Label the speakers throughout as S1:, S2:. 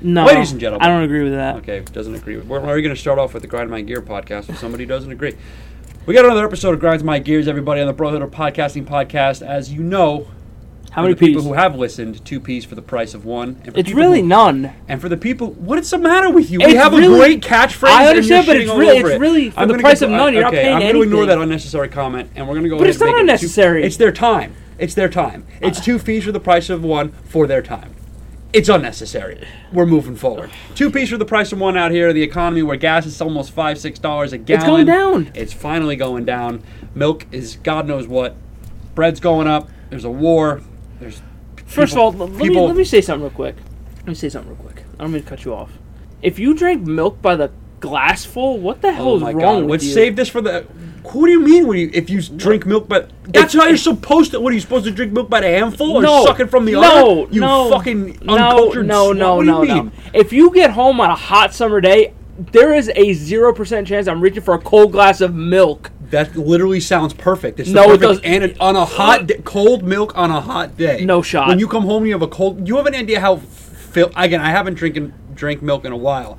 S1: No,
S2: Ladies and gentlemen.
S1: I don't agree with that.
S2: Okay, doesn't agree. With, where are we going to start off with the Grind My Gear podcast if somebody doesn't agree? We got another episode of Grinds My Gears, everybody, on the Brotherhood of Podcasting podcast. As you know,
S1: How
S2: for
S1: many
S2: the people
S1: P's?
S2: who have listened, two piece for the price of one. And for
S1: It's
S2: people
S1: really
S2: who,
S1: none.
S2: and for the people. What is the matter with you? we
S1: It's
S2: have
S1: really-
S2: a great catchphrase.
S1: I
S2: and you're
S1: understand, but
S2: shitting
S1: it's
S2: all
S1: really-
S2: over
S1: it's
S2: it.
S1: really- for
S2: I'm
S1: the
S2: gonna
S1: price
S2: get
S1: of
S2: to- uh,
S1: none, you're not
S2: okay,
S1: paying
S2: I'm gonna ignore
S1: anything.
S2: that unnecessary comment, and we're going to go.
S1: But
S2: ahead
S1: it's
S2: and
S1: not
S2: make it two-
S1: unnecessary. Uh,
S2: it's their time. It's their time. It's two fees for the price of one for their time. It's unnecessary. We're moving forward. Two piece for the price of one out here. The economy where gas is almost five, six dollars a gallon.
S1: going down.
S2: It's finally going down. Milk is God knows what. Bread's going up. There's a war. There's
S1: First
S2: people-
S1: of all, l- let me,
S2: people-
S1: let me say something real quick. Let me say something real quick. I'm going to cut you off. If you drank milk by the glass full, what the hell
S2: Oh
S1: is
S2: my
S1: wrong
S2: god!
S1: with
S2: Let's
S1: you?
S2: save this for the. Who do you mean when you if you drink milk? But that's how you're supposed to. What are you supposed to drink milk by the handful or
S1: no,
S2: suck it from the
S1: no,
S2: other? You
S1: no,
S2: fucking
S1: no,
S2: uncultured.
S1: no,
S2: slut.
S1: no,
S2: What do
S1: no,
S2: you
S1: no.
S2: mean?
S1: If you get home on a hot summer day, there is a zero percent chance I'm reaching for a cold glass of milk.
S2: That literally sounds perfect. It's the
S1: No, it
S2: perfect
S1: doesn't.
S2: and it- on a hot day, cold milk on a hot day.
S1: No shot.
S2: When you come home, you have a cold. You have an idea how? Fill, again, I haven't drinking drank milk in a while,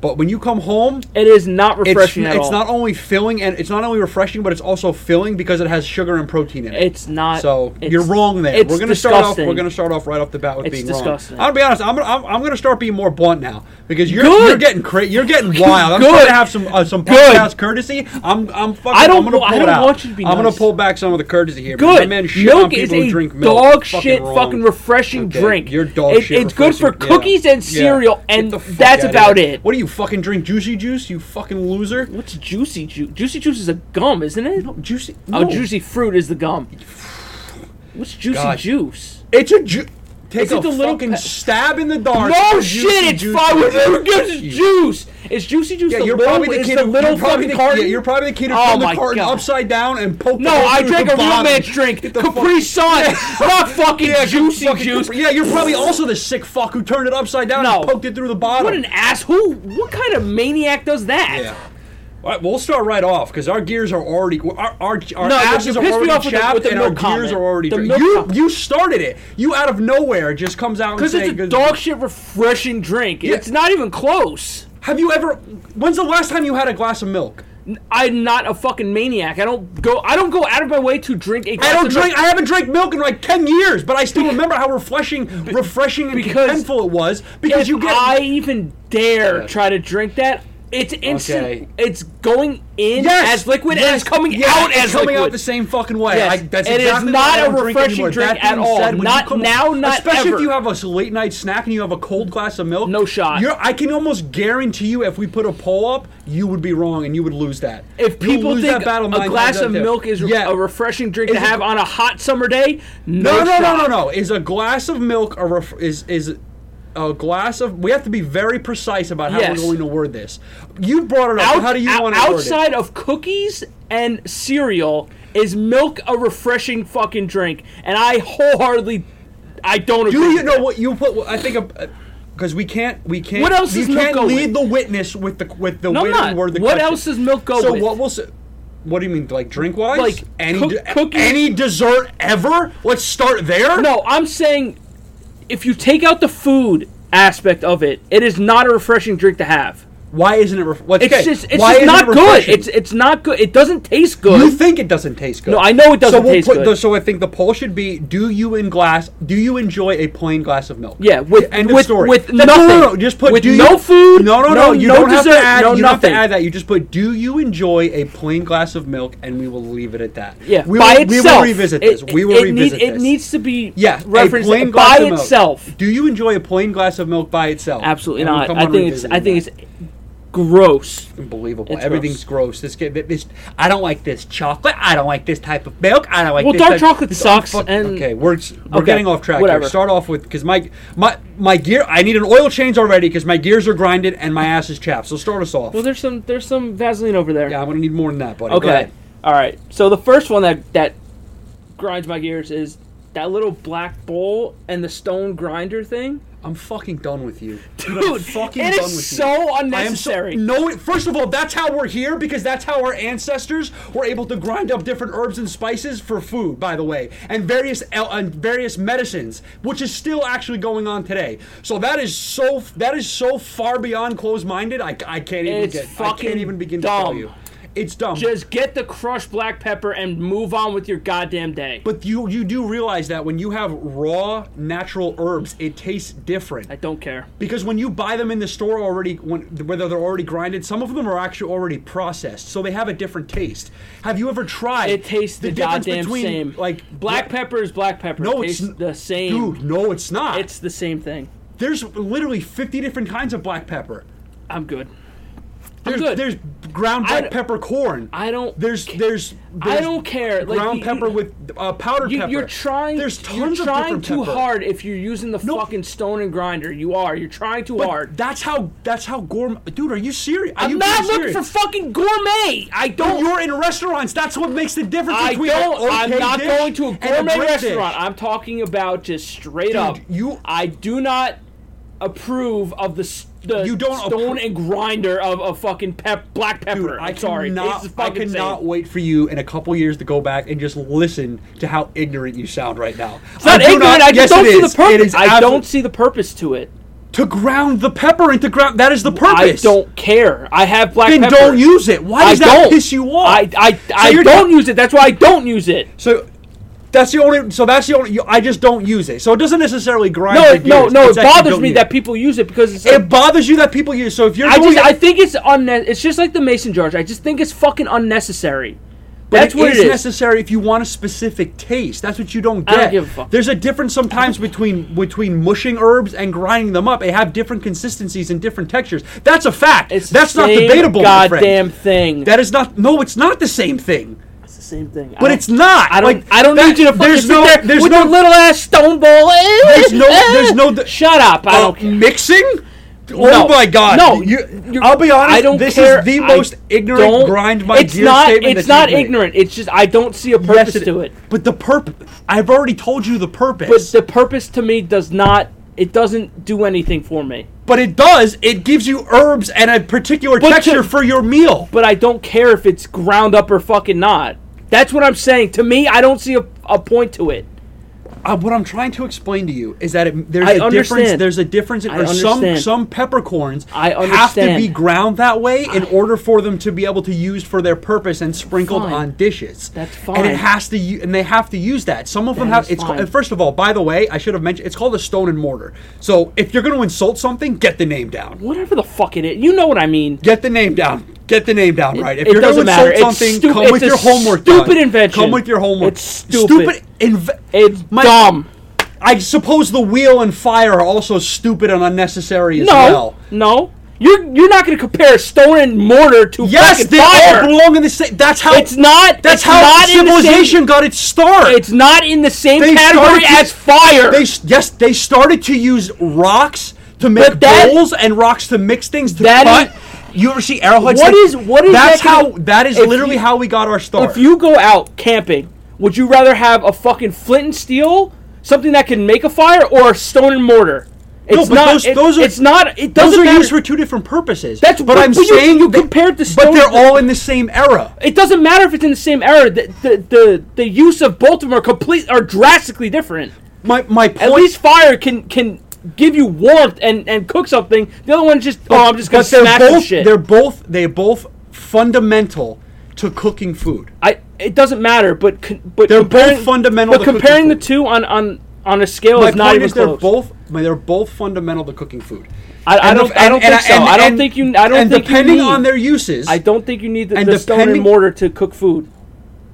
S2: but when you come home,
S1: It is not
S2: it's,
S1: refreshing at
S2: it's
S1: all.
S2: not only filling and it's not only refreshing, but it's also filling because it has sugar and protein in it.
S1: It's not-
S2: So
S1: it's-
S2: you're wrong there.
S1: it's
S2: We're gonna start off.
S1: disgusting.
S2: We're gonna start off right off the bat with
S1: It's
S2: being
S1: disgusting.
S2: wrong. I'll be honest. I'm, gonna- I'm, I'm gonna start being more blunt now because you're
S1: Good.
S2: you're getting cra- you're getting wild. I'm
S1: Good.
S2: trying to have some uh, some
S1: Good.
S2: podcast courtesy. I'm I'm fucking.
S1: I don't
S2: am gonna pull
S1: wa- I
S2: it
S1: don't
S2: out.
S1: want you to be
S2: I'm gonna
S1: nice.
S2: pull back some of the courtesy here. because
S1: Good.
S2: my man shit on
S1: milk
S2: people
S1: is
S2: who
S1: a
S2: drink milk.
S1: dog
S2: Fucking
S1: shit,
S2: wrong.
S1: fucking refreshing
S2: Okay,
S1: drink.
S2: You're dog
S1: It-
S2: shit.
S1: It's good for
S2: refreshing- yeah.
S1: cookies and
S2: Yeah.
S1: cereal,
S2: Get
S1: and
S2: the fuck
S1: that's
S2: outta
S1: about
S2: here.
S1: it.
S2: What do you fucking drink? Juicy juice? You fucking loser.
S1: What's juicy juice? Juicy juice is a gum, isn't it?
S2: Juicy.
S1: Oh,
S2: No.
S1: juicy fruit is the gum. What's juicy
S2: God.
S1: juice?
S2: It's a ju- Take
S1: Is
S2: a
S1: it the little
S2: fucking
S1: pe-
S2: stab in the dark.
S1: No
S2: Juicy
S1: shit, it's
S2: juice.
S1: fine. Whatever gives is juice. It's juicy juice.
S2: Yeah,
S1: the
S2: you're
S1: little,
S2: probably the
S1: it's
S2: kid.
S1: the
S2: who-
S1: little
S2: you're probably
S1: fucking
S2: the,
S1: carton.
S2: Yeah, you're probably the kid who
S1: Oh
S2: turned the
S1: my
S2: carton
S1: God.
S2: upside down and poked.
S1: No,
S2: the hole
S1: I
S2: through
S1: drank
S2: the
S1: a real
S2: bottom.
S1: man's drink.
S2: Get the
S1: Capri Sun, not fucking
S2: fuck- yeah,
S1: juicy
S2: fucking-
S1: juice.
S2: Yeah, you're probably also the sick fuck who turned it upside down
S1: No.
S2: and poked it through the bottom.
S1: What an asshole! What kind of maniac does that?
S2: Yeah. All right, we'll start right off because our gears are already our our, our
S1: No,
S2: asses
S1: you
S2: are
S1: pissed me
S2: already
S1: off with the-
S2: chapped
S1: with the
S2: and our
S1: milk
S2: gears
S1: comment.
S2: are already.
S1: The
S2: dra-
S1: milk
S2: you
S1: comment.
S2: you started it. You out of nowhere just comes out and
S1: Because
S2: say,
S1: it's a dog shit refreshing drink. It's not even close.
S2: Have you ever? When's the last time you had a glass of milk?
S1: I'm not a fucking maniac. I don't go. I don't go out of my way to drink a.
S2: I
S1: glass
S2: don't
S1: of
S2: drink.
S1: milk.
S2: I haven't drank milk in like ten years, but I still remember how refreshing, refreshing, and
S1: because-
S2: contentful it was.
S1: If
S2: Because you get
S1: I even dare
S2: Yeah.
S1: try to drink that, it's instant.
S2: Okay.
S1: It's going in
S2: Yes,
S1: as liquid and
S2: yes,
S1: it's coming
S2: yes,
S1: out
S2: it's
S1: as
S2: coming
S1: liquid.
S2: out the same fucking way.
S1: Yes,
S2: I, that's
S1: it is
S2: exactly
S1: not
S2: why I
S1: a
S2: don't drink
S1: refreshing
S2: anymore.
S1: drink
S2: That
S1: at
S2: being
S1: all.
S2: said, when you
S1: Not
S2: come-
S1: now, not
S2: especially if
S1: ever.
S2: you have a late night snack and you have a cold glass of milk.
S1: No shot.
S2: You're, I can almost guarantee you, if we put a poll up, you would be wrong and you would lose that.
S1: if
S2: You'll
S1: people
S2: lose
S1: think
S2: that battle,
S1: a
S2: nine
S1: glass
S2: times out
S1: of
S2: ten.
S1: milk is
S2: yeah.
S1: a refreshing drink
S2: Is
S1: to
S2: it-
S1: have on a hot summer day, no,
S2: No, no, no,
S1: shot.
S2: no, no. Is a glass of milk a ref- is is a glass of? We have to be very precise about how
S1: Yes.
S2: we're going to word this. You brought it up.
S1: Out-
S2: how do you
S1: o-
S2: want to word
S1: outside of cookies and cereal is milk a refreshing fucking drink? And I wholeheartedly, I don't
S2: it?
S1: agree.
S2: Do you
S1: with
S2: know
S1: that.
S2: what you put? I think because we can't. We can't.
S1: What else
S2: You
S1: does milk
S2: can't
S1: go
S2: lead
S1: with?
S2: the witness with the with the
S1: No, I'm
S2: way
S1: not.
S2: we word the
S1: What
S2: question.
S1: else does milk go
S2: so
S1: with?
S2: what will? What do you mean, like drink wise?
S1: Like,
S2: any
S1: cook-
S2: de-
S1: cookies-
S2: any dessert ever? Let's start there.
S1: No, I'm saying if you take out the food aspect of it, it is not a refreshing drink to have.
S2: Why isn't it? Ref-
S1: It's
S2: okay.
S1: just it's
S2: Why
S1: just
S2: isn't
S1: not
S2: it
S1: good.
S2: refreshing?
S1: It's it's not good. It doesn't taste good.
S2: You think it doesn't taste good?
S1: No, I know it doesn't
S2: so we'll
S1: taste
S2: put
S1: good.
S2: The, so I think the poll should be: Do you in glass? Do you enjoy a plain glass of milk?
S1: yeah, with
S2: End of
S1: with
S2: story.
S1: with
S2: No, no,
S1: nothing.
S2: No, no, just put
S1: with
S2: do you-
S1: no food.
S2: No, no, no. you
S1: no
S2: don't
S1: dessert,
S2: have to add.
S1: no nothing.
S2: you don't have to add that. You just put: Do you enjoy a plain glass of milk? And we will leave it at that.
S1: Yeah,
S2: we
S1: by
S2: will,
S1: itself.
S2: We will revisit this.
S1: It,
S2: we will
S1: it
S2: revisit
S1: need,
S2: this.
S1: It needs to be
S2: yeah,
S1: referenced
S2: a
S1: by
S2: plain glass of milk.
S1: itself.
S2: Do you enjoy a plain glass of milk by itself?
S1: Absolutely
S2: And we'll
S1: not.
S2: come
S1: I
S2: on
S1: think it's I
S2: revisiting
S1: think
S2: that.
S1: it's gross.
S2: Unbelievable!
S1: It's
S2: Everything's gross. This, get- this, I don't like this chocolate. I don't like this type of milk. I don't like.
S1: Well,
S2: this
S1: dark
S2: type-
S1: chocolate
S2: this
S1: sucks,
S2: unfuck-
S1: and-
S2: okay, we're we're
S1: Okay,
S2: getting off track.
S1: whatever.
S2: Here. Start off with because my my my gear. I need an oil change already because my gears are grinded and my ass is chapped. So start us off.
S1: Well, there's some there's some Vaseline over there.
S2: yeah, I'm gonna need more than that, buddy. Go
S1: Okay.
S2: ahead.
S1: All right. So the first one that that grinds my gears is that little black bowl and the stone grinder thing.
S2: I'm fucking done with you. I'm
S1: Dude,
S2: fucking
S1: it
S2: done
S1: is
S2: with
S1: so
S2: you.
S1: unnecessary.
S2: I am so, no, first of all, that's how we're here because that's how our ancestors were able to grind up different herbs and spices for food, by the way, and various el- and various medicines, which is still actually going on today. So that is so that is so far beyond closed-minded. I, I can't even
S1: It's
S2: get. I
S1: fucking
S2: can't even begin to tell
S1: dumb.
S2: you. It's dumb.
S1: Just get the crushed black pepper and move on with your goddamn day.
S2: but you you do realize that when you have raw natural herbs, it tastes different.
S1: I don't care.
S2: because when you buy them in the store already when, whether they're already grinded some of them are actually already processed so they have a different taste have you ever tried
S1: It tastes the,
S2: difference
S1: goddamn
S2: between,
S1: same.
S2: like
S1: black
S2: bla-
S1: pepper is black pepper.
S2: no
S1: it
S2: it's
S1: tastes
S2: n-
S1: the same.
S2: dude no it's not
S1: It's the same thing.
S2: there's literally 50 different kinds of black pepper
S1: I'm good. I'm
S2: there's,
S1: good.
S2: there's ground
S1: I
S2: black
S1: d-
S2: pepper corn
S1: I don't.
S2: there's there's,
S1: I
S2: there's
S1: don't care. Like,
S2: ground
S1: you-
S2: pepper with uh, powdered
S1: You,
S2: pepper
S1: you're trying.
S2: there's
S1: you're
S2: tons
S1: trying
S2: of different
S1: too
S2: pepper.
S1: hard if you're using the fucking stone and grinder. You are. You're trying too
S2: But
S1: hard.
S2: that's how that's how gourmet dude are you serious are
S1: I'm
S2: you
S1: not
S2: being
S1: looking
S2: serious?
S1: for fucking gourmet. I
S2: But
S1: don't.
S2: you're in restaurants. That's what makes the difference
S1: I
S2: between
S1: don't.
S2: an okay
S1: I'm not
S2: dish
S1: going to a
S2: and
S1: gourmet
S2: great dish.
S1: restaurant. I'm talking about just straight up.
S2: you-
S1: I do not approve of the. s- The
S2: You don't
S1: stone
S2: appro-
S1: and grinder of a fucking pep black pepper.
S2: Dude, I
S1: I'm sorry,
S2: cannot,
S1: It's
S2: I
S1: fucking insane.
S2: cannot wait for you in a couple years to go back and just listen to how ignorant you sound right now. It's
S1: not ignorant. I just don't see the
S2: It
S1: purpose.
S2: is
S1: I
S2: absolute-
S1: don't see the purpose to it.
S2: to ground the pepper into ground. That is the
S1: I
S2: purpose.
S1: don't care. I have black
S2: Then
S1: pepper.
S2: don't use it. Why
S1: I
S2: does that
S1: don't.
S2: piss you off?
S1: I I, I
S2: you're-
S1: don't use it. That's why I don't use it.
S2: so. That's the only. So that's the only. you- I just don't use it. So it doesn't necessarily grind.
S1: No,
S2: your
S1: it, no,
S2: gears.
S1: no.
S2: It's
S1: It
S2: that you
S1: bothers
S2: don't
S1: me
S2: use
S1: that people use it because it's.
S2: It bothers you that people use. So if you're,
S1: I
S2: going
S1: just I think it's unne- It's just like the mason jar. I just think it's fucking unnecessary.
S2: But
S1: That's what it is.
S2: is necessary if you want a specific taste. That's what you don't
S1: I
S2: get.
S1: don't give a fuck.
S2: There's a difference sometimes between between mushing herbs and grinding them up. They have different consistencies and different textures. That's a fact.
S1: It's the
S2: That's not
S1: same
S2: debatable, my friend.
S1: Goddamn thing.
S2: That is not. No, it's not the same thing.
S1: That's the same thing.
S2: But it's not.
S1: I don't.
S2: Like,
S1: I don't
S2: that-
S1: need you to fucking
S2: there's
S1: sit
S2: no,
S1: there
S2: There's
S1: with
S2: no.
S1: your little ass stone bowl.
S2: There's no- there's no-
S1: Shut up! I
S2: uh,
S1: don't care.
S2: mixing. Oh
S1: No.
S2: my God!
S1: No,
S2: you.
S1: you're-
S2: I'll be honest.
S1: I don't
S2: this
S1: care.
S2: is the
S1: I
S2: most ignorant
S1: don't-
S2: grind my
S1: it's
S2: gear
S1: not,
S2: statement.
S1: It's
S2: that
S1: not
S2: you've made.
S1: ignorant. It's just I don't see a purpose
S2: Yes,
S1: to it.
S2: But the purpose. I've already told you the purpose.
S1: But the purpose to me does not. It doesn't do anything for me.
S2: But it does. It gives you herbs and a particular
S1: But
S2: texture
S1: to-
S2: for your meal.
S1: But I don't care if it's ground up or fucking not. That's what I'm saying. To me, I don't see a, a point to it.
S2: Uh, what I'm trying to explain to you is that it, there's
S1: I
S2: a difference.
S1: understand.
S2: There's a difference. In,
S1: I
S2: or some
S1: understand.
S2: some peppercorns
S1: I
S2: have to be
S1: understand.
S2: ground that way in order for them to be able to use for their purpose and sprinkled
S1: Fine.
S2: on dishes.
S1: That's
S2: And
S1: fine.
S2: it has to u- and they have to use that. Some of them
S1: That
S2: have.
S1: is
S2: It's ca-
S1: fine.
S2: first of all, by the way, I should have mentioned it's called a stone and mortar. So if you're going to insult something, get the name down.
S1: Whatever the fuck it is, you know what I mean.
S2: Get the name down. Get the name down right. If
S1: it
S2: you're going to
S1: doesn't
S2: insult
S1: matter. It's
S2: something,
S1: stu-
S2: come
S1: it's
S2: with
S1: a
S2: your homework.
S1: stupid
S2: done.
S1: invention.
S2: Come with your homework.
S1: It's stupid.
S2: inve-
S1: It's
S2: My-
S1: dumb.
S2: I suppose the wheel and fire are also stupid and unnecessary as
S1: No,
S2: well.
S1: no, you're you're not going to compare stone and mortar to
S2: Yes,
S1: fucking
S2: they
S1: fire.
S2: all belong in the same. That's how.
S1: It's not-
S2: That's
S1: it's
S2: how
S1: not in the same-
S2: civilization got its start.
S1: it's not in the same
S2: They
S1: category
S2: started to-
S1: as fire.
S2: They s- yes, they started to use rocks to make
S1: But that-
S2: bowls and rocks to mix things to
S1: That
S2: cut.
S1: is-
S2: you ever see arrowheads?
S1: What
S2: What is
S1: is- what is
S2: That's
S1: that gonna-
S2: how. That is
S1: if
S2: literally
S1: you-
S2: how we got our start.
S1: If you go out camping, would you rather have a fucking flint and steel, something that can make a fire, or a stone and mortar? It's
S2: but
S1: not.
S2: those-
S1: it-
S2: those are-
S1: it's not. It
S2: those
S1: doesn't
S2: are
S1: matter.
S2: used for two different purposes.
S1: That's-
S2: but
S1: but-
S2: I'm
S1: but you-
S2: saying
S1: you
S2: they-
S1: compared the
S2: But
S1: stone-
S2: they're all in the same era.
S1: it doesn't matter if it's in the same era. The the the, the use of both of them are complete are drastically different.
S2: My my point.
S1: At least fire can can give you warmth and and cook something. The other one's just oh I'm just gonna
S2: But they're
S1: smash
S2: both,
S1: some shit.
S2: They're both they both fundamental to cooking food.
S1: I it doesn't matter, but con, but
S2: They're both
S1: comparing-
S2: fundamental
S1: But
S2: to cooking
S1: comparing the
S2: food.
S1: two on on on a scale
S2: My
S1: is not
S2: point
S1: even
S2: is they're
S1: close.
S2: both my- they're both fundamental to cooking food.
S1: I- I
S2: And
S1: don't- I don't think so. I don't think you- I don't
S2: and
S1: think you
S2: depending
S1: need-
S2: on their uses.
S1: I don't think you need the,
S2: And
S1: the stone and
S2: depending-
S1: mortar to cook food.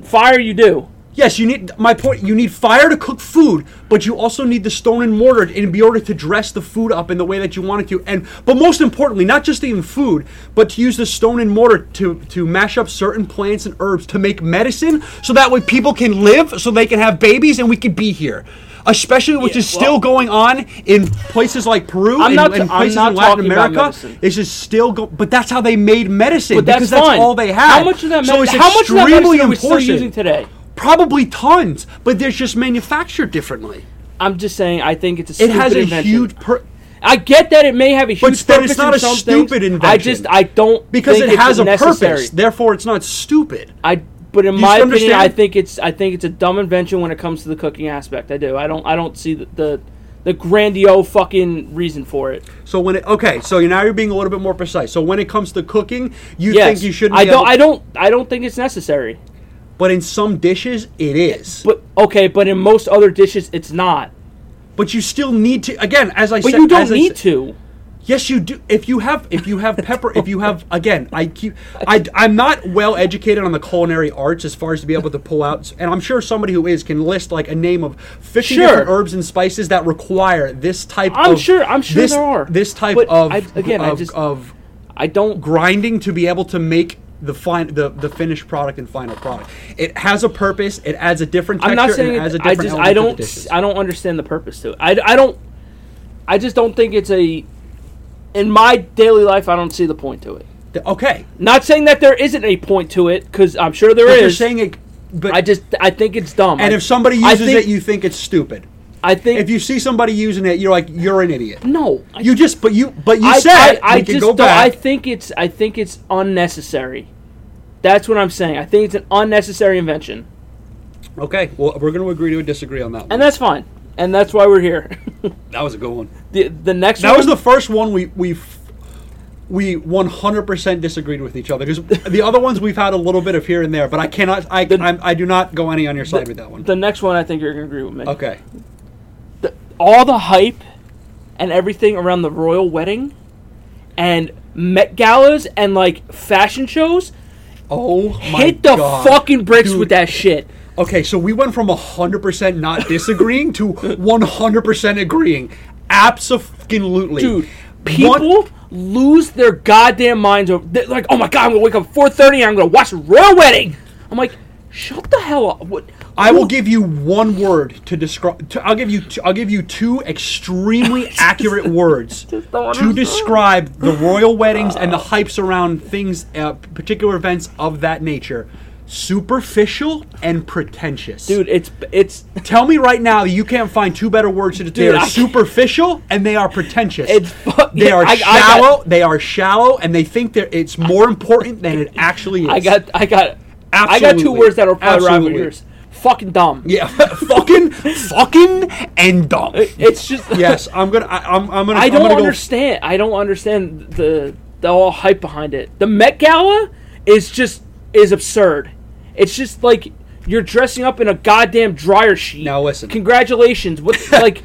S1: Fire, you do.
S2: yes, you need my point. You need fire to cook food, but you also need the stone and mortar in be order to dress the food up in the way that you want it to. And but most importantly, not just even food, but to use the stone and mortar to to mash up certain plants and herbs to make medicine, so that way people can live, so they can have babies, and we can be here. Especially, which
S1: Yeah,
S2: is
S1: well-
S2: still going on in places like Peru
S1: I'm
S2: and,
S1: not-
S2: and
S1: I'm
S2: places
S1: not
S2: in Latin
S1: talking about
S2: America.
S1: medicine.
S2: It's just still go, but that's how they made medicine
S1: But
S2: because
S1: that's,
S2: that's
S1: fine.
S2: all they had.
S1: How much of that?
S2: So
S1: med-
S2: it's
S1: how much of that
S2: extremely
S1: medicine are we still
S2: important.
S1: using today?
S2: Probably tons, but they're just manufactured differently.
S1: I'm just saying. I think it's a
S2: It
S1: stupid
S2: has a
S1: invention.
S2: huge. Per-
S1: I get that it may have a huge
S2: But then
S1: purpose
S2: it's not
S1: in
S2: a
S1: some
S2: stupid
S1: things. I
S2: invention.
S1: just I don't
S2: because
S1: think
S2: it
S1: it's
S2: has a
S1: necessary.
S2: purpose. Therefore, it's not stupid.
S1: I but in
S2: you
S1: my opinion, I
S2: understand?
S1: think it's I think it's a dumb invention when it comes to the cooking aspect. I do. I don't I don't see the the, the grandiose fucking reason for it.
S2: So when it okay, so you now you're being a little bit more precise. So when it comes to cooking, you
S1: Yes,
S2: think you shouldn't.
S1: I
S2: be
S1: don't.
S2: able-
S1: I don't. I don't think it's necessary.
S2: But in some dishes, it is. But,
S1: But okay, but in most other dishes, it's not.
S2: you still need to. Again, as I
S1: But
S2: said,
S1: you
S2: as
S1: don't
S2: I
S1: need
S2: said-
S1: to.
S2: Yes, you do. If you have, if you have pepper, if you have, again, I keep, I, I'm not well educated on the culinary arts as far as to be able to pull out, and I'm sure somebody who is can list like a name of 50 different
S1: Sure.
S2: herbs and spices that require this type.
S1: I'm
S2: of,
S1: sure- I'm sure
S2: this,
S1: there are.
S2: This type
S1: But
S2: of
S1: I- again, I
S2: of,
S1: just-
S2: of
S1: I don't.
S2: grinding to be able to make the fine the, the finished product and final product. It has a purpose. It adds a different. Texture,
S1: I'm not
S2: and
S1: saying.
S2: it adds a
S1: It, I
S2: different
S1: just.
S2: element
S1: I
S2: to the
S1: don't.
S2: dishes.
S1: s- I don't understand the purpose to it. I, I don't. I just don't think it's a. In my daily life, I don't see the point to it.
S2: okay,
S1: Not saying that there isn't a point to it, because I'm sure there
S2: but
S1: is.
S2: you're saying it. But
S1: I just. I think it's dumb.
S2: and
S1: I-
S2: if somebody
S1: I
S2: uses
S1: think-
S2: it, you think it's stupid.
S1: I think
S2: If you see somebody using it, you're like you're an idiot.
S1: no, I
S2: You just but you but you
S1: I,
S2: said
S1: I, I
S2: we can
S1: just
S2: go
S1: don't, I
S2: back.
S1: think it's I think it's unnecessary. That's what I'm saying. I think it's an unnecessary invention,
S2: okay, well we're going to agree to disagree on that. One.
S1: and that's fine. And that's why we're here.
S2: that was a good one.
S1: the the next
S2: That
S1: one,
S2: was the first one we we f- we 100% disagreed with each other because the other ones we've had a little bit of here and there, but I cannot I I'm, I do not go any on your side with that one.
S1: the next one. I think you're gonna agree with me.
S2: okay.
S1: The- all the hype and everything around the royal wedding, and Met galas and like fashion shows.
S2: Oh my
S1: hit the
S2: God.
S1: fucking bricks
S2: Dude.
S1: with that shit.
S2: Okay, so we went from 100% not disagreeing to 100% agreeing. Absolutely.
S1: dude. People lose their goddamn minds over. They're like, oh my god, I'm gonna wake up at 4:30 and I'm gonna watch the royal wedding. I'm like, shut the hell up. What?
S2: I will give you one word to describe. To, I'll give you. T- I'll give you two extremely accurate words
S1: just don't Ah.
S2: to
S1: understand.
S2: describe the royal weddings and the hypes around things, uh, particular events of that nature. Superficial and pretentious,
S1: dude. It's it's
S2: Tell me right now that you can't find two better words to it. They
S1: Dude,
S2: are
S1: I can't-
S2: superficial and they are pretentious.
S1: It's fu-
S2: they are
S1: I- I got-
S2: shallow. they are shallow, and they think that it's more important than it actually is.
S1: I got I got I got two
S2: Absolutely.
S1: words that are probably rival
S2: Absolutely.
S1: yours. Fucking dumb.
S2: Yeah, fucking, fucking, and dumb.
S1: It's just
S2: yes, I'm gonna. I, I'm, I'm gonna.
S1: I
S2: I'm
S1: don't
S2: gonna go-
S1: understand. I don't understand the the all hype behind it. The Met Gala is just is absurd. It's just like you're dressing up in a goddamn dryer sheet.
S2: Now listen.
S1: Congratulations. What like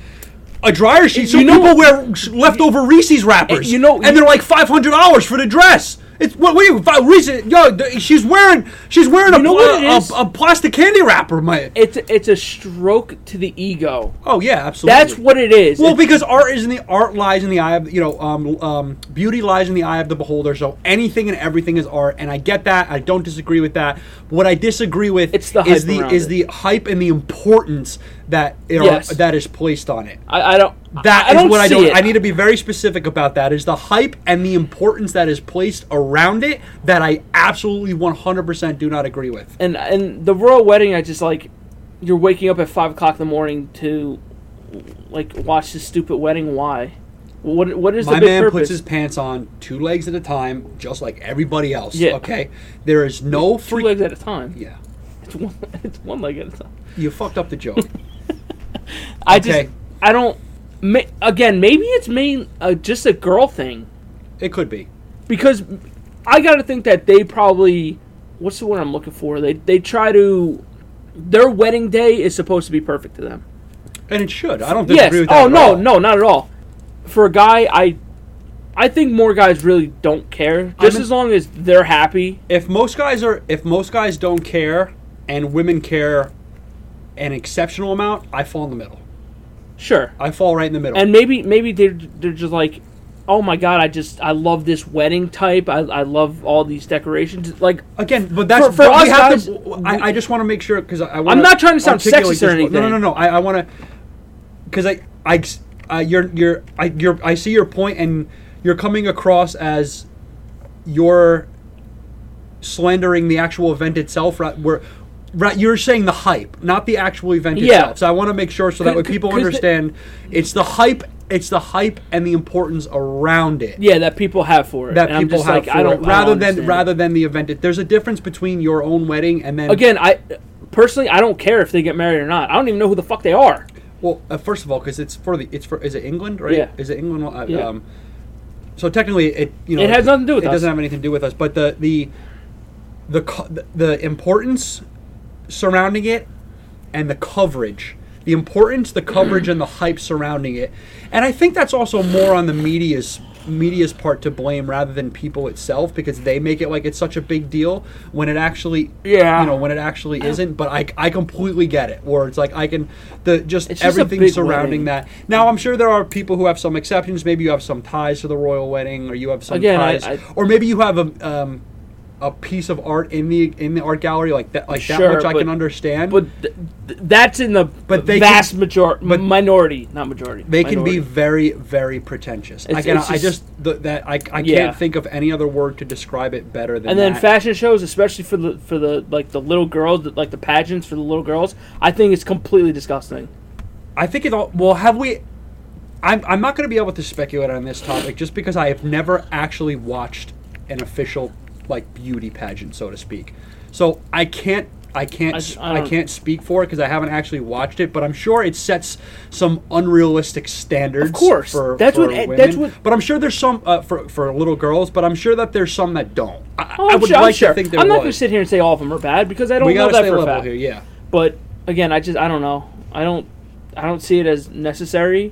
S2: a dryer sheet. So
S1: You know-
S2: people wear sh- leftover Reese's wrappers.
S1: You know-
S2: and they're like five hundred dollars for the dress. It's what? What? you- fi- Reese's? Yo, th- she's wearing. She's wearing a,
S1: know what it
S2: a,
S1: is?
S2: a, a plastic candy wrapper. My.
S1: it's it's a stroke to the ego.
S2: Oh yeah, absolutely.
S1: That's what it is.
S2: Well,
S1: It's-
S2: because art is in the art lies in the eye of you know um, um, beauty lies in the eye of the beholder. So anything and everything is art, and I get that. I don't disagree with that. What I disagree with
S1: It's the
S2: is
S1: hype
S2: the
S1: around
S2: is
S1: it.
S2: the hype and the importance that are,
S1: Yes.
S2: that is placed on it.
S1: I, I don't.
S2: That
S1: I,
S2: is
S1: don't
S2: what I
S1: see
S2: don't.
S1: It.
S2: I need to be very specific about that. Is the hype and the importance that is placed around it that I absolutely 100% do not agree with.
S1: and and the royal wedding. I just like you're waking up at five o'clock in the morning to like watch this stupid wedding. Why? What what is
S2: My
S1: the big
S2: man
S1: purpose?
S2: puts his pants on two legs at a time, just like everybody else.
S1: Yeah.
S2: Okay, there is no
S1: two
S2: free.
S1: legs at a time.
S2: Yeah,
S1: It's one. It's one leg at a time.
S2: you fucked up the joke.
S1: I
S2: Okay.
S1: just. I don't. Ma- again, maybe it's main uh, just a girl thing
S2: it could be.
S1: because I got to think that they probably. What's the word I'm looking for? They they try to. Their wedding day is supposed to be perfect to them.
S2: And it should. I don't disagree with that.
S1: oh
S2: at
S1: no,
S2: all.
S1: no, not at all. For a guy, I I think more guys really don't care. Just
S2: in-
S1: as long as they're happy.
S2: If most guys are, if most guys don't care, and women care, an exceptional amount, I fall in the middle.
S1: Sure.
S2: I fall right in the middle.
S1: And maybe maybe they're they're just like, oh my god, I just I love this wedding type. I, I love all these decorations. Like
S2: Again, but that's
S1: For- for
S2: but we
S1: us
S2: have
S1: guys,
S2: to. w- I, I just want to make sure because I, I want.
S1: I'm not trying to sound sexist or
S2: No, no,
S1: anything.
S2: no. I, I want to because I, I, ex- uh, you're, you're, I, you're, I see your point, and you're coming across as you're slandering the actual event itself. Right, where, right, you're saying the hype, not the actual event
S1: Yeah.
S2: itself. So I want to make sure so that way
S1: c-
S2: people
S1: 'cause the-
S2: understand it's the hype It's the hype and the importance around it.
S1: yeah, that people have for it.
S2: That
S1: and I'm
S2: people
S1: just
S2: have
S1: like,
S2: for
S1: I don't,
S2: it, rather than
S1: than
S2: rather than the event. There's a difference between your own wedding and then
S1: again, I personally I don't care if they get married or not. I don't even know who the fuck they are.
S2: Well, uh, first of all, because it's for the it's for is it England right?
S1: Yeah.
S2: Is it England? Uh,
S1: Yeah.
S2: Um, so technically, it you know
S1: It has nothing to do with
S2: it
S1: us.
S2: doesn't have anything to do with us. But the the the co- the- the importance surrounding it and the coverage, the importance, the coverage, and the hype surrounding it, and I think that's also more on the media's media's part to blame rather than people itself because they make it like it's such a big deal when it actually
S1: Yeah.
S2: you know when it actually isn't but I, I completely get it where it's like I can the just
S1: It's just a
S2: everything
S1: big wedding.
S2: surrounding that. Now, I'm sure there are people who have some exceptions. Maybe you have some ties to the royal wedding, or you have some
S1: Again, I-
S2: ties,
S1: I-
S2: or maybe you have a um, a piece of art in the in the art gallery like that. Like
S1: Sure,
S2: that much I
S1: but-
S2: can understand.
S1: But th- th- that's in the
S2: But they
S1: vast
S2: can-
S1: majority,
S2: but-
S1: minority, not majority.
S2: they can be
S1: minority.
S2: very very pretentious. I
S1: It's-
S2: can
S1: it's
S2: I
S1: just-
S2: just th- that I, I
S1: Yeah.
S2: can't think of any other word to describe it better than
S1: and then
S2: that.
S1: fashion shows, especially for the for the like the little girls, like the pageants for the little girls, I think it's completely disgusting.
S2: I think it all. Well, have we? I'm, I'm not going to be able to speculate on this topic just because I have never actually watched an official like beauty pageant, so to speak. So I can't I can't
S1: I-
S2: s-
S1: I
S2: I,
S1: don't-
S2: can't speak for it because I haven't actually watched it. But I'm sure it sets some unrealistic standards.
S1: Of course.
S2: for,
S1: That's
S2: for
S1: what- eh,
S2: women.
S1: that's what-
S2: But I'm sure there's some uh, for for little girls. But I'm sure that there's some that don't. I,
S1: Oh,
S2: I
S1: I'm
S2: would
S1: sure- I'm
S2: like
S1: sure.
S2: to think there
S1: I'm
S2: was.
S1: not gonna sit here and say all of them are bad because I don't
S2: we
S1: know
S2: gotta
S1: that
S2: stay
S1: for a
S2: level
S1: fact.
S2: here. Yeah.
S1: But again, I just I don't know. I don't I don't see it as necessary.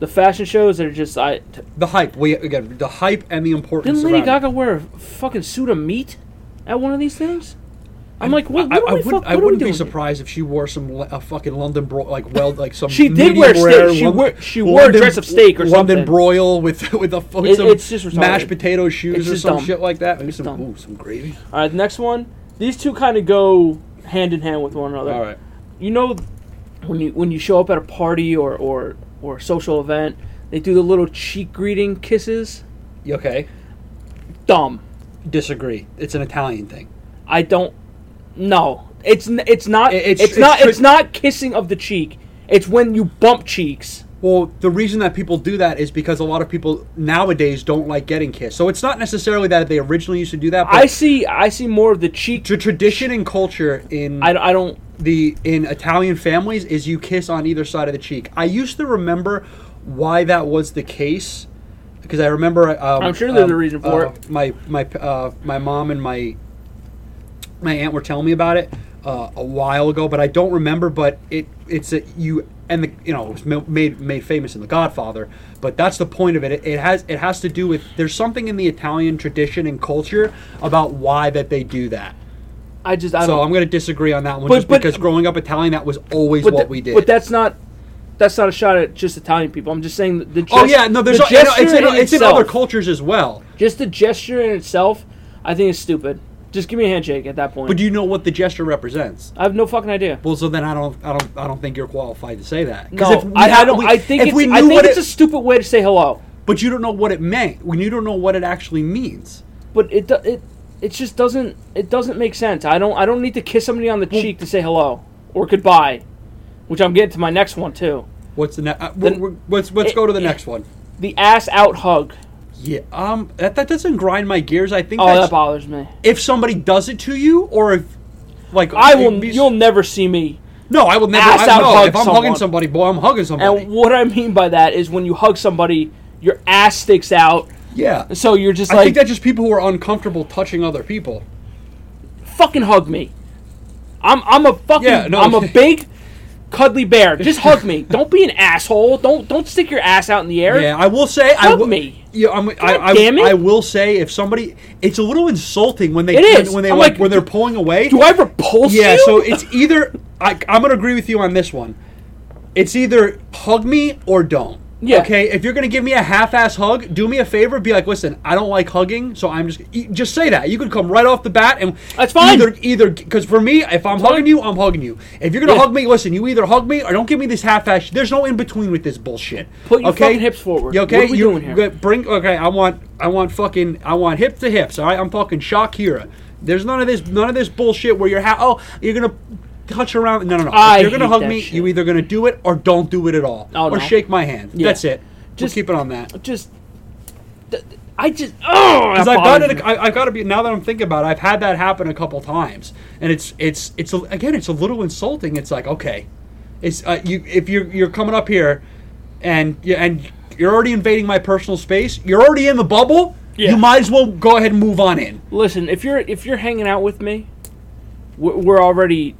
S1: The fashion shows are just I. T-
S2: The hype. We again the hype and the importance.
S1: didn't Lady
S2: around it.
S1: Gaga wear a fucking suit of meat at one of these things? I'm like, what?
S2: I,
S1: what
S2: I
S1: are we
S2: wouldn't,
S1: fuck- what
S2: I
S1: are we
S2: wouldn't be
S1: doing here?
S2: surprised if she wore some le- a fucking London broil, like weld, like some.
S1: She did
S2: medium
S1: wear steak.
S2: rare
S1: She
S2: Lon-
S1: wore- she wore a dress of steak or
S2: London
S1: something.
S2: broil with with a with
S1: It-
S2: some
S1: it's just retarded.
S2: mashed potato shoes
S1: It's
S2: or
S1: just
S2: some
S1: dumb.
S2: shit like that. Maybe
S1: It's
S2: some
S1: dumb.
S2: ooh, some gravy.
S1: All right, the next one. These two kind of go hand in hand with one another.
S2: All right.
S1: You know, when you when you show up at a party or or or a social event, they do the little cheek greeting kisses.
S2: You Okay.
S1: Dumb.
S2: Disagree. It's an Italian thing.
S1: I don't. No, it's n- it's not.
S2: It-
S1: It's,
S2: it's- it's
S1: not.
S2: tri-
S1: it's not kissing of the cheek. It's when you bump cheeks.
S2: Well, the reason that people do that is because a lot of people nowadays don't like getting kissed. So it's not necessarily that they originally used to do that. But
S1: I see. I see more of the cheek.
S2: tr- tradition and culture in
S1: I, I don't.
S2: the in Italian families is you kiss on either side of the cheek. I used to remember why that was the case because I remember. Um,
S1: I'm sure there's
S2: um,
S1: a reason for
S2: uh,
S1: it.
S2: My my uh, my mom and my my aunt were telling me about it uh, a while ago, but I don't remember. But it it's a, you and the you know it was ma- made made famous in The Godfather. But that's the point of it. it. It has it has to do with there's something in the Italian tradition and culture about why that they do that.
S1: I just. I don't.
S2: So I'm going to disagree on that one,
S1: Um, But-
S2: just
S1: but-
S2: because growing up Italian, that was always
S1: but
S2: what
S1: tha-
S2: we did.
S1: But that's not. That's not a shot at just Italian people. I'm just saying that the.
S2: oh
S1: gest-
S2: yeah, no, there's
S1: the
S2: a, you know, it's,
S1: gesture
S2: in, it's in
S1: itself-
S2: other cultures as well.
S1: Just the gesture in itself, I think is stupid. Just give me a handshake at that point.
S2: But do you know what the gesture represents?
S1: I have no fucking idea.
S2: Well, so then I don't, I don't, I don't think you're qualified to say that. 'Cause
S1: No,
S2: if we-
S1: I, I
S2: if
S1: don't.
S2: we-
S1: I think
S2: if
S1: it's,
S2: we
S1: I
S2: knew
S1: think
S2: what
S1: it's
S2: it-
S1: a stupid way to say hello.
S2: but you don't know what it meant. When you don't know what it actually means.
S1: But it do- it it just doesn't it doesn't make sense. I don't I don't need to kiss somebody on the cheek to say hello or goodbye, which I'm getting to my next one too.
S2: What's the next? Uh, we're-
S1: The-
S2: we're- let's let's
S1: it-
S2: go to the
S1: it-
S2: next one.
S1: The ass out hug.
S2: Yeah, um, that, that doesn't grind my gears. I think
S1: Oh,
S2: that's
S1: that bothers me.
S2: if somebody does it to you, or if like
S1: I
S2: it
S1: will.
S2: be-
S1: You'll never see me.
S2: No, I will never.
S1: ass
S2: I,
S1: out
S2: no,
S1: hug
S2: if I'm
S1: someone.
S2: hugging somebody, boy, I'm hugging somebody.
S1: And what I mean by that is when you hug somebody, your ass sticks out.
S2: yeah.
S1: So you're just
S2: I
S1: like
S2: think that's just people who are uncomfortable touching other people.
S1: fucking hug me. I'm I'm a fucking
S2: Yeah, no.
S1: I'm a big cuddly bear. Just hug me. Don't be an asshole. Don't don't stick your ass out in the air.
S2: Yeah, I will say, I
S1: Hug
S2: will,
S1: me.
S2: Yeah, I'm, I, I,
S1: damn it.
S2: I will say, if somebody, it's a little insulting when they
S1: It
S2: when,
S1: is.
S2: when they
S1: I'm
S2: like,
S1: like,
S2: when they're pulling away.
S1: Do I repulse
S2: yeah,
S1: you?
S2: so it's either I, I'm gonna agree with you on this one. It's either hug me or don't.
S1: Yeah.
S2: Okay. If you're gonna give me a half-ass hug, do me a favor. Be like, listen, I don't like hugging, so I'm just you- just say that. You can come right off the bat, and
S1: That's fine.
S2: Either, either because for me, if I'm hugging
S1: fine.
S2: you, I'm hugging you. If you're gonna
S1: Yeah.
S2: hug me, listen, you either hug me or don't give me this half-ass. There's no in between with this bullshit.
S1: Put your
S2: okay?
S1: fucking hips forward.
S2: You okay,
S1: What are we
S2: You-
S1: doing here?
S2: good, Bring okay. I want I want fucking I want hip to hips. All right, I'm fucking Shakira. There's none of this none of this bullshit where you're ha- oh you're gonna touch around. No no no.
S1: I
S2: if you're gonna
S1: hate
S2: hug
S1: that
S2: me.
S1: shit.
S2: You either gonna do it or don't do it at all
S1: Oh, no.
S2: or shake my hand.
S1: Yeah.
S2: That's it.
S1: Just,
S2: we'll keep it on that.
S1: just. th- th- I just oh,
S2: Because
S1: that
S2: I've done
S1: bothers
S2: it.
S1: me.
S2: I, I've got to be. Now that I'm thinking about it, I've had that happen a couple times, and it's it's it's a- again, it's a little insulting. It's like okay, it's uh, you if you're you're coming up here, and you and you're already invading my personal space. You're already in the bubble.
S1: Yeah.
S2: You might as well go ahead and move on in.
S1: Listen, if you're if you're hanging out with me, we're, we're already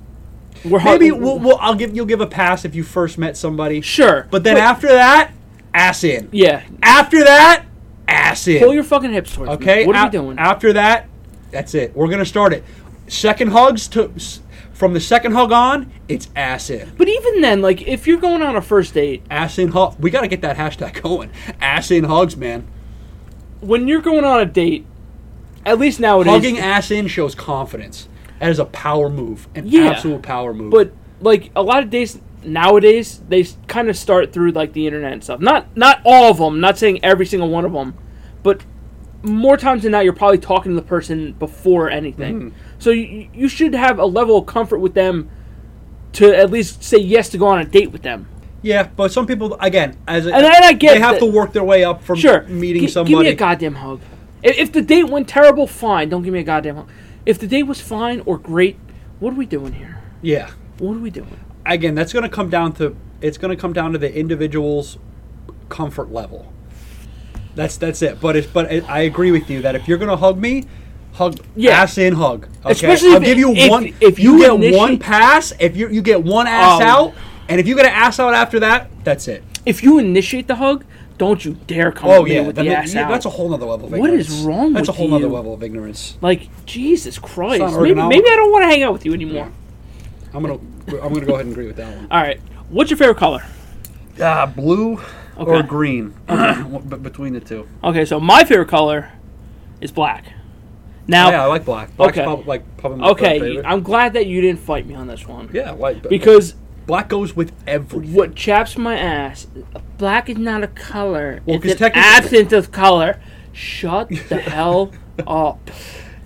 S1: we're har-
S2: Maybe we'll, we'll, I'll give you'll give a pass if you first met somebody.
S1: sure,
S2: But then
S1: Wait,
S2: after that, ass in.
S1: yeah,
S2: After that, ass in.
S1: pull your fucking hips towards me.
S2: Okay.
S1: What are
S2: a-
S1: you doing?
S2: After that, that's it. We're gonna start it. Second hugs to s- from the second hug on, it's ass in.
S1: but even then, like if you're going on a first date,
S2: Ass in hug. We gotta get that hashtag going. Ass in hugs, man.
S1: when you're going on a date, at least nowadays,
S2: Hugging ass in shows confidence. That is a power move, an
S1: Yeah.
S2: absolute power move.
S1: but like a lot of days nowadays, they kind of start through like the internet and stuff. Not not all of them. Not saying every single one of them, but more times than not, you're probably talking to the person before anything. So you, you should have a level of comfort with them to at least say yes to go on a date with them.
S2: yeah, but some people again, as a,
S1: And I- and I get
S2: they have
S1: that-
S2: to work their way up from
S1: Sure,
S2: meeting
S1: Gi-
S2: somebody.
S1: Give me a goddamn hug. If, if the date went terrible, fine. Don't give me a goddamn hug. If the date was fine or great, what are we doing here?
S2: yeah.
S1: What are we doing?
S2: again that's going to come down to it's going to come down to the individual's comfort level that's that's it but it's but it, i agree with you that if you're going to hug me hug
S1: Yeah.
S2: ass in hug okay
S1: Especially
S2: i'll
S1: if-
S2: give you
S1: if-
S2: one
S1: if you
S2: get
S1: initi-
S2: one pass if you you get one ass
S1: Um,
S2: out and if you get an ass out after that that's it
S1: If you initiate the hug, don't you dare come
S2: oh
S1: at me
S2: yeah
S1: with
S2: then
S1: the
S2: it-
S1: ass
S2: yeah,
S1: out.
S2: that's a whole nother level of
S1: What is
S2: ignorance
S1: wrong
S2: that's
S1: with
S2: a whole nother
S1: you?
S2: level of ignorance
S1: like Jesus Christ.
S2: not
S1: Maybe,
S2: ergonomic.
S1: maybe I don't want to hang out with you anymore.
S2: i'm going to i'm going to go ahead and agree with that one
S1: All right. What's your favorite color?
S2: uh, blue
S1: Okay.
S2: or green B- between the two
S1: Okay, so my favorite color is black. Now,
S2: Oh, yeah i like black black's
S1: Okay.
S2: prob- like probably my third
S1: okay,
S2: favorite.
S1: I'm glad that you didn't fight me on this one.
S2: Yeah, like but
S1: Because
S2: black goes with everything.
S1: what chaps my ass, black is not a color.
S2: Well,
S1: it's
S2: 'cause
S1: an
S2: technically-
S1: absence of color. Shut the hell up.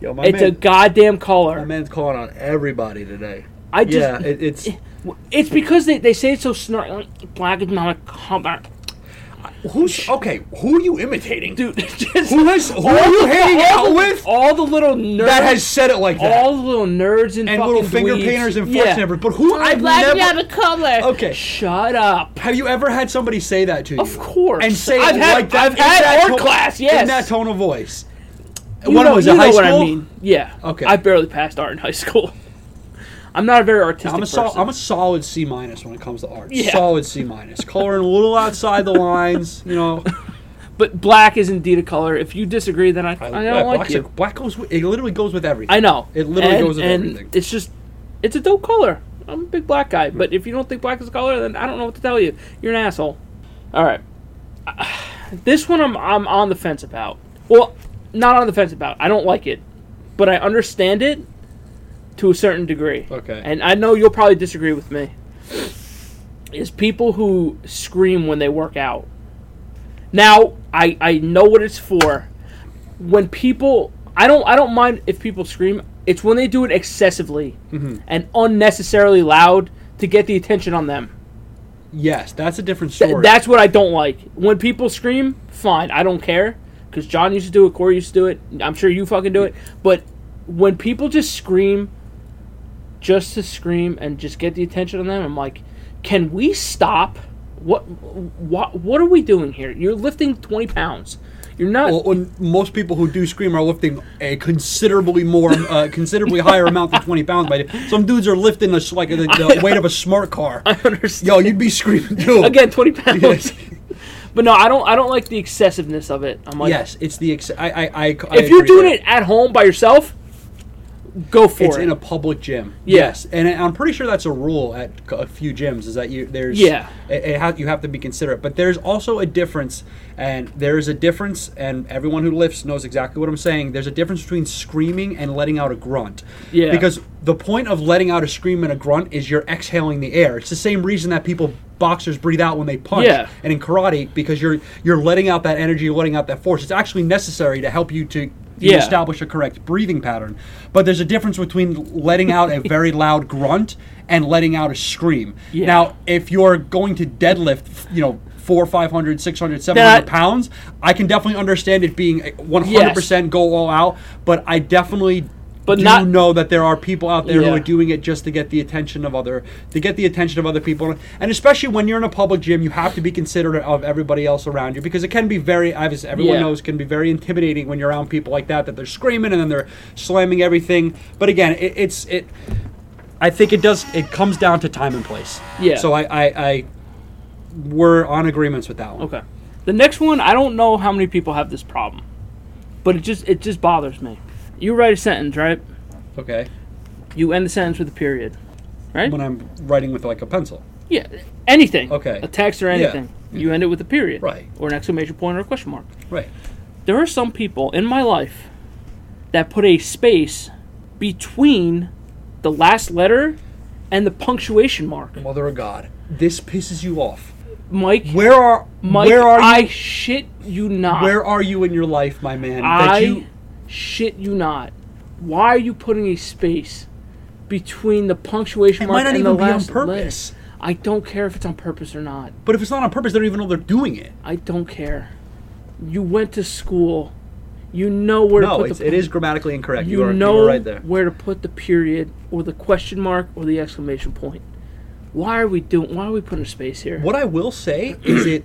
S2: Yo, my
S1: It's a
S2: man,
S1: goddamn color.
S2: my man's calling on everybody today.
S1: I just
S2: yeah, it, it's
S1: It's because they, they say it so snarky. Like, black is not a color.
S2: who's okay. Who are you imitating,
S1: Dude, just
S2: Who is who are you hanging out with
S1: all the little nerds.
S2: that has said it like that?
S1: all the little nerds and,
S2: and
S1: fucking
S2: little finger
S1: dweebs.
S2: painters and
S1: yeah.
S2: fortune yeah. But who I've
S1: Black is
S2: never.
S1: not a color.
S2: Okay.
S1: Shut up.
S2: Have you ever had somebody say that to you?
S1: Of course.
S2: And say
S1: I've
S2: it
S1: had,
S2: like that.
S1: I've
S2: in
S1: had
S2: that
S1: art
S2: to-
S1: class.
S2: In that
S1: Yes.
S2: tone of voice.
S1: You
S2: One
S1: know,
S2: was
S1: you
S2: in
S1: know
S2: high
S1: what
S2: school.
S1: I mean. Yeah.
S2: Okay.
S1: I barely passed art in high school. I'm not a very artistic
S2: I'm a
S1: person.
S2: sol- I'm a solid C minus when it comes to art.
S1: Yeah.
S2: Solid C minus. Coloring a little outside the lines, you know.
S1: but black is indeed a color. If you disagree, then I, I, don't
S2: yeah,
S1: like
S2: black's
S1: you.
S2: a- black goes. With, it literally goes with everything.
S1: I know.
S2: It literally
S1: and,
S2: goes with
S1: and
S2: everything.
S1: It's just, it's a dope color. I'm a big black guy, but if you don't think black is a color, then I don't know what to tell you. You're an asshole. All right. This one I'm I'm on the fence about. Well, not on the fence about. I don't like it, but I understand it to a certain degree.
S2: Okay.
S1: And I know you'll probably disagree with me. Is people who scream when they work out. Now I I know what it's for. When people I don't I don't mind if people scream. It's when they do it excessively and unnecessarily loud to get the attention on them.
S2: yes, that's a different
S1: Th-
S2: story.
S1: that's what I don't like. When people scream, fine, I don't care. Because John used to do it, Corey used to do it. I'm sure you fucking do it. But when people just scream, just to scream and just get the attention on them, I'm like, can we stop? What what what are we doing here? You're lifting 20 pounds. You're not.
S2: Well, when most people who do scream are lifting a considerably more, uh, considerably higher amount than twenty pounds. By day. some dudes are lifting a, s- like the, the weight of a smart car.
S1: I understand.
S2: Yo, you'd be screaming too.
S1: Again, 20 pounds.
S2: Yes.
S1: But no, I don't. I don't like the excessiveness of it. I'm like,
S2: Yes, it's the. Ex- I, I, I,
S1: if you're doing it at home by yourself, go for
S2: it's
S1: it.
S2: in a public gym.
S1: Yeah.
S2: Yes, and I'm pretty sure that's a rule at c- a few gyms is that you there's
S1: Yeah.
S2: it, it ha- you have to be considerate. But there's also a difference, and there is a difference, and everyone who lifts knows exactly what I'm saying. There's a difference between screaming and letting out a grunt.
S1: Yeah.
S2: because the point of letting out a scream and a grunt is you're exhaling the air. It's the same reason that people boxers breathe out when they punch
S1: Yeah.
S2: and in karate because you're you're letting out that energy, letting out that force. It's actually necessary to help you to you
S1: Yeah.
S2: establish a correct breathing pattern. But there's a difference between letting out a very loud grunt and letting out a scream.
S1: Yeah.
S2: Now, if you're going to deadlift, you know, four, 500, 600, 700
S1: That-
S2: pounds, I can definitely understand it being 100% go all out, but I definitely
S1: But
S2: do
S1: not-
S2: know that there are people out there who
S1: Yeah.
S2: are doing it just to get the attention of other to get the attention of other people and especially when you're in a public gym you have to be considerate of everybody else around you because it can be very obvious everyone
S1: Yeah.
S2: knows can be very intimidating when you're around people like that that they're screaming and then they're slamming everything but again it, it's it I think it does. It comes down to time and place.
S1: Yeah.
S2: So I, I, I we're on agreements with that one.
S1: Okay. The next one, I don't know how many people have this problem, but it just it just bothers me. You write a sentence, right?
S2: Okay.
S1: You end the sentence with a period, right?
S2: When I'm writing with like a pencil.
S1: Yeah, anything.
S2: Okay.
S1: A text or anything. You end it with a period.
S2: Right.
S1: Or an exclamation point or a question mark.
S2: Right.
S1: There are some people in my life that put a space between the last letter and the punctuation mark.
S2: Mother of God, this pisses you off.
S1: Mike,
S2: Where are
S1: Mike,
S2: where are you,
S1: I shit you not.
S2: where are you in your life, my man?
S1: Ah. I
S2: that you
S1: shit you not. Why are you putting a space between the punctuation
S2: It
S1: mark
S2: might not
S1: and
S2: even
S1: the
S2: be on
S1: last
S2: purpose.
S1: letter? I don't care if it's on purpose or not.
S2: but if it's not on purpose, they don't even know they're doing it.
S1: I don't care. You went to school. You know where to
S2: No,
S1: put
S2: it's,
S1: the
S2: it is grammatically incorrect. You,
S1: You
S2: are
S1: know
S2: you are right there.
S1: where to put the period or the question mark or the exclamation point. Why are we doing? Why are we putting a space here?
S2: What I will say is it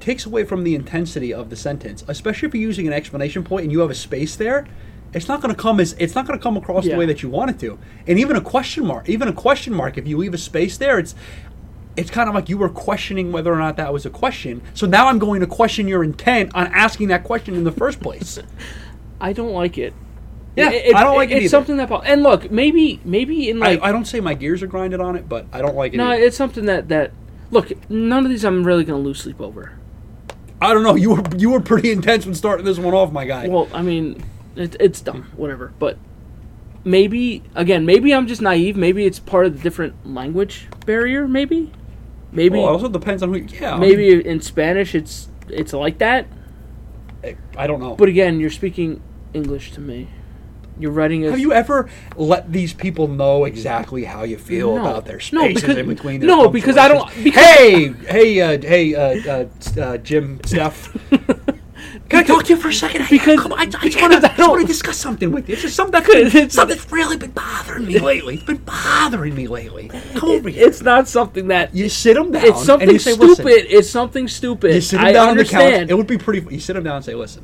S2: takes away from the intensity of the sentence, especially if you're using an explanation point and you have a space there. It's not going to come as it's not going to come across
S1: Yeah.
S2: the way that you want it to. And even a question mark, even a question mark, if you leave a space there, it's it's kind of like you were questioning whether or not that was a question. So now I'm going to question your intent on asking that question in the first place.
S1: I don't like it.
S2: Yeah, I don't like it
S1: It's
S2: either.
S1: something that. bo- And look, maybe maybe in like
S2: I, I don't say my gears are grinded on it, but I don't like it.
S1: no,
S2: either.
S1: it's something that that look. None of these I'm really gonna lose sleep over.
S2: I don't know. You were you were pretty intense when starting this one off, my guy.
S1: Well, I mean, it, it's dumb, whatever. But maybe again, maybe I'm just naive. Maybe it's part of the different language barrier. Maybe, maybe
S2: Well, it also depends on who. Yeah, I mean,
S1: maybe in Spanish it's it's like that.
S2: I don't know.
S1: But again, you're speaking English to me. You're writing a
S2: Have you ever let these people know exactly how you feel
S1: No.
S2: about their spaces
S1: No, because-
S2: in between? Their
S1: no, because I don't-
S2: punctuations?
S1: because-
S2: hey, hey, uh, hey, uh, uh, s- uh, Jim, Steph. Can I talk to you for a second? Hey,
S1: because-
S2: come on, I, I just want
S1: because I
S2: to
S1: don't-
S2: discuss something with you. It's just something that's been,
S1: it's-
S2: something that's really been bothering me lately. It's been bothering me lately. Come over here.
S1: It's not something that
S2: you sit them down.
S1: it's
S2: and
S1: something
S2: you say,
S1: stupid.
S2: Listen,
S1: It's something stupid.
S2: you sit him
S1: I
S2: down on the couch.
S1: understand.
S2: It would be pretty. You sit him down and say, "Listen,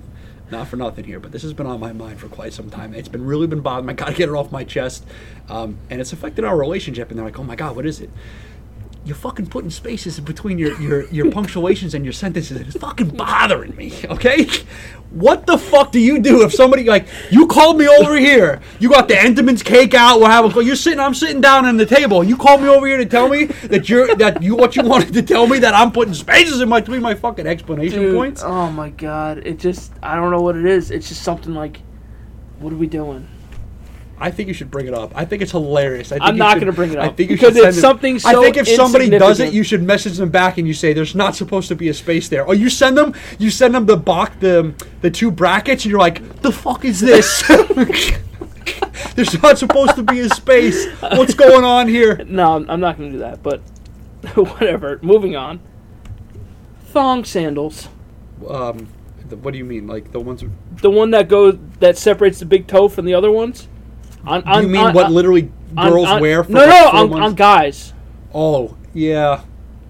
S2: not for nothing here, but this has been on my mind for quite some time. It's been really been bothering. me. I got to get it off my chest, um, and it's affected our relationship." And they're like, "Oh my god, what is it?" You're fucking putting spaces in between your, your, your punctuations and your sentences, and it's fucking bothering me, okay? What the fuck do you do if somebody, like, you called me over here, you got the Entenmann's cake out, we're having, you're sitting, I'm sitting down on the table, and you called me over here to tell me that you're, that you, what you wanted to tell me, that I'm putting spaces in between my fucking explanation
S1: Dude,
S2: points?
S1: Oh my god! It just I don't know what it is. It's just something like, what are we doing?
S2: I think you should bring it up. I think it's hilarious. I think
S1: I'm
S2: you
S1: not
S2: should-
S1: gonna bring it
S2: I
S1: up,
S2: think you
S1: because
S2: should
S1: it's
S2: send
S1: something
S2: Them,
S1: so
S2: I think if somebody does it,
S1: insignificant.
S2: you should message them back and you say, "There's not supposed to be a space there." Or you send them, you send them the box, the the two brackets, and you're like, "The fuck is this?" There's not supposed to be a space. What's going on here?
S1: No, I'm, I'm not gonna do that. But whatever. Moving on. Thong sandals,
S2: Um, the, what do you mean? Like the ones? with-
S1: the one that goes that separates the big toe from the other ones. On, on
S2: you mean
S1: on-
S2: what
S1: on-
S2: literally
S1: on-
S2: girls
S1: on-
S2: wear? For
S1: no,
S2: like
S1: no,
S2: four
S1: on,
S2: months?
S1: on guys.
S2: oh yeah.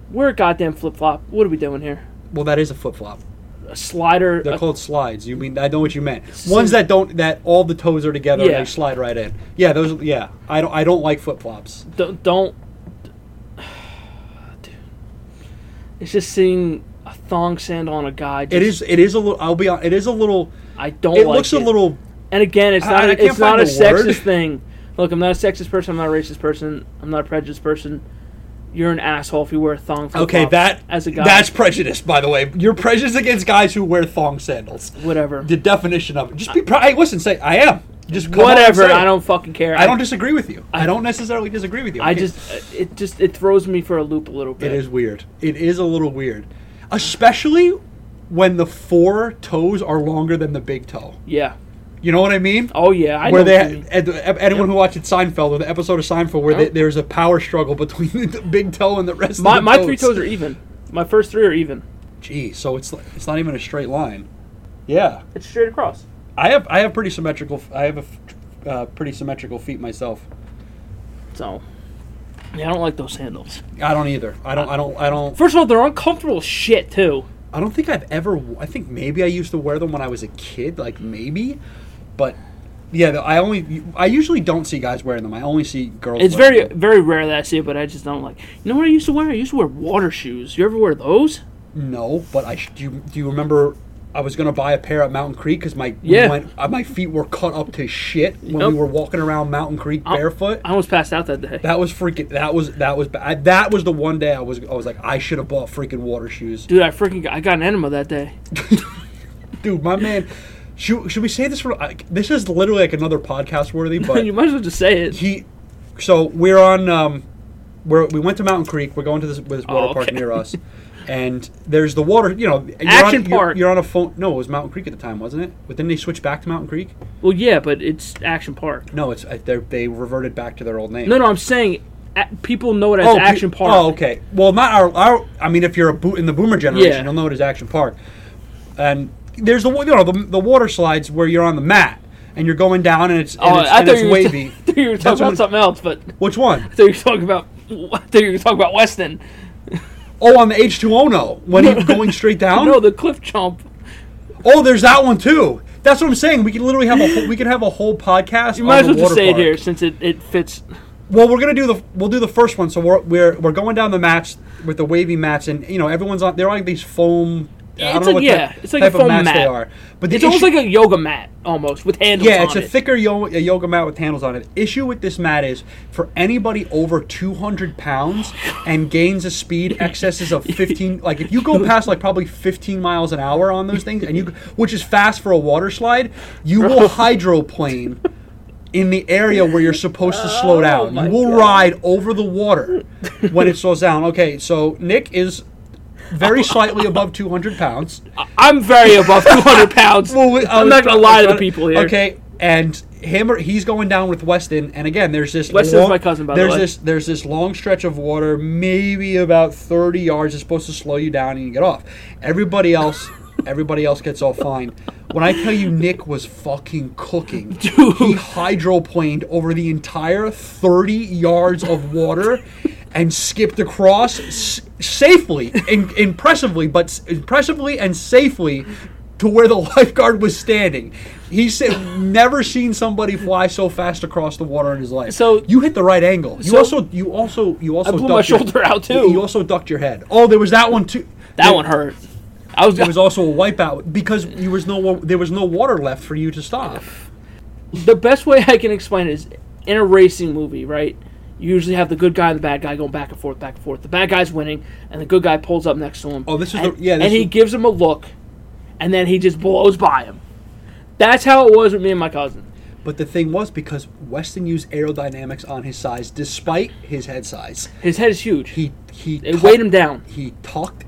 S1: Wear a goddamn flip flop. What are we doing here?
S2: Well, that is a flip flop.
S1: A slider.
S2: They're
S1: a-
S2: called slides. You mean I know what you meant. Ones that don't that all the toes are together
S1: Yeah.
S2: and they slide right in. Yeah, those. Yeah, I don't. I don't like flip flops.
S1: don't don't dude it's just seeing a thong sandal on a guy just,
S2: It is. It is a little. I'll be on. It is a little.
S1: i don't
S2: It
S1: like
S2: looks a little.
S1: and again it's
S2: I-
S1: not
S2: I
S1: a
S2: can't
S1: it's not
S2: find
S1: a
S2: the word.
S1: sexist thing look i'm not a sexist person i'm not a racist person i'm not a prejudiced person you're an asshole if you wear a thong
S2: Okay,
S1: flip-flop
S2: that
S1: as a guy
S2: That's prejudice, by the way. You're prejudiced against guys who wear thong sandals.
S1: whatever
S2: The definition of it. Just be. Pro- hey, listen. Say I am. Just come on and
S1: whatever
S2: say it.
S1: i don't fucking care
S2: I don't disagree with you. I, don't necessarily disagree with you.
S1: i
S2: Okay.
S1: just it just it throws me for a loop a little bit
S2: It is weird. It is a little weird, especially when the four toes are longer than the big toe.
S1: yeah
S2: You know what I mean?
S1: oh yeah i
S2: where
S1: know
S2: they
S1: what you mean.
S2: at the- anyone who watched Seinfeld or the episode of Seinfeld where
S1: Yeah.
S2: they, there's a power struggle between the big toe and the rest
S1: my,
S2: of the
S1: my
S2: toes.
S1: three toes are e- even My first three are even.
S2: Gee, so it's it's not even a straight line. Yeah,
S1: It's straight across.
S2: I have I have pretty symmetrical. I have a f- uh, pretty symmetrical feet myself.
S1: So, yeah, I don't like those sandals.
S2: I don't either. I don't. I don't. I don't.
S1: First of all, they're uncomfortable as shit too.
S2: I don't think I've ever. I think maybe I used to wear them when I was a kid, like maybe, but yeah, I only. I usually don't see guys wearing them. I only see girls.
S1: It's
S2: wearing
S1: very
S2: them.
S1: very rare that I see it, but I just don't like. You know what I used to wear? I used to wear water shoes. You ever wear those?
S2: No, but I sh- do. You, do you remember? I was gonna buy a pair at Mountain Creek because my we
S1: Yeah.
S2: went- uh, my feet were cut up to shit when
S1: Yep.
S2: we were walking around Mountain Creek
S1: I-
S2: barefoot.
S1: I almost passed out that day.
S2: that was freaking. That was that was ba- I, that was the one day I was I was like I should have bought freaking water shoes,
S1: Dude, I freaking got, I got an enema that day.
S2: dude. My man, should, should we say this for I this is literally like another podcast worthy, but
S1: you might as well just say it.
S2: he so we're on um we're, we went to mountain creek we're going to this, this water
S1: Oh,
S2: park
S1: okay.
S2: near us and there's the water you know you're
S1: Action
S2: on, you're-
S1: Park.
S2: you're, on a phone no it was mountain creek at the time wasn't it but then they switched back to mountain creek
S1: Well, yeah, but it's Action Park.
S2: no it's uh, they're- they reverted back to their old name
S1: No, no, I'm saying a- people know it as
S2: pe-
S1: Action Park.
S2: oh okay well not our, our i mean if you're a boot in the boomer generation
S1: Yeah.
S2: you'll know it as action park and there's the wa- you know the, the water slides where you're on the mat and you're going down and it's, and
S1: Oh,
S2: it's,
S1: I
S2: and
S1: thought
S2: it's
S1: you were,
S2: wavy
S1: I thought you were talking
S2: That's
S1: about
S2: what-
S1: something else, but I
S2: which one
S1: thought you were talking about I thought you were talking about Weston.
S2: Oh, on the H two O no, when you're going straight down.
S1: No, the cliff jump.
S2: Oh, there's that one too. That's what I'm saying. We could literally have a whole, we could have a whole podcast.
S1: You might as
S2: on the
S1: well just
S2: water
S1: say it
S2: park.
S1: here since it, it fits.
S2: Well, we're gonna do the we'll do the first one. So we're we're, we're going down the mats with the wavy mats, and you know everyone's on. They're on like these foam. I
S1: It's
S2: don't know
S1: like-
S2: what
S1: yeah,
S2: type,
S1: it's like a
S2: type
S1: foam
S2: of mats
S1: mat.
S2: they are. But the
S1: It's almost
S2: issue-
S1: like a yoga mat almost with handles
S2: yeah,
S1: on
S2: it's a
S1: it.
S2: thicker yo- a yoga mat with handles on it. Issue with this mat is for anybody over 200 pounds and gains a speed excesses of 15. Like if you go past like probably 15 miles an hour on those things, and you which is fast for a water slide, you will hydroplane in the area where you're supposed to slow down.
S1: Oh my
S2: you will
S1: God.
S2: ride over the water when it slows down. Okay, so Nick is very slightly above 200 pounds.
S1: I'm very above 200 pounds.
S2: Well, we- I
S1: I'm
S2: was
S1: not gonna
S2: try-
S1: lie to
S2: trying
S1: the people here.
S2: Okay, and him or he's going down with Weston, and again, there's this.
S1: Weston's my cousin, by the
S2: there's
S1: way.
S2: this there's this long stretch of water, maybe about thirty yards. It's supposed to slow you down, and you get off. Everybody else, everybody else gets off fine. When I tell you, Nick was fucking cooking. He hydroplaned over the entire thirty yards of water. And skipped across s- safely, in- impressively, but s- impressively and safely to where the lifeguard was standing. He said, "Never seen somebody fly so fast across the water in his life."
S1: So-
S2: you hit the right angle. You
S1: so-
S2: also, you also, you also.
S1: blew
S2: ducked
S1: my
S2: your-
S1: shoulder out, too.
S2: You also ducked your head. Oh, there was that one too.
S1: That one hurt. I was,
S2: There was also a wipeout because you was no wa- there was no water left for you to stop.
S1: the best way I can explain it is in a racing movie, right? You usually have the good guy and the bad guy going back and forth, back and forth. The bad guy's winning, and the good guy pulls up next to him.
S2: Oh, this is
S1: and,
S2: the- yeah, this
S1: and he
S2: is-
S1: gives him a look, and then he just blows by him. That's how it was with me and my cousin.
S2: But the thing was because Weston used aerodynamics on his size, despite his head size.
S1: His head is huge.
S2: He he
S1: it weighed him
S2: tucked-
S1: down.
S2: He tucked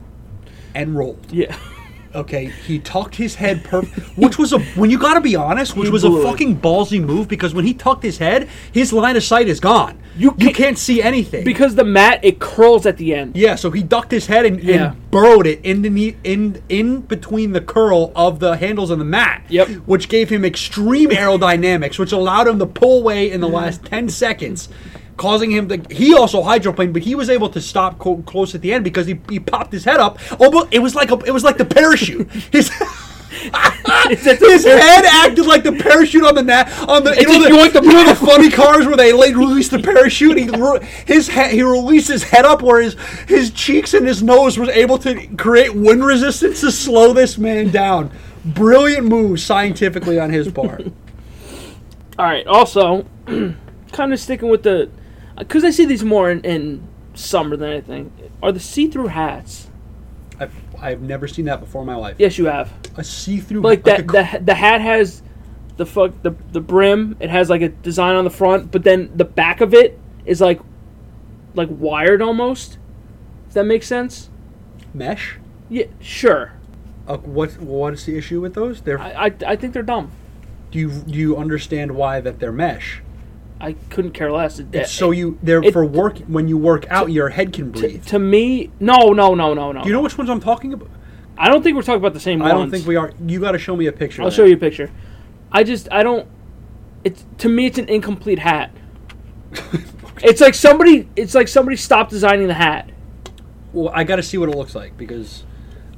S2: and rolled.
S1: Yeah.
S2: Okay, he tucked his head perfect, which was a when you gotta be honest, which
S1: He
S2: was a
S1: blew it.
S2: fucking ballsy move because when he tucked his head, his line of sight is gone.
S1: You
S2: you
S1: can't-
S2: can't see anything.
S1: Because the mat it curls at the end.
S2: yeah, so he ducked his head and,
S1: Yeah.
S2: and burrowed it in the knee, in in between the curl of the handles on the mat.
S1: Yep.
S2: which gave him extreme aerodynamics, which allowed him to pull away in the last ten seconds, causing him to. He also hydroplaned, but he was able to stop co- close at the end because he, he popped his head up. Almost, it was like a, it was like the parachute. His his head acted like the parachute on the na- on the. You
S1: It's
S2: know,
S1: a
S2: the,
S1: yoink-
S2: you know the funny cars where they lay, release the parachute. He re- his he, he released his head up where his his cheeks and his nose was able to create wind resistance to slow this man down. Brilliant move scientifically on his part.
S1: All right. Also, kind of sticking with the, because I see these more in, in summer than anything. Are the see-through hats?
S2: I've, I've never seen that before in my life.
S1: Yes, you have.
S2: A see through
S1: Like that.
S2: a,
S1: The the hat has the fuck the the brim. It has like a design on the front, but then the back of it is like, like wired almost. Does that make sense?
S2: mesh.
S1: Yeah. Sure.
S2: Uh, what what is the issue with those? They're,
S1: I I, I think they're dumb.
S2: do you do you understand why that they're mesh?
S1: I couldn't care less. eh, It- it-
S2: so you there
S1: it-
S2: for work when you work out, your head can breathe.
S1: to me, no, no, no, no, no.
S2: Do you know which ones I'm talking about?
S1: I don't think we're talking about the same
S2: I don't
S1: ones.
S2: think we are. You got to show me a picture.
S1: I'll
S2: of
S1: show
S2: that.
S1: you a picture. I just I don't. It's to me it's an incomplete hat. it's like somebody it's like somebody stopped designing the hat.
S2: Well, I got to see what it looks like because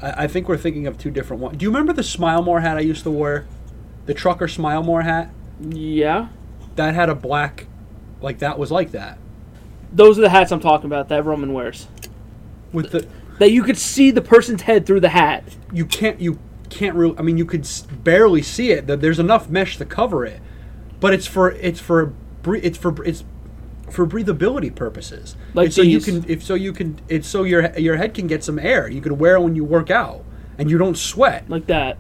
S2: I, I think we're thinking of two different ones. Do you remember the Smile More hat I used to wear? The trucker Smile More hat
S1: Yeah,
S2: that had a black, like that was like that
S1: those are the hats I'm talking about that Roman wears.
S2: with the.
S1: That you could see the person's head through the hat.
S2: You can't. You can't really. I mean, you could s- barely see it. That there's enough mesh to cover it, but it's for it's for bre- it's for it's for breathability purposes.
S1: Like
S2: It's so you
S1: these.
S2: can if so you can it's so your your head can get some air. You can wear it when you work out and you don't sweat.
S1: like that.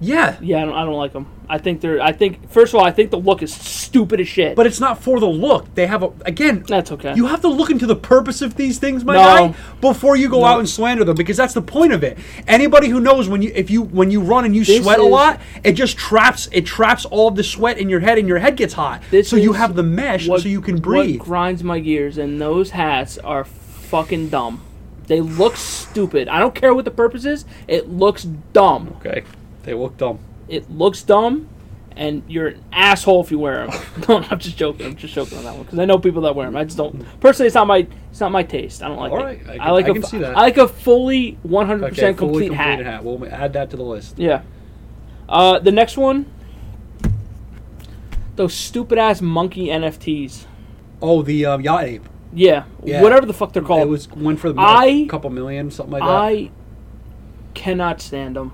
S2: Yeah.
S1: Yeah, I don't, I don't like them. I think they're. I think first of all, I think the look is stupid as shit.
S2: but it's not for the look. They have a again.
S1: That's okay.
S2: You have to look into the purpose of these things, my
S1: No.
S2: guy, before you go out and slander them, because that's the point of it. Anybody who knows when you if you when you run and you
S1: This
S2: sweat a
S1: is-
S2: lot, it just traps it traps all of the sweat in your head, and your head gets hot.
S1: This
S2: So you
S1: is
S2: have the mesh, so you can breathe.
S1: What grinds my gears, and those hats are fucking dumb. They look stupid. I don't care what the purpose is. It looks dumb.
S2: okay, they look dumb.
S1: It looks dumb, and you're an asshole if you wear them. no, I'm just joking. I'm just joking on that one because I know people that wear them. I just don't. Personally, it's not my it's not my taste. I don't like
S2: All
S1: it.
S2: right, I
S1: I,
S2: can-
S1: like
S2: I
S1: a
S2: can
S1: f-
S2: see that.
S1: I like a fully 100% complete, hat.
S2: We'll add that to the list.
S1: Yeah. Uh, the next one. Those stupid ass monkey NFTs.
S2: Oh, the um, yacht ape.
S1: Yeah,
S2: Yeah.
S1: whatever the fuck they're
S2: It
S1: called.
S2: was one for the
S1: I-
S2: couple million, something like that.
S1: I cannot stand them.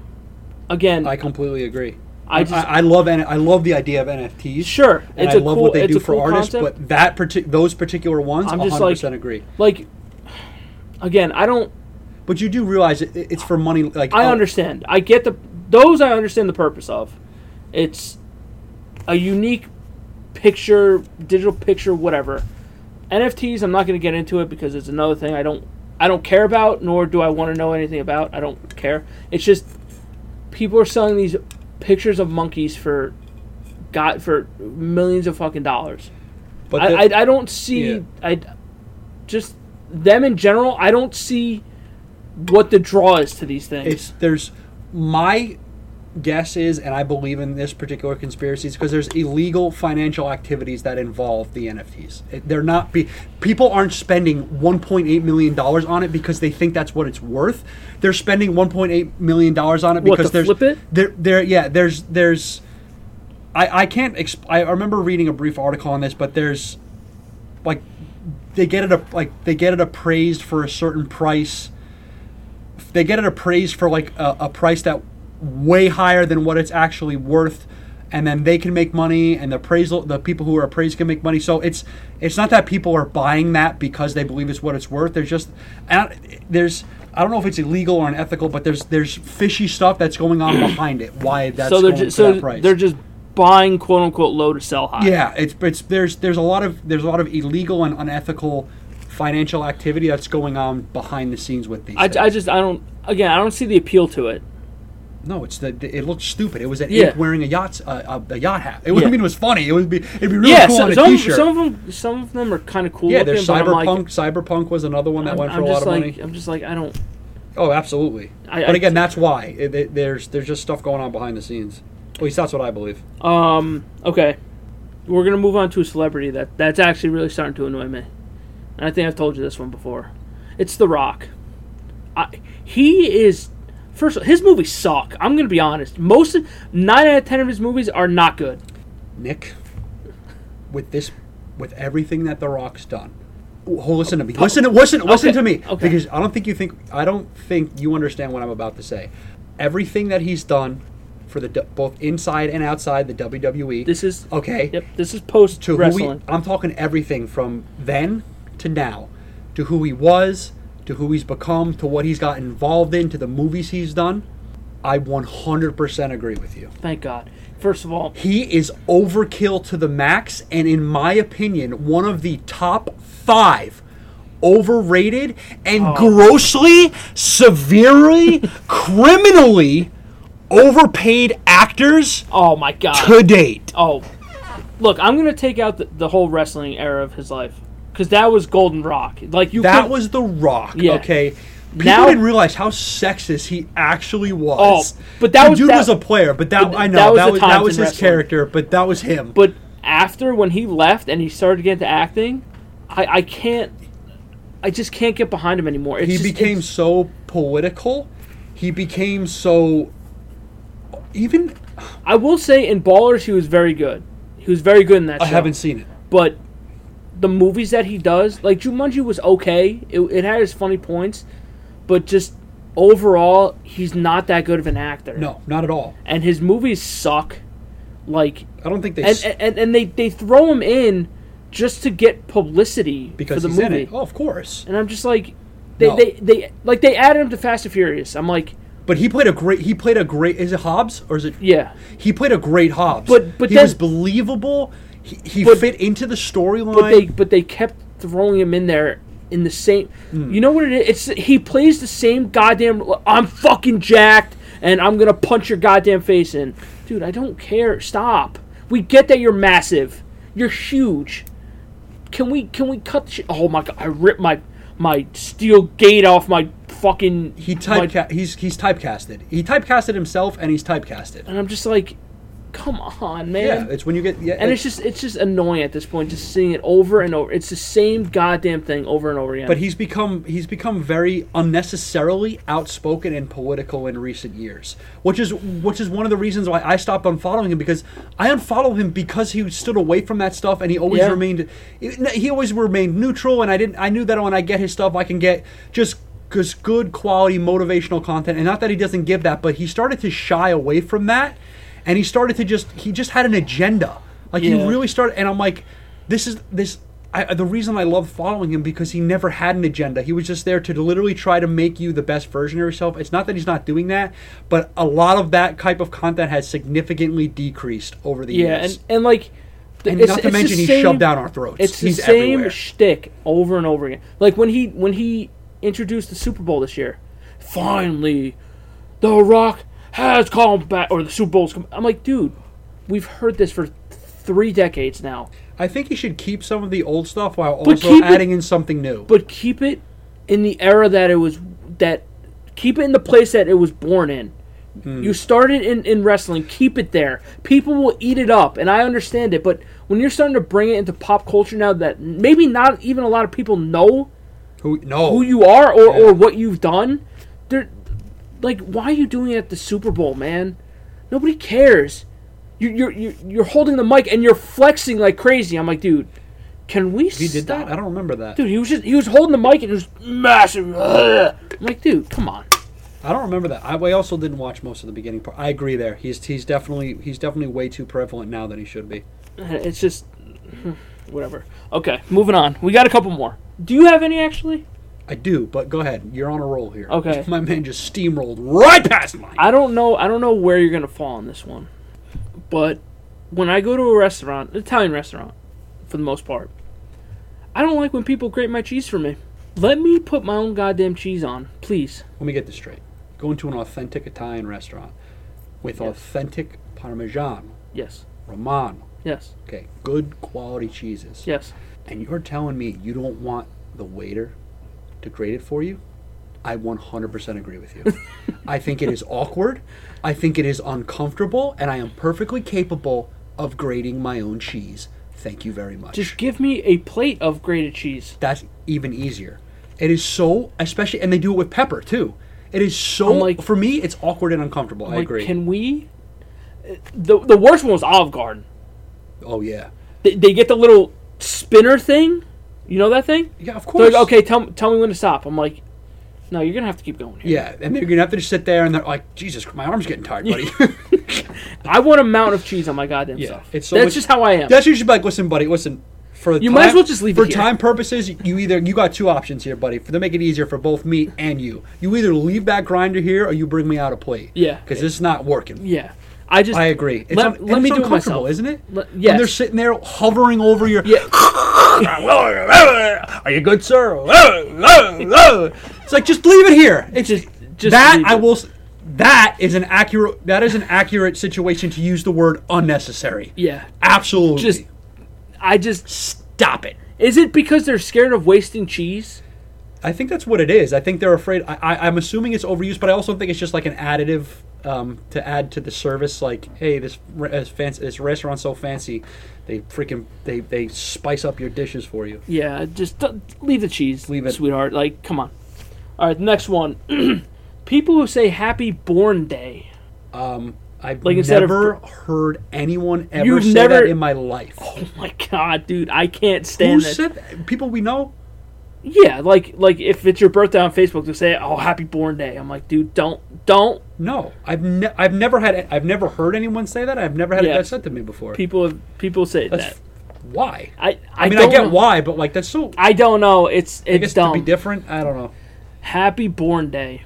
S1: Again,
S2: I completely agree.
S1: I
S2: I,
S1: just-
S2: I, love N- I love the idea of NFTs.
S1: Sure,
S2: and
S1: it's
S2: I
S1: a
S2: love
S1: cool-
S2: what they
S1: it's
S2: do
S1: a
S2: for
S1: cool
S2: artists,
S1: concept.
S2: but that partic- those particular ones,
S1: I'm
S2: I'm
S1: just
S2: 100%
S1: like-
S2: agree.
S1: like, again, I don't.
S2: But you do realize it, it's for money. Like
S1: I
S2: uh,
S1: understand. I get the those. I understand the purpose of. It's a unique picture, digital picture, whatever. NFTs. I'm not going to get into it because it's another thing I don't. I don't care about, nor do I want to know anything about. I don't care. It's just people are selling these pictures of monkeys for, got for millions of fucking dollars.
S2: But
S1: I,
S2: the-
S1: I, I don't see
S2: Yeah.
S1: I just them in general. I don't see what the draw is to these things.
S2: it's there's my guess is, and I believe in this particular conspiracy, is because there's illegal financial activities that involve the NFTs. It- They're not be people aren't spending 1.8 million dollars on it because they think that's what it's worth. They're spending 1.8 million dollars on it
S1: What,
S2: because
S1: to
S2: there's
S1: flip it?
S2: there there yeah there's there's I I can't exp- I remember reading a brief article on this, but there's like they get it app- like they get it appraised for a certain price they get it appraised for like a, a price that way higher than what it's actually worth and then they can make money and the appraisal the people who are appraised can make money so it's it's not that people are buying that because they believe it's what it's worth there's just I don't- there's i don't know if it's illegal or unethical but there's there's fishy stuff that's going on behind it why that's
S1: so they're
S2: going
S1: just,
S2: for
S1: so
S2: that price
S1: they're just buying quote unquote low to sell high.
S2: yeah, it's it's there's there's a lot of there's a lot of illegal and unethical financial activity that's going on behind the scenes with these.
S1: I,
S2: things.
S1: I just I don't again I don't see the appeal to it.
S2: no, it's the it looks stupid. It was an
S1: Yeah.
S2: ape wearing a yacht uh, a, a yacht hat. It would
S1: Yeah.
S2: I mean it was funny. It would be it'd be really
S1: Yeah,
S2: cool
S1: so-
S2: on a
S1: some
S2: shirt
S1: some of them some of them are kind of cool.
S2: yeah,
S1: looking,
S2: there's
S1: but I'm
S2: cyberpunk.
S1: Like,
S2: cyberpunk was another one that
S1: I'm,
S2: went for
S1: I'm
S2: a lot
S1: just
S2: of
S1: like
S2: money.
S1: I'm just like I don't.
S2: Oh, absolutely.
S1: I-
S2: but
S1: I-
S2: again, that's why It- it- there's there's just stuff going on behind the scenes. At least that's what I believe.
S1: Um. Okay. We're gonna move on to a celebrity that that's actually really starting to annoy me, and I think I've told you this one before. It's The Rock. I, he is first. of all, His movies suck. I'm gonna be honest. Most of, nine out of ten of his movies are not good.
S2: Nick, with this, with everything that The Rock's done. Oh, listen to me. Listen to listen. Listen to me.
S1: okay.
S2: Because I don't think you think I don't think you understand what I'm about to say. Everything that he's done for the both inside and outside the WWE.
S1: This is
S2: okay.
S1: Yep. This is post
S2: To
S1: wrestling.
S2: who he, I'm talking everything from then to now, to who he was, to who he's become, to what he's got involved in, to the movies he's done. I 100% agree with you.
S1: Thank God. First of all,
S2: He is overkill to the max, and in my opinion, one of the top five overrated and
S1: Oh.
S2: grossly, severely, criminally overpaid actors
S1: oh my God.
S2: to date.
S1: Oh, Look, I'm gonna take out the, the whole wrestling era of his life because that was Golden Rock. Like you,
S2: That
S1: could-
S2: was The Rock.
S1: Yeah.
S2: Okay. People
S1: Now-
S2: didn't realize how sexist he actually was.
S1: Oh, but that
S2: The
S1: was-
S2: dude
S1: that-
S2: was a player. But that
S1: but
S2: I
S1: that was
S2: know that was
S1: the
S2: that was,
S1: times in
S2: his
S1: wrestling.
S2: character. But that was him.
S1: But after when he left and he started to get into acting, I, I can't. I just can't get behind him anymore. It's
S2: he
S1: just-
S2: became
S1: it's-
S2: so political. He became so even.
S1: I will say in Ballers he was very good. He was very good in that.
S2: I
S1: show.
S2: haven't seen it.
S1: but the movies that he does, like Jumanji, was okay. It, it had its funny points, but just overall, he's not that good of an actor.
S2: No, not at all.
S1: and his movies suck. Like,
S2: I don't think they
S1: and
S2: s-
S1: and, and they they throw him in just to get publicity
S2: because
S1: for the
S2: he's in
S1: movie.
S2: it. Oh, of course.
S1: And I'm just like, they,
S2: No.
S1: they they like they added him to Fast and Furious. I'm like,
S2: But he played a great. He played a great. Is it Hobbs or is it?
S1: yeah,
S2: He played a great Hobbs.
S1: But- but
S2: he
S1: then-
S2: was believable. He, he
S1: But-
S2: fit into the
S1: but they
S2: storyline.
S1: but they kept throwing him in there in the same.
S2: Hmm.
S1: You know what it is? It's he plays the same goddamn. I'm fucking jacked, and I'm gonna punch your goddamn face in, dude. I don't care. Stop. We get that you're massive. You're huge. Can we can we cut? The shit? Oh my god! I ripped my my steel gate off my fucking.
S2: He
S1: my-
S2: typeca- He's he's typecasted. He typecasted himself, and he's typecasted.
S1: and I'm just like, come on, man.
S2: Yeah, it's when you get yeah.
S1: And it's just it's just annoying at this point, just seeing it over and over. It's the same goddamn thing over and over again.
S2: but he's become he's become very unnecessarily outspoken and political in recent years, which is which is one of the reasons why I stopped unfollowing him because I unfollowed him because he stood away from that stuff and he always
S1: Yeah.
S2: remained he always remained neutral and I didn't I knew that when I get his stuff I can get just just good quality motivational content and not that he doesn't give that but he started to shy away from that and he started to just he just had an agenda like he
S1: Yeah.
S2: really started and i'm like this is this I, the reason i love following him because he never had an agenda he was just there to literally try to make you the best version of yourself it's not that he's not doing that but a lot of that type of content has significantly decreased over the
S1: yeah,
S2: years
S1: and and like, th-
S2: and
S1: it's-
S2: not to
S1: it's the
S2: mention he's
S1: same-
S2: shoved down our throats
S1: It's the
S2: he's
S1: same
S2: everywhere.
S1: shtick over and over again. Like when he when he introduced the Super Bowl this year, finally, The Rock has come back, or the Super Bowl's come. I'm like, dude, we've heard this for th- three decades now.
S2: i think he should keep some of the old stuff while
S1: But
S2: also
S1: keep it-
S2: adding in something new
S1: but keep it in the era that it was that keep it in the place that it was born in
S2: Hmm.
S1: you started in, in wrestling keep it there people will eat it up and i understand it but when you're starting to bring it into pop culture now that maybe not even a lot of people know
S2: who no
S1: who you are or, or what you've done they're like why are you doing it at the super bowl man nobody cares you're, you're, you're, you're holding the mic and you're flexing like crazy i'm like dude can we
S2: he did
S1: stop?
S2: that i don't remember that
S1: Dude, he was just he was holding the mic and it was massive. I'm like, dude, come on.
S2: I don't remember that. I, I also didn't watch most of the beginning part. I agree there. He's he's definitely he's definitely way too prevalent now than he should be.
S1: It's just whatever. Okay, moving on. We got a couple more. Do you have any actually?
S2: I do, but go ahead. You're on a roll here.
S1: Okay.
S2: My man just steamrolled right past mine.
S1: I don't know. I don't know where you're gonna fall on this one, but when I go to a restaurant, Italian restaurant, for the most part, I don't like when people grate my cheese for me. Let me put my own goddamn cheese on, please.
S2: Let me get this straight. Going to an authentic Italian restaurant with authentic Parmesan,
S1: Yes,
S2: Romano,
S1: yes,
S2: okay, good quality cheeses.
S1: yes.
S2: And you're telling me you don't want the waiter to grade it for you? I 100% agree with you. I think it is awkward. I think it is uncomfortable, and I am perfectly capable of grading my own cheese. Thank you very much.
S1: Just give me a plate of grated cheese.
S2: That's even easier. It is so, especially, and they do it with pepper too. It is so.
S1: I'm like-
S2: for me, it's awkward and uncomfortable. I
S1: Like,
S2: agree.
S1: Can we? The the worst one was Olive Garden.
S2: oh yeah,
S1: They, they get the little spinner thing. You know that thing?
S2: yeah, of
S1: They're
S2: course.
S1: like, okay, tell me- tell me when to stop. I'm like, no, you're gonna have to keep going here.
S2: Yeah, and they're gonna have to just sit there, and they're like, "Jesus, my arm's getting tired, buddy."
S1: I want a mountain of cheese on my goddamn
S2: Yeah,
S1: stuff.
S2: it's so
S1: That's
S2: much-
S1: just how I am.
S2: That's usually like, listen, buddy, listen. For
S1: You
S2: time,
S1: might as well just leave
S2: for
S1: it here.
S2: time purposes. You either you got two options here, buddy, for to make it easier for both me and you. You either leave that grinder here or you bring me out a plate.
S1: Yeah.
S2: because this is not working.
S1: yeah, I just
S2: I agree. It's,
S1: Let-
S2: un-
S1: let
S2: it's
S1: me do it
S2: uncomfortable,
S1: myself.
S2: isn't it?
S1: Let-
S2: When they're
S1: yes.
S2: sitting there hovering over your.
S1: Yeah.
S2: Are you good, sir? it's like just leave it here. It's
S1: Just- just
S2: that
S1: leave
S2: I
S1: it.
S2: will. s- that is an accurate that is an accurate situation to use the word unnecessary.
S1: Yeah.
S2: Absolutely.
S1: Just, I just.
S2: stop it.
S1: Is it because they're scared of wasting cheese?
S2: I think that's what it is. I think they're afraid. I, I, I'm assuming it's overused, but I also think it's just like an additive um, to add to the service. Like, hey, this re- uh, fancy, this restaurant's so fancy, they freaking they they spice up your dishes for you.
S1: Yeah, just d- leave the cheese,
S2: Leave it.
S1: sweetheart. Like, come on. All right, next one. People who say Happy Born Day.
S2: Um, I've
S1: Like, instead of-
S2: never heard anyone ever
S1: You've
S2: say
S1: never-
S2: that in my life.
S1: Oh my god, dude, I can't
S2: Who
S1: stand that.
S2: said that? people we know?
S1: yeah, like like if it's your birthday on Facebook, they say, "Oh, Happy Born Day." I'm like, dude, don't don't.
S2: No, I've ne- I've never had I've never heard anyone say that. I've never had
S1: Yeah.
S2: it that said to me before.
S1: People have, people say
S2: That's
S1: that.
S2: f- why.
S1: I I,
S2: I mean, I
S1: don't
S2: get
S1: know.
S2: why, but like that's so.
S1: I don't know. It's
S2: I
S1: it's
S2: guess
S1: dumb.
S2: to be different. I don't know.
S1: Happy Born Day.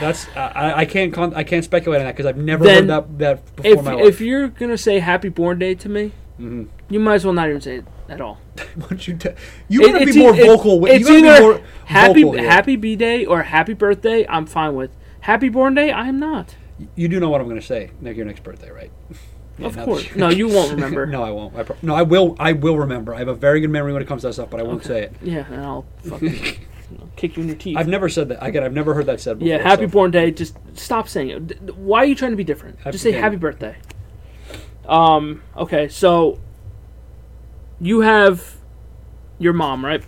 S2: That's I, I can't con- I can't speculate on that because I've never
S1: Then,
S2: heard that that before
S1: If
S2: in my
S1: if
S2: life. Mm-hmm.
S1: you're gonna say Happy Born Day to me, you might as well not even say it at all.
S2: Why don't you t- you gotta
S1: It-
S2: be
S1: it's
S2: more
S1: e- it's-
S2: vocal. with-
S1: it's
S2: you gotta
S1: either
S2: be more
S1: happy
S2: vocal here.
S1: happy b day or happy birthday. I'm fine with happy born day. I am not.
S2: You do know what I'm gonna say. Like your next birthday, right? Yeah,
S1: of
S2: now that
S1: course,
S2: you-
S1: no, you won't remember.
S2: no, I won't. I pro- no, I will. I will remember. I have a very good memory when it comes to that stuff, but I won't say it.
S1: Yeah, and I'll fucking I'll kick you in your teeth.
S2: I've never said that. Again, I've never heard that said. before.
S1: yeah, happy
S2: so-
S1: born day. Just stop saying it. D- d- Why are you trying to be different?
S2: Happy
S1: just say
S2: day.
S1: happy birthday. Um. Okay, so you have your mom, right?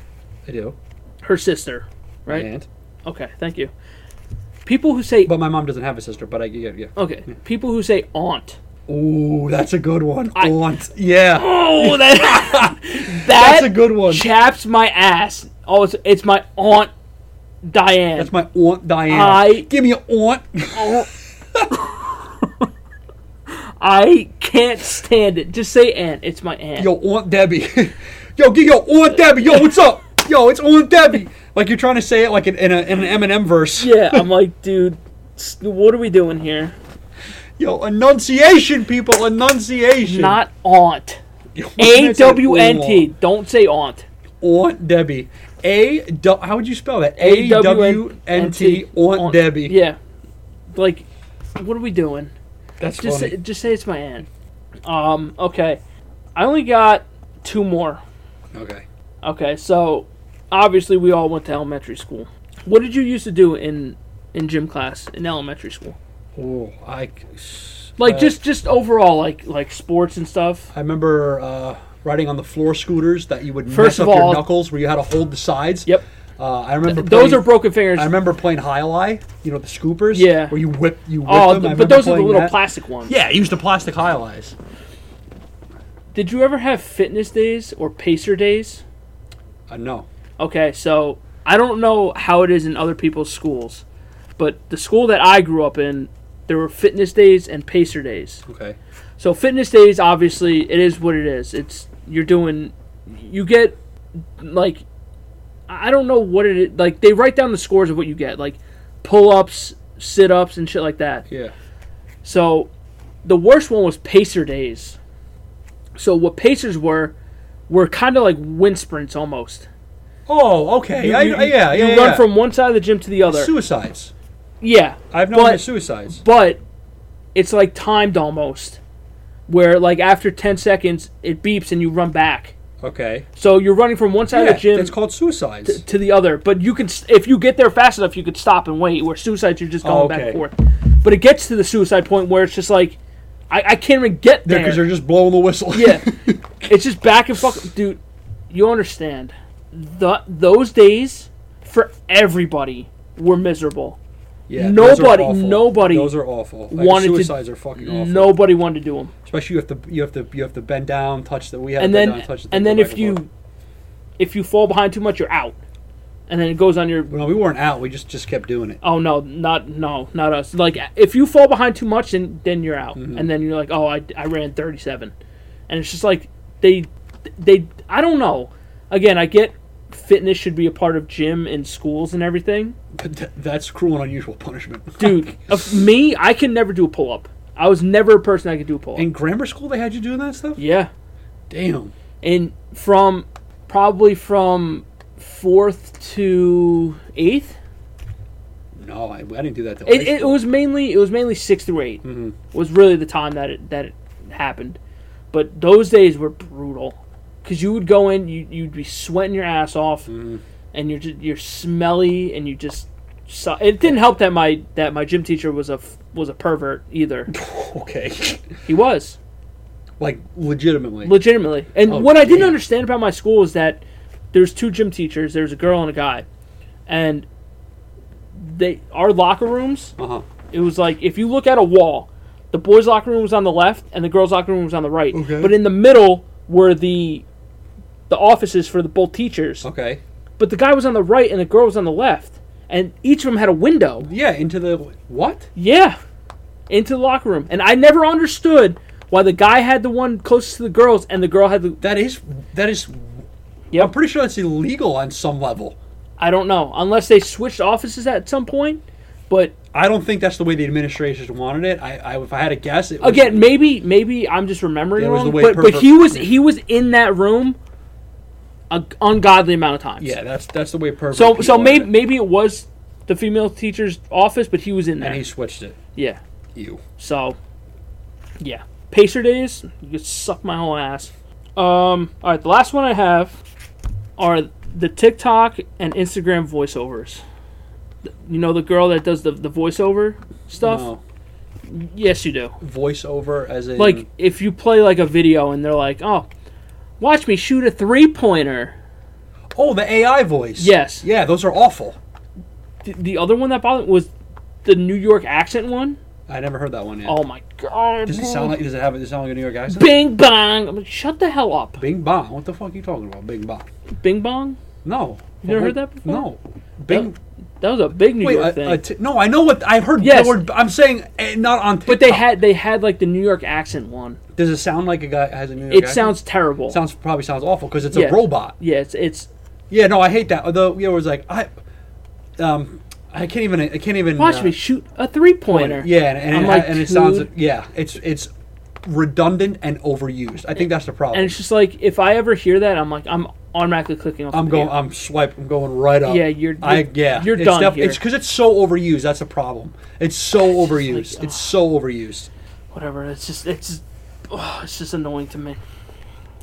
S2: I do.
S1: Her sister, right?
S2: And,
S1: Okay, thank you. People who say
S2: but my mom doesn't have a sister. But I yeah yeah.
S1: okay, people who say aunt.
S2: Ooh, that's a good one.
S1: I-
S2: Aunt. Yeah.
S1: Oh, that, that
S2: That's a good one.
S1: Chaps my ass. Oh, it's, it's my aunt Diane. Oh.
S2: That's my aunt Diana.
S1: I-
S2: Give me an aunt.
S1: I can't stand it. Just say aunt. It's my aunt.
S2: yo, Aunt Debbie. yo, get yo, Aunt Debbie. Yo, what's up? Yo, it's Aunt Debbie. Like you're trying to say it like in, in, a, in an Eminem verse.
S1: Yeah, I'm like, dude, s- what are we doing here?
S2: Yo, enunciation, people, enunciation.
S1: Not aunt.
S2: Yo,
S1: A
S2: that's an
S1: W N T. Don't say aunt.
S2: Aunt Aunt Debbie. A D. How would you spell that? A W N T. Aunt Debbie.
S1: Yeah. Like, what are we doing?
S2: That's
S1: Just
S2: funny.
S1: say, just say it's my aunt. Um. Okay. I only got two more.
S2: okay.
S1: Okay, so obviously we all went to elementary school. What did you used to do in in gym class in elementary school?
S2: Oh, I.
S1: Like
S2: uh,
S1: just just overall like like sports and stuff.
S2: I remember uh, riding on the floor scooters that you would
S1: First
S2: mess up
S1: of all-
S2: your knuckles, where you had to hold the sides.
S1: Yep.
S2: Uh, I remember
S1: Those
S2: playing-
S1: are broken fingers.
S2: I remember playing high lie, you know, the scoopers.
S1: Yeah.
S2: Where you whip, you whip
S1: oh,
S2: them. I
S1: th-
S2: remember
S1: but those are the
S2: playing
S1: little
S2: that.
S1: plastic ones.
S2: Yeah, used the plastic high lies.
S1: Did you ever have fitness days or pacer days?
S2: Uh, no.
S1: Okay, so I don't know how it is in other people's schools, but the school that I grew up in, there were fitness days and pacer days.
S2: Okay.
S1: So fitness days, obviously, it is what it is. It's you're doing, you get like, I I don't know what it is. Like they write down the scores of what you get, like pull ups, sit ups, and shit like that.
S2: Yeah.
S1: So the worst one was pacer days. So what pacers were were kind of like wind sprints almost.
S2: Oh, okay. I, I- yeah,
S1: you
S2: yeah.
S1: run
S2: yeah.
S1: from one side of the gym to the other.
S2: suicides.
S1: yeah,
S2: I've known
S1: But-
S2: the suicides.
S1: but it's like timed almost, where like after ten seconds it beeps and you run back.
S2: Okay.
S1: So you're running from one side
S2: Yeah,
S1: of the gym
S2: it's called suicides.
S1: to the other, but you can s- if you get there fast enough, you could stop and wait. Where suicides, you're just going
S2: Oh,
S1: back and
S2: okay.
S1: forth. But it gets to the suicide point where it's just like, I, I can't even get there.
S2: because they're just blowing the whistle.
S1: yeah, it's just back and fuck, dude. You understand? The those days for everybody were miserable.
S2: Yeah, those are
S1: Nobody-
S2: awful.
S1: nobody
S2: Those are awful. Like,
S1: wanted to-
S2: suicides are fucking awful.
S1: Nobody wanted to do them.
S2: Especially you have to you have to you have to bend down, touch the we have
S1: and
S2: to
S1: then
S2: bend down, touch the
S1: and then
S2: thing, go back
S1: if you
S2: forth.
S1: if you fall behind too much, you're out. And then it goes on your
S2: Well, no, we weren't out. We just just kept doing it.
S1: oh no not no not us like if you fall behind too much then then you're out and then you're like oh I, I ran 37 and it's just like they they i don't know again i get fitness should be a part of gym and schools and everything
S2: But th- that's cruel and unusual punishment.
S1: dude of me i can never do a pull-up i was never a person that could do a pull-up
S2: In grammar school, they had you doing that stuff.
S1: yeah
S2: Damn.
S1: and from probably from fourth to eighth
S2: No, I, I didn't do that. Till
S1: It,
S2: high
S1: it, it
S2: school.
S1: was mainly it was mainly six through 8 Mm-hmm. Was really the time that it that it happened, but those days were brutal because you would go in, you you'd be sweating your ass off,
S2: Mm-hmm.
S1: and you're just, you're smelly, and you just. su it didn't help that my that my gym teacher was a f- was a pervert either.
S2: okay,
S1: He was
S2: like legitimately.
S1: legitimately, and
S2: Oh,
S1: what I didn't
S2: damn.
S1: understand about my school is that there's two gym teachers. There's a girl and a guy, and they our locker rooms
S2: uh huh.
S1: it was like if you look at a wall, the boys' locker room was on the left and the girls' locker room was on the right.
S2: Okay.
S1: But in the middle were the the offices for the both teachers.
S2: Okay.
S1: But the guy was on the right and the girl was on the left, and each of them had a window.
S2: Yeah, into the what?
S1: Yeah, into the locker room, and I never understood why the guy had the one closest to the girls and the girl had the.
S2: That is that is.
S1: Yep.
S2: I'm pretty sure that's illegal on some level.
S1: I don't know unless they switched offices at some point, but
S2: I don't think that's the way the administration wanted it. I, I if I had a guess, it was,
S1: again, maybe maybe I'm just remembering
S2: That was
S1: wrong,
S2: the way
S1: but but
S2: pervert-
S1: he was he was in that room an ungodly amount of times.
S2: Yeah, that's that's the way perfect.
S1: So so maybe
S2: maybe
S1: maybe it was the female teacher's office, but he was in there.
S2: and he switched it.
S1: yeah.
S2: You.
S1: So yeah, Pacer days, you could suck my whole ass. Um. All right, the last one I have are the TikTok and Instagram voiceovers. You know the girl that does the the voiceover stuff.
S2: No.
S1: Yes, you do.
S2: Voiceover as in
S1: Like if you play like a video and they're like, "Oh, watch me shoot a three pointer."
S2: oh the AI voice.
S1: Yes.
S2: Yeah, those are awful.
S1: The, the other one that bothered was the New York accent one.
S2: I never heard that one yet.
S1: Oh my god!
S2: does it
S1: bro.
S2: sound like does it have does it sound like a New York accent?
S1: Bing bang! I'm like, shut the hell up.
S2: Bing bong. What the fuck are you talking about? Bing bong.
S1: Bing bong.
S2: No.
S1: You never
S2: Wait,
S1: heard that before?
S2: No. Bing.
S1: That was a big New
S2: Wait,
S1: York
S2: a,
S1: thing.
S2: a t- no, I know what I've heard.
S1: Yes.
S2: The word, I'm saying eh, not on. TikTok.
S1: but they had they had like the New York accent one.
S2: Does it sound like a guy has a New York?
S1: It
S2: accent?
S1: sounds terrible.
S2: sounds probably sounds awful because it's
S1: Yeah.
S2: a robot.
S1: yeah, it's it's.
S2: Yeah, no, I hate that. The yeah, it was like I, um, I can't even. I can't even
S1: Watch
S2: uh,
S1: me shoot a three pointer.
S2: Yeah, and, and,
S1: I'm
S2: it,
S1: like,
S2: and it sounds.
S1: dude.
S2: Yeah, it's it's redundant and overused. I think that's the problem.
S1: And it's just like if I ever hear that, I'm like I'm automatically clicking off.
S2: I'm
S1: the
S2: going.
S1: video.
S2: I'm swipe. I'm going right up.
S1: Yeah, you're-
S2: I
S1: you're-
S2: yeah.
S1: you're
S2: it's
S1: done
S2: def-
S1: here.
S2: It's because it's so overused. That's a problem. It's so overused.
S1: ugh.
S2: it's so overused.
S1: Whatever. It's just it's just, oh, it's just annoying to me.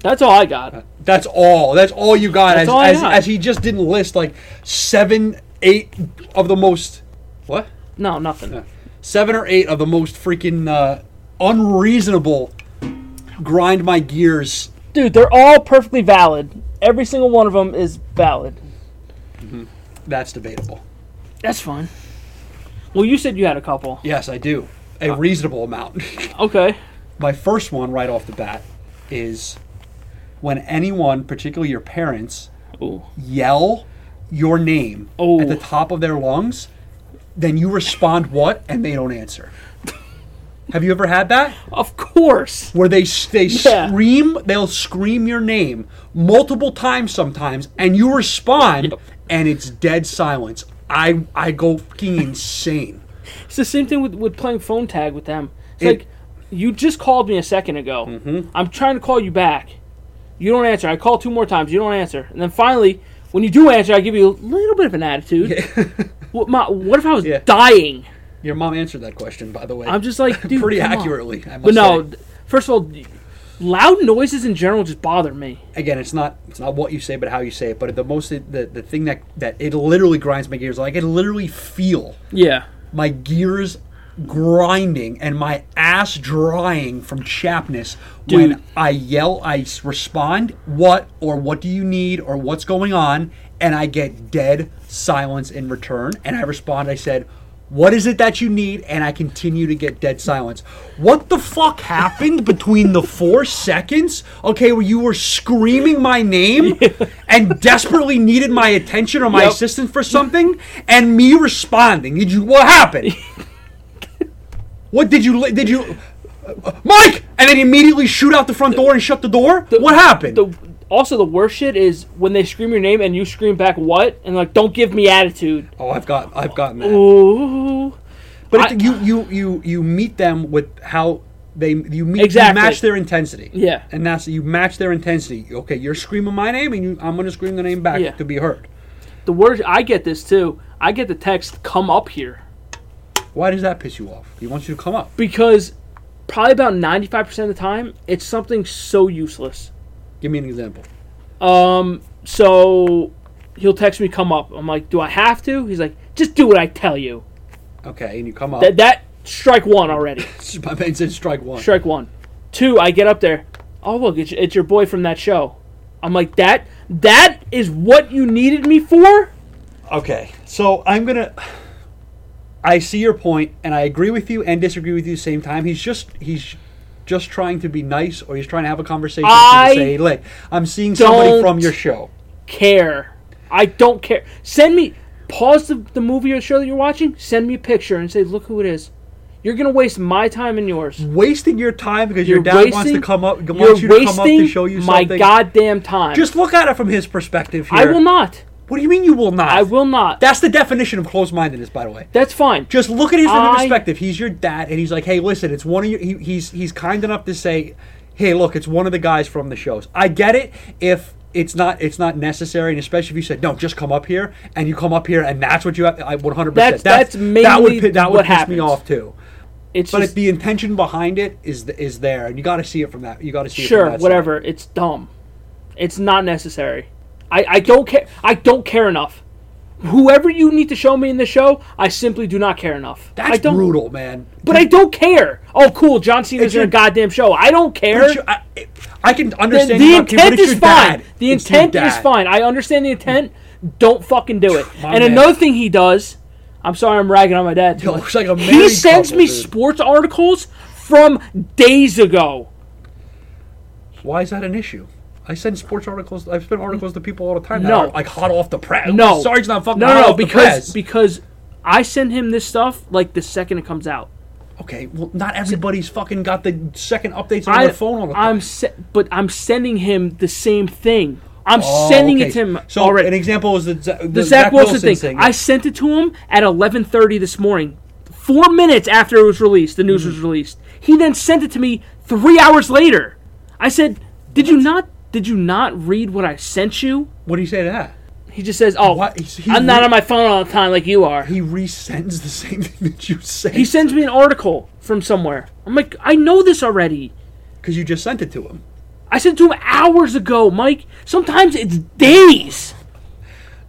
S1: That's all I got.
S2: That's all. That's all you got.
S1: That's
S2: as,
S1: all I
S2: as,
S1: got.
S2: as he just didn't list like seven, eight of the most. What?
S1: No, nothing.
S2: Seven or eight of the most freaking uh, unreasonable. Grind my gears.
S1: Dude, they're all perfectly valid. Every single one of them is valid.
S2: That's debatable.
S1: That's fine. Well, you said you had a couple.
S2: Yes, I do. A
S1: Uh,
S2: reasonable amount.
S1: Okay.
S2: my first one right off the bat is when anyone, particularly your parents,
S1: Ooh.
S2: yell your name
S1: Oh.
S2: at the top of their lungs, then you respond what and they don't answer. Have you ever had that?
S1: Of course.
S2: Where they s- they
S1: Yeah.
S2: scream, they'll scream your name multiple times sometimes, and you respond, and it's dead silence. I I go fucking insane.
S1: It's the same thing with, with playing phone tag with them. It's
S2: It-
S1: like, you just called me a second ago. Mm-hmm. I'm trying to call you back. You don't answer. I call two more times. You don't answer. And then finally, when you do answer, I give you a little bit of an attitude. what, my, what if I was
S2: Yeah.
S1: dying?
S2: Your mom answered that question, by the way.
S1: I'm just like, dude.
S2: pretty
S1: come on.
S2: accurately. I must
S1: But no,
S2: say.
S1: th- first of all, loud noises in general just bother me.
S2: again, it's not it's not what you say, but how you say it. But the most the, the thing that that it literally grinds my gears. Like I can literally feel
S1: Yeah.
S2: my gears grinding and my ass drying from chapness
S1: Dude.
S2: when I yell, I s- respond, what or what do you need or what's going on, and I get dead silence in return. And I respond, I said. What is it that you need? And I continue to get dead silence. What the fuck happened between the four seconds? Okay, where you were screaming my name and desperately needed my attention or my
S1: Yep.
S2: assistance for something, and me responding. Did you? What happened? What did you? li- Did you? Mike! And then immediately shoot out the front door and shut the door. what happened?
S1: The also the worst shit is when they scream your name and you scream back what and like don't give me attitude.
S2: oh, I've got, I've gotten that.
S1: Ooh.
S2: but
S1: I-
S2: it, you, you, you, you meet them with how they, you meet,
S1: Exactly.
S2: you match their intensity.
S1: Yeah.
S2: And that's you match their intensity. Okay, you're screaming my name, and you, I'm gonna scream the name back
S1: Yeah.
S2: to be heard.
S1: The worst I get this too. I get the text "Come up here"
S2: Why does that piss you off? He wants you to come up.
S1: because probably about ninety five percent of the time it's something so useless.
S2: Give me an example.
S1: So he'll text me "Come up." I'm like, "Do I have to?" He's like, "Just do what I tell you."
S2: Okay, and you come up.
S1: That that strike one already.
S2: My man said strike one.
S1: Strike one. Two, I get up there. Oh look, it's, it's your boy from that show. I'm like that. That is what you needed me for.
S2: Okay, so I'm gonna. I see your point, and I agree with you and disagree with you at the same time. He's just he's just trying to be nice, or he's trying to have a conversation.
S1: I
S2: to say, "Look, I'm seeing somebody
S1: don't-
S2: from your show."
S1: Care. I don't care. Send me. Pause the, the movie or show that you're watching. Send me a picture and say, look who it is. You're gonna waste my time and yours.
S2: Wasting your time because your
S1: You're
S2: dad wants to
S1: wasting-
S2: come up.
S1: You're
S2: Wants you to
S1: wasting
S2: come up to show you
S1: my
S2: something.
S1: goddamn time.
S2: Just look at it from his perspective. Here.
S1: I will not.
S2: What do you mean you will not?
S1: I will not.
S2: That's the definition of closed-mindedness, by the way.
S1: That's fine.
S2: Just look at it from the
S1: I-
S2: perspective. He's your dad, and he's like, "Hey, listen, it's one of your." He, he's he's kind enough to say, "Hey, look, it's one of the guys from the shows." I get it if it's not it's not necessary, and especially if you said, "No, just come up here," and you come up here, and that's what you have. I one hundred percent.
S1: That's- that's
S2: that would
S1: mainly
S2: pi- that would
S1: what
S2: piss me
S1: happens.
S2: off too.
S1: it's
S2: But if
S1: just
S2: the intention behind it is th- is there, and you got to see it from that. You got to see it
S1: sure,
S2: from that side.
S1: whatever. It's dumb. It's not necessary. I, I don't care. I don't care enough. Whoever you need to show me in the show, I simply do not care enough. I
S2: That's
S1: don't,
S2: brutal, man.
S1: But I don't care. Oh, cool. John Cena's
S2: It's
S1: in
S2: your-
S1: a goddamn show. I don't care.
S2: But you- I, I can
S1: the,
S2: understand
S1: the
S2: you not care, but
S1: intent
S2: it's
S1: is
S2: your
S1: fine.
S2: dad.
S1: The
S2: It's your
S1: intent is
S2: dad.
S1: fine. I understand the intent. Don't fucking do it.
S2: My
S1: and
S2: man.
S1: another thing he does, I'm sorry, I'm ragging on my dad. Too
S2: Yo,
S1: much.
S2: it's like a
S1: he
S2: married
S1: sends
S2: couple,
S1: me
S2: dude.
S1: sports articles from days ago.
S2: Why is that an issue? I send sports articles. I've sent articles to people all the time.
S1: No.
S2: that are, like hot off the press.
S1: No,
S2: Sarge's not fucking
S1: No,
S2: hot
S1: no,
S2: off
S1: because
S2: the press.
S1: because I send him this stuff like the second it comes out.
S2: okay, well, not everybody's fucking got the second updates on
S1: I,
S2: their phone all the time.
S1: I'm se- but I'm sending him the same thing. I'm
S2: Oh,
S1: sending
S2: okay.
S1: it to him
S2: So
S1: already.
S2: an example is the, Z- the,
S1: the Zach, Wilson, thing. I sent it to him at 11:30 this morning, four minutes after it was released. The news was
S2: Mm-hmm.
S1: released. He then sent it to me three hours later. I said, "Did you not? Did you not read what I sent you?"
S2: what do you say to that?
S1: He just says, "Oh,
S2: What? He's- he
S1: I'm not
S2: re-
S1: on my phone all the time like you are."
S2: He resends the same thing that you sent
S1: He sends me an article from somewhere. I'm like, "I know this already."
S2: because you just sent it to him.
S1: I sent it to him hours ago, Mike. Sometimes it's days.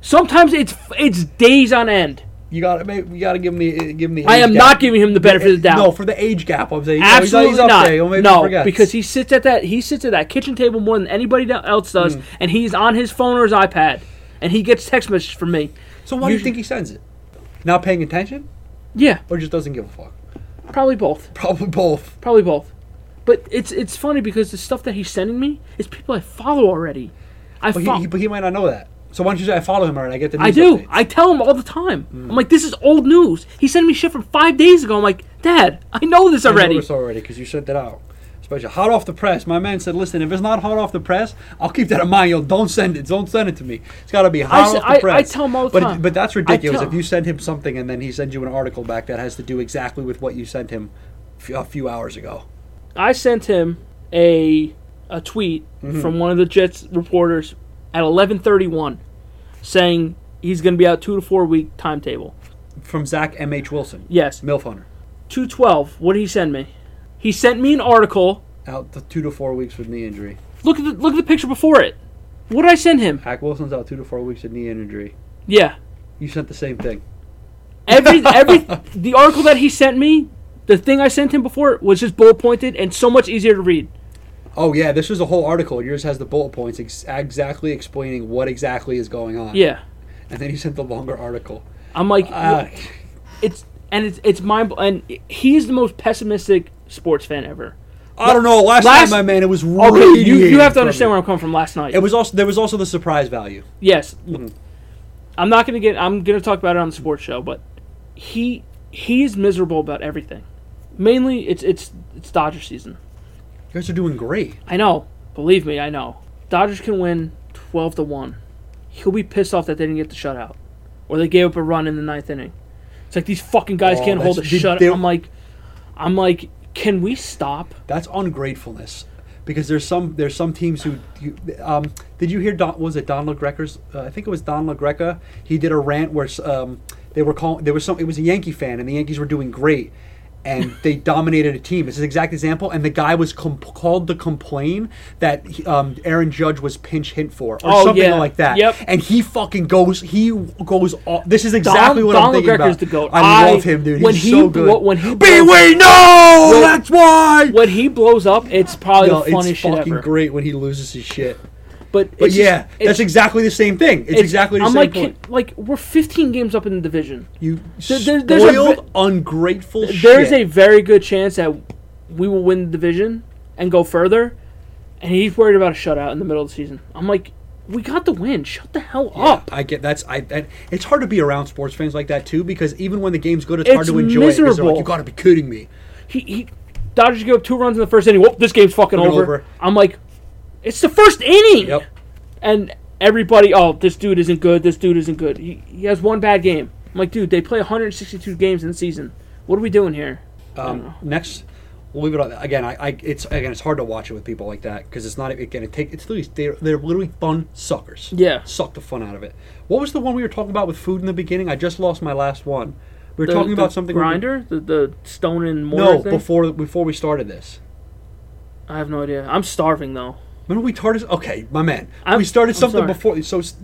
S1: Sometimes it's it's days on end.
S2: You got to you got to give him the give him the.
S1: I
S2: age
S1: am
S2: gap.
S1: not giving him the benefit of the doubt.
S2: No, for the age gap, I'm saying.
S1: Absolutely
S2: he's, he's up
S1: not.
S2: There. He'll maybe
S1: no,
S2: forget.
S1: because he sits at that he sits at that kitchen table more than anybody else
S2: Hmm.
S1: does, and he's on his phone or his iPad, and he gets text messages from me.
S2: So why do you think he sends it? Not paying attention,
S1: Yeah,
S2: or just doesn't give a fuck?
S1: probably both.
S2: Probably both.
S1: Probably both. But it's it's funny because the stuff that he's sending me is people I follow already. I
S2: But
S1: fo-
S2: he, he, but he might not know that. So why don't you say I follow him already? I get the news
S1: I do.
S2: updates." Hmm.
S1: I tell him all the time. I'm like, this is old news. He sent me shit from five days ago. I'm like, Dad, I know this
S2: I
S1: already.
S2: noticed already because you sent that out. Especially hot off the press. My man said, "Listen, if it's not hot off the press, I'll keep that in mind. Yo, don't send it. Don't send it to me. It's got to be hot
S1: I s-
S2: off the
S1: I- I
S2: press."
S1: tell him all the
S2: but,
S1: time.
S2: But that's
S1: I
S2: ridiculous.
S1: tell-
S2: If you send him something and then he sends you an article back that has to do exactly with what you sent him f- a few hours ago.
S1: I sent him a a tweet
S2: Mm-hmm.
S1: from one of the Jets reporters at 11:31 saying he's going to be out 2 to 4 week timetable.
S2: From Zach M. H. Wilson,
S1: Yes.
S2: milf hunter,
S1: 212. What did he send me? He sent me an article.
S2: out the two to four weeks with knee injury.
S1: Look at the look at the picture before it. What did I send him?
S2: Hack Wilson's out two to four weeks with knee injury.
S1: Yeah.
S2: You sent the same thing.
S1: Every every the article that he sent me, the thing I sent him before was just bullet pointed and so much easier to read.
S2: Oh yeah, this was a whole article. Yours has the bullet points ex- exactly explaining what exactly is going on.
S1: Yeah.
S2: and then you sent the longer article.
S1: I'm like
S2: Uh,
S1: it's and it's it's mind and he's the most pessimistic sports fan ever.
S2: I don't know. Last,
S1: Last-
S2: time, my man, it was
S1: Okay, you, you
S2: radiating
S1: have to
S2: from
S1: understand
S2: you.
S1: where I'm coming from last night.
S2: It was Mm-hmm. also there was also the surprise value.
S1: yes. I'm not going to get I'm going to talk about it on the sports show, but he he's miserable about everything. Mainly it's it's it's Dodger season.
S2: You guys are doing great.
S1: I know. Believe me, I know. Dodgers can win 12 to 1. He'll be pissed off that they didn't get the shutout or they gave up a run in the ninth inning. It's like these fucking guys
S2: Oh,
S1: can't hold a
S2: that's- did
S1: shutout.
S2: they-
S1: I'm like I'm like can we stop?
S2: That's ungratefulness. because there's some there's some teams who, who um, did you hear Don, was it Don LaGreca's uh, I think it was Don LaGreca he did a rant where um, they were calling there was some it was a Yankee fan and the Yankees were doing great and they dominated a team. It's an exact example, and the guy was com- called to complain that he- um, Aaron Judge was pinch hit for or
S1: Oh,
S2: something
S1: yeah.
S2: like that.
S1: Yep.
S2: And he fucking goes. He goes. Off. This is exactly
S1: Don-
S2: what
S1: Don
S2: I'm thinking
S1: LaGreca's
S2: about.
S1: the GOAT.
S2: I, love
S1: I-
S2: him, dude.
S1: when
S2: He's
S1: he
S2: so
S1: blo-
S2: good.
S1: when he
S2: Be
S1: blows-
S2: we know.
S1: When-
S2: that's why.
S1: When he blows up, it's probably
S2: No,
S1: the funniest
S2: it's
S1: shit
S2: fucking
S1: ever.
S2: great when he loses his shit.
S1: But,
S2: But
S1: it's just-
S2: yeah,
S1: it's-
S2: that's exactly the same thing. It's, exactly the
S1: I'm
S2: same
S1: like,
S2: point.
S1: can- like we're 15 games up in the division.
S2: you
S1: There- there-
S2: spoiled,
S1: there's a ve-
S2: ungrateful.
S1: There
S2: shit.
S1: is a very good chance that we will win the division and go further. And he's worried about a shutout in the middle of the season. I'm like, we got the win. Shut the hell up.
S2: I get that's I, I. It's hard to be around sports fans like that too because even when the game's good, it's, hard
S1: It's
S2: to enjoy it. 'cause they're
S1: miserable.
S2: Like, you got to be kidding me.
S1: He, he Dodgers give up two runs in the first inning. Whoop, this game's fucking
S2: Fucking
S1: over.
S2: over.
S1: I'm like, it's the first inning.
S2: Yep.
S1: And everybody, oh, this dude isn't good. This dude isn't good. He, he has one bad game. I'm like, dude, they play 162 games in the season. What are we doing here?
S2: Um, next, we'll leave it on. Again, I, I. It's again, it's hard to watch it with people like that because it's not again. It take it's literally they're, they're literally fun suckers.
S1: Yeah.
S2: suck the fun out of it. What was the one we were talking about with food in the beginning? I just lost my last one. We were
S1: The-
S2: talking
S1: the
S2: about something. where we-
S1: grinder, the the stone and mortar
S2: No,
S1: thing?
S2: before before we started this.
S1: I have no idea. I'm starving though.
S2: Remember we started? Okay, my man.
S1: I'm-
S2: we started
S1: I'm
S2: something
S1: sorry.
S2: before. So s-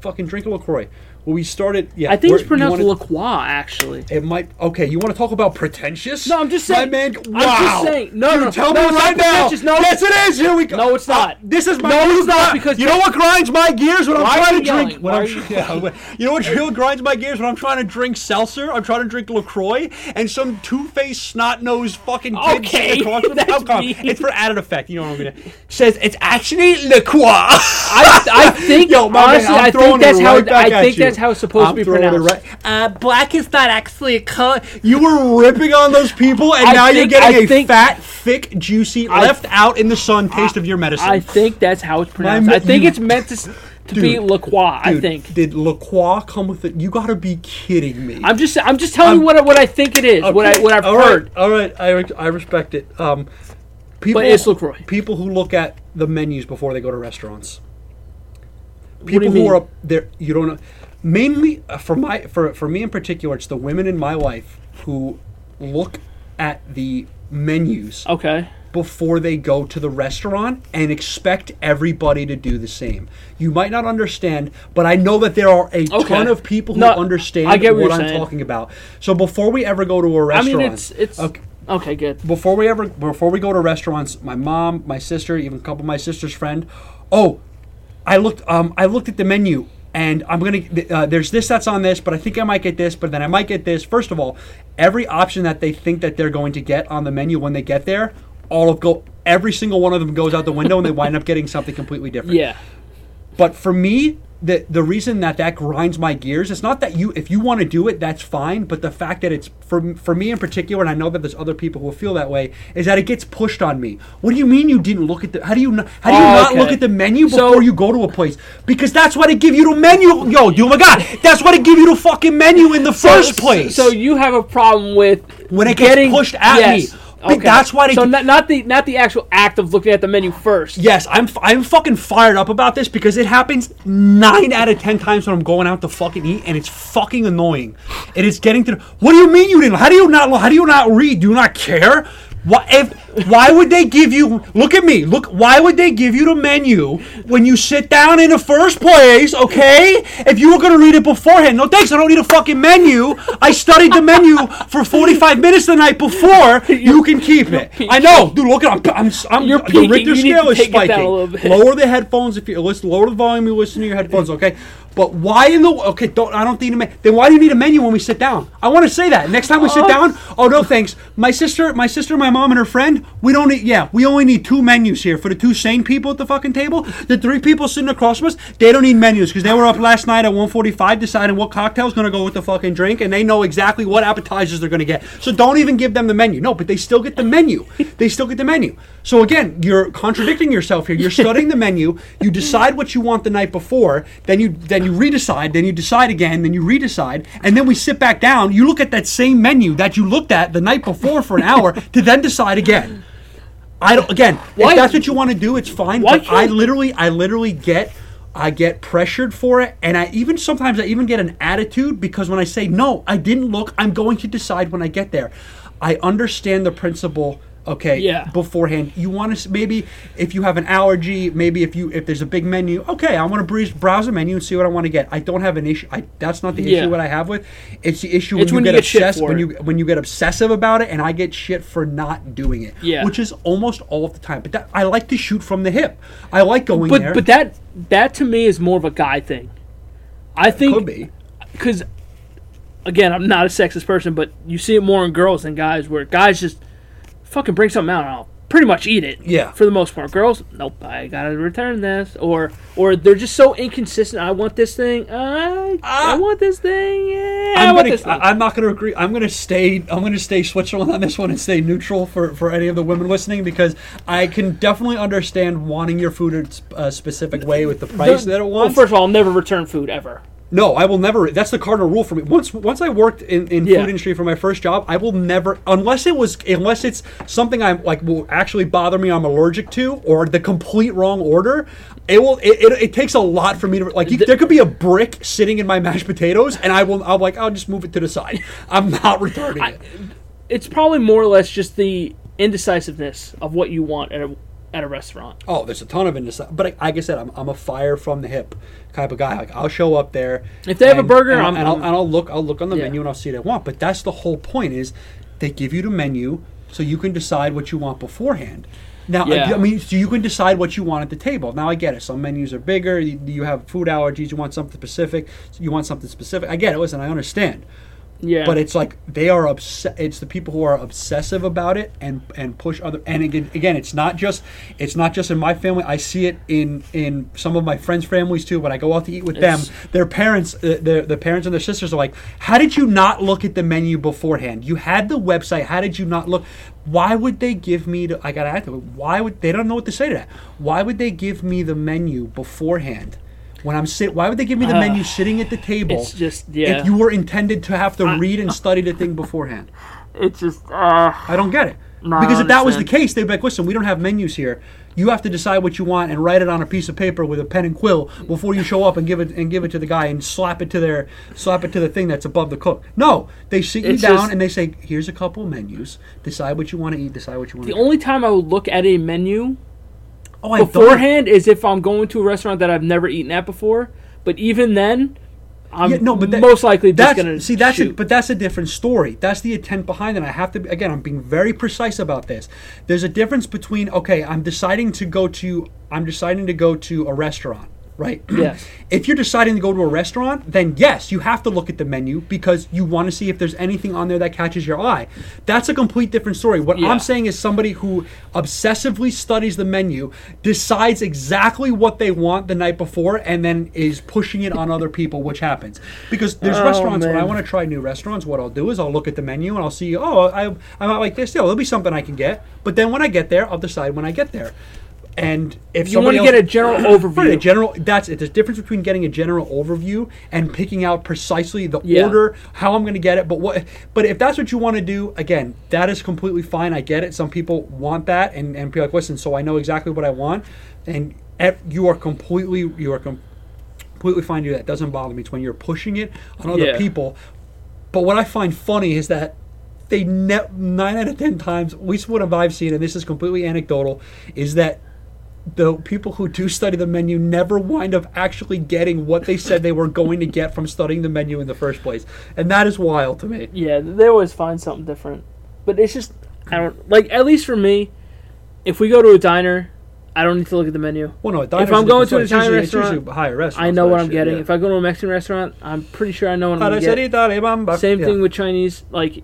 S2: fucking drink a Lacroix. Well, we started. Yeah,
S1: I think
S2: we're-
S1: it's
S2: you
S1: pronounced
S2: wanna-
S1: LaCroix, actually.
S2: It might. Okay, you want to talk about pretentious?
S1: No, I'm just saying-
S2: My man,
S1: I'm
S2: wow.
S1: just saying- no,
S2: Dude,
S1: no, no,
S2: tell
S1: no,
S2: me
S1: it's not
S2: right now.
S1: pretentious, no.
S2: yes, it is. Here we go.
S1: No, it's not.
S2: Uh, this is my.
S1: No, it's
S2: food
S1: not,
S2: grind-
S1: because-
S2: you know what grinds my gears when
S1: Why are
S2: I'm trying
S1: you
S2: to drink.
S1: yelling?
S2: When
S1: Why
S2: I'm,
S1: are you
S2: yeah,
S1: yelling?
S2: when- you know what really grinds my gears when I'm trying to drink seltzer. I'm trying to drink Lacroix, and some two-faced, snot-nosed fucking kid
S1: Okay,
S2: sitting across from me-
S1: that's
S2: Oh, come on.
S1: mean.
S2: It's for added effect. You know what I'm gonna says. It's actually Lacroix.
S1: I, I think
S2: Yo, my
S1: honestly,
S2: man, I'm
S1: I
S2: throwing
S1: think that's
S2: it
S1: how
S2: right
S1: it-
S2: back
S1: I
S2: at
S1: think
S2: you.
S1: that's how it's supposed to
S2: I'm
S1: be
S2: throwing it
S1: pronounced.
S2: right- Uh, black is not actually a color. You were ripping on those people, and
S1: I
S2: now you're
S1: think-
S2: getting
S1: I
S2: a
S1: think-
S2: fat, thick, juicy, left out in the sun taste of your medicine.
S1: I think that's how it's pronounced.
S2: ma-
S1: I think
S2: you-
S1: it's meant to, s- to be
S2: Dude,
S1: LaCroix. I
S2: Dude,
S1: think.
S2: Did LaCroix come with it? You gotta be kidding me.
S1: I'm just I'm just telling you what I, what I think it is. What I what I've
S2: All right,
S1: heard.
S2: all right, I, re- I respect it. Um, people,
S1: it's LaCroix.
S2: People who look at the menus before they go to restaurants.
S1: do
S2: People
S1: you
S2: who are
S1: mean?
S2: up there, you don't know. Mainly uh, for my for for me in particular, it's the women in my life who look at the menus
S1: Okay.
S2: before they go to the restaurant and expect everybody to do the same. You might not understand, but I know that there are a
S1: Okay.
S2: ton of people who
S1: No,
S2: understand
S1: I get what
S2: what,
S1: you're
S2: I'm
S1: saying.
S2: talking about. So before we ever go to a
S1: I
S2: restaurant,
S1: mean, it's it's
S2: okay,
S1: okay. good.
S2: before we ever before we go to restaurants, my mom, my sister, even a couple of my sister's friend, oh, I looked um I looked at the menu and I'm gonna th- uh, there's this that's on this, but I think I might get this, but then I might get this. First of all, every option that they think that they're going to get on the menu when they get there, all of go every single one of them goes out the window and they wind up getting something completely different.
S1: Yeah.
S2: But for me, the the reason that that grinds my gears, it's not that you if you want to do it, that's fine. But the fact that it's for for me in particular, and I know that there's other people who will feel that way, is that it gets pushed on me. What do you mean you didn't look at the? How do you not? How do you
S1: Oh,
S2: not
S1: okay.
S2: look at the menu
S1: So-
S2: before you go to a place? Because that's why they give you the menu. Yo, dude, oh my god, that's why they give you the fucking menu in the first
S1: So-
S2: place.
S1: So you have a problem with
S2: When it gets
S1: getting
S2: pushed at me. Be- that's why they
S1: So
S2: do-
S1: not, not the not the actual act of looking at the menu first.
S2: Yes, I'm f- I'm fucking fired up about this because it happens nine out of ten times when I'm going out to fucking eat, and it's fucking annoying. It is getting to. The, what do you mean you didn't? How do you not? How do you not read? Do you not care? Why if why would they give you? Look at me. Look. Why would they give you the menu when you sit down in the first place? Okay, if you were gonna read it beforehand, no thanks. I don't need a fucking menu. I studied the menu for forty five minutes the night before. You can keep it. I know, dude. Look at I'm I'm, I'm
S1: You're
S2: the
S1: peaking.
S2: Richter
S1: You need to
S2: scale is
S1: take it down
S2: spiking.
S1: a little bit.
S2: Lower the headphones if you listen. Lower the volume. You listen to your headphones, okay? But why in the okay? Don't I don't need a menu. Then why do you need a menu when we sit down? I want to say that next time we sit
S1: Oh.
S2: down. Oh no, thanks. My sister, my sister, my mom, and her friend. We don't need. Yeah, we only need two menus here for the two sane people at the fucking table. The three people sitting across from us, they don't need menus because they were up last night at 1:45 deciding what cocktail's gonna go with the fucking drink, and they know exactly what appetizers they're gonna get. So don't even give them the menu. No, but they still get the menu. They still get the menu. So again, you're contradicting yourself here. You're studying the menu. You decide what you want the night before. Then you then you redecide. Then you decide again. Then you redecide. And then we sit back down. You look at that same menu that you looked at the night before for an hour to then decide again. I don't. Again,
S1: Why-
S2: if that's what you want to do, it's fine.
S1: Why
S2: But I
S1: can't-
S2: literally, I literally get, I get pressured for it, and I even sometimes I even get an attitude because when I say no, I didn't look. I'm going to decide when I get there. I understand the principle. Okay.
S1: Yeah.
S2: Beforehand, you want to maybe if you have an allergy, maybe if you if there's a big menu, okay, I want to breeze, browse the menu and see what I want to get. I don't have an issue. I that's not the
S1: Yeah.
S2: issue what I have with. It's the issue
S1: It's
S2: when you get
S1: shit
S2: obsessed
S1: for
S2: when
S1: it.
S2: you when you get obsessive about it, and I get shit for not doing it.
S1: Yeah.
S2: Which is almost all of the time. But that I like to shoot from the hip. I like going
S1: But
S2: there.
S1: but that that to me is more of a guy thing. I think
S2: could be.
S1: because again, I'm not a sexist person, but you see it more in girls than guys, where guys just fucking bring something out and I'll pretty much eat it.
S2: Yeah.
S1: For the most part, girls, nope, I gotta return this, or or they're just so inconsistent. I want this thing, I I
S2: Ah.
S1: want this thing, yeah, I
S2: I'm,
S1: want
S2: gonna,
S1: this thing.
S2: I- I'm not going to agree. I'm going to stay. I'm going to stay Switzerland on this one and stay neutral for, for any of the women listening because I can definitely understand wanting your food in a uh, specific way with the price that it
S1: well,
S2: wants.
S1: first of all, I'll never return food ever.
S2: No, I will never. That's the cardinal rule for me. Once once I worked in, in
S1: Yeah.
S2: food industry for my first job, I will never unless it was unless it's something I'm like will actually bother me. I'm allergic to or the complete wrong order. It will. It, it, it takes a lot for me to like. You, there could be a brick sitting in my mashed potatoes, and I will. I'm like, I'll just move it to the side. I'm not returning it.
S1: It's probably more or less just the indecisiveness of what you want at a, at a restaurant.
S2: Oh, there's a ton of indecisive. But I- like I said, I'm, I'm a fire from the hip type of guy. Like I'll show up there.
S1: If they have a
S2: and-
S1: burger,
S2: and, I'll-
S1: I'm-
S2: and I'll,
S1: I'm-
S2: and I'll look. I'll look on the
S1: Yeah.
S2: menu and I'll see what I want. But that's the whole point is, they give you the menu so you can decide what you want beforehand. Now, I-
S1: Yeah.
S2: I, mean, so you can decide what you want at the table. Now, I get it. Some menus are bigger. You, you have food allergies. You want something specific. You want something specific. I get it. Listen, I understand.
S1: Yeah,
S2: But it's like they are obsessed. It's the people who are obsessive about it and and push other. And again, again, it's not just it's not just in my family. I see it in in some of my friends' families too. When I go out to eat with
S1: It's-
S2: them, their parents, uh, their the parents and their sisters are like, "How did you not look at the menu beforehand? You had the website. How did you not look? Why would they give me? The, I gotta ask them. Why would they don't know what to say to that? Why would they give me the menu beforehand? When I'm sit, why would they give
S1: Uh,
S2: me the menu sitting at the table?
S1: it's just yeah.
S2: if you were intended to have to read and study the thing beforehand.
S1: it's just uh,
S2: I don't get it.
S1: No, I
S2: because if that was the
S1: understand.
S2: case, they'd be like, listen, we don't have menus here. You have to decide what you want and write it on a piece of paper with a pen and quill before you show up and give it and give it to the guy and slap it to their slap it to the thing that's above the cook. No, they sit you
S1: It's
S2: down
S1: just-
S2: and they say, "Here's a couple menus. Decide what you want to eat. Decide what you want
S1: the
S2: to." eat.
S1: only time I would look at a menu
S2: Oh, I don't.
S1: beforehand is if I'm going to a restaurant that I've never eaten at before. But even then, I'm
S2: Yeah, no, but that-
S1: most likely just
S2: that's
S1: gonna
S2: see that's
S1: shoot.
S2: a, but that's a different story. That's the intent behind it. I have to be- again. I'm being very precise about this. There's a difference between okay. I'm deciding to go to I'm deciding to go to a restaurant, right?
S1: Yes.
S2: if you're deciding to go to a restaurant, then yes, you have to look at the menu because you want to see if there's anything on there that catches your eye. That's a complete different story. What
S1: Yeah.
S2: I'm saying is somebody who obsessively studies the menu, decides exactly what they want the night before, and then is pushing it on other people, which happens. Because there's restaurants when I
S1: Oh, man.
S2: want to try new restaurants, what I'll do is I'll look at the menu and I'll see, oh, I, I might like this. Yeah, there'll be something I can get. But then when I get there, I'll decide when I get there. And if
S1: you want to get a general
S2: Right, a
S1: overview.
S2: general. That's it. There's a difference between getting a general overview and picking out precisely the
S1: Yeah.
S2: order, how I'm going to get it. But what? But if that's what you want to do, again, that is completely fine. I get it. Some people want that and and be like, listen, so I know exactly what I want, and ev- you are completely you are com- completely fine. to do that doesn't bother me. It's when you're pushing it on other
S1: Yeah.
S2: people. But what I find funny is that they ne- nine out of ten times, at least what I've seen, and this is completely anecdotal, is that the people who do study the menu never wind up actually getting what they said they were going to get from studying the menu in the first place, and that is wild to me.
S1: yeah, they always find something different. But it's just I don't like at least for me, if we go to a diner, I don't need to look at the menu.
S2: Well, no, a diner's
S1: I'm
S2: a
S1: going
S2: different
S1: to an
S2: story. It's
S1: Italian
S2: usually- it's
S1: restaurant,
S2: usually higher restaurant.
S1: I know what I'm getting. If I go to a Mexican restaurant, I'm pretty sure I know what I'm gonna get. Same thing with Chinese. Like,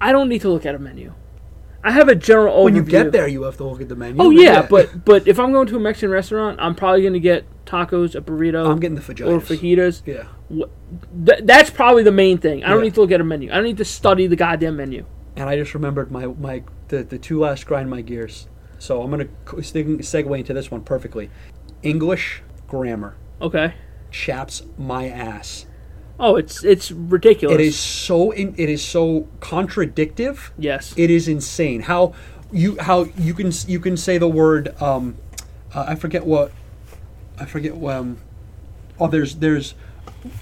S1: I don't need to look at a menu. I have a general overview.
S2: when you get there, you have to look at the menu.
S1: Oh yeah, but but if I'm going to a Mexican restaurant, I'm probably going to get tacos, a burrito,
S2: I'm getting the
S1: um, or fajitas.
S2: fajitas. yeah.
S1: Th- that's probably the main thing. I don't
S2: Yeah.
S1: need to look at a menu. I don't need to study the goddamn menu.
S2: and I just remembered my my the, the two last grind my gears. So I'm gonna co- seg- segue into this one perfectly. English grammar
S1: Okay.
S2: chaps my ass.
S1: Oh, it's it's ridiculous.
S2: It is so in, it is so contradictive.
S1: Yes.
S2: It is insane how you how you can s- you can say the word um, uh, I forget what I forget what, um oh there's there's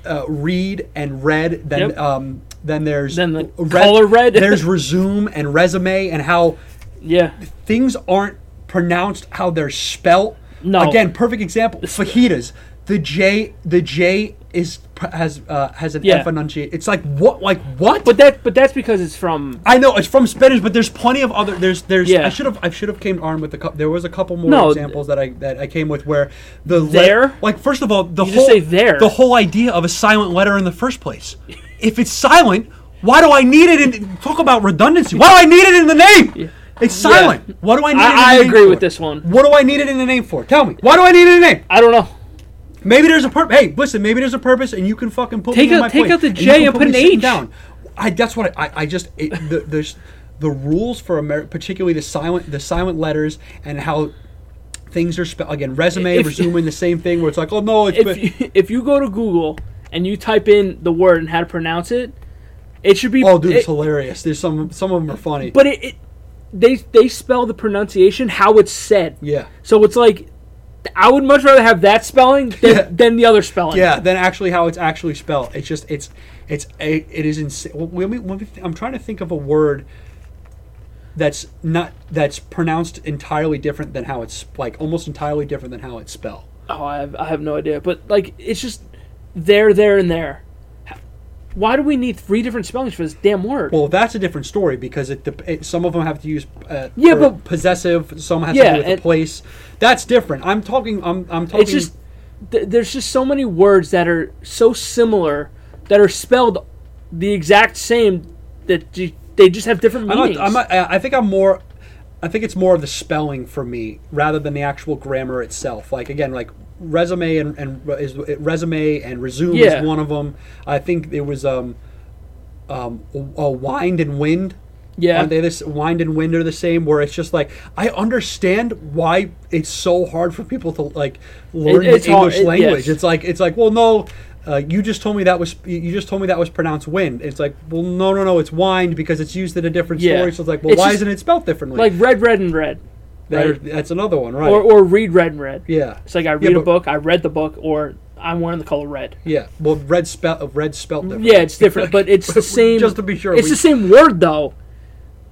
S2: uh, read and read then
S1: Yep.
S2: um then there's
S1: Then the
S2: re-
S1: color red.
S2: there's resume and resume and how
S1: Yeah.
S2: things aren't pronounced how they're spelt.
S1: No.
S2: Again, perfect example. Fajitas. The J. The J is pr- has uh, has an
S1: Yeah.
S2: F enunciate. It's like what? Like what?
S1: But that but that's because it's from
S2: I know it's from Spanish, but there's plenty of other. There's there's. I
S1: Yeah.
S2: should have I should have came armed with a couple. There was a couple more
S1: No,
S2: examples that I that I came with where the le-
S1: There?
S2: like first of all the
S1: You
S2: whole
S1: just say there.
S2: the whole idea of a silent letter in the first place. if it's silent, why do I need it? in Talk about redundancy. Why do I need it in the name? It's silent. What do I need? it in
S1: I-
S2: the
S1: I
S2: name
S1: agree
S2: for?
S1: with this one.
S2: What do I need it in the name for? Tell me. Why do I need it in the name?
S1: I don't know.
S2: Maybe there's a purpose. Hey, listen. Maybe there's a purpose, and you can fucking put
S1: Take
S2: me in
S1: out-
S2: my
S1: take
S2: place,
S1: out the J
S2: you can
S1: and put
S2: me
S1: an
S2: sitting
S1: H.
S2: down. I that's what I I, I just it, the, there's the rules for Ameri- particularly the silent the silent letters and how things are spelled again. Resume,
S1: If-
S2: resume, the same thing where it's like, oh no, it's been-
S1: If you, if you go to Google and you type in the word and how to pronounce it, it should be
S2: oh dude, it's
S1: it-
S2: hilarious. There's some some of them are funny.
S1: But it, it they they spell the pronunciation how it's said.
S2: yeah.
S1: So it's like I would much rather have that spelling than,
S2: Yeah.
S1: than the other spelling.
S2: Yeah, then actually how it's actually spelled. It's just it's it's a it is insane. Let me, let me th- I'm trying to think of a word that's not that's pronounced entirely different than how it's like almost entirely different than how it's spelled.
S1: Oh, I have, I have no idea. But like it's just there, there, and there. Why do we need three different spellings for this damn word?
S2: Well, that's a different story because it, dep- it some of them have to use uh,
S1: Yeah,
S2: for
S1: but-
S2: possessive. Some has to
S1: Yeah,
S2: do with the
S1: and-
S2: place. That's different. I'm talking. I'm I'm talking.
S1: it's just th- there's just so many words that are so similar that are spelled the exact same that you, they just have different
S2: I'm
S1: meanings.
S2: not, I'm not, I I think I'm more. I think it's more of the spelling for me rather than the actual grammar itself. Like again, like resume and, and re- is resume and resume
S1: Yeah.
S2: is one of them. I think it was um um a wind and wind.
S1: Yeah.
S2: Aren't they this wind and wind are the same? Where it's just like I understand why it's so hard for people to like learn
S1: it's
S2: the
S1: hard-
S2: English
S1: it-
S2: language.
S1: yes.
S2: It's like it's like well no. Uh, you just told me that was you just told me that was pronounced wind. It's like well no no no it's wind because it's used in a different
S1: Yeah.
S2: story. So it's like well
S1: It's
S2: why
S1: just-
S2: isn't it spelled differently?
S1: like red, red, and red,
S2: That-
S1: right?
S2: that's another one right?
S1: or or read red and red.
S2: yeah.
S1: It's like I
S2: Yeah,
S1: read
S2: but-
S1: a book, I read the book, or I'm wearing the color red.
S2: Yeah. Well red spell red spelt different.
S1: Mm, Yeah, it's different, but it's the same.
S2: Just to be sure
S1: it's
S2: we-
S1: the same word though.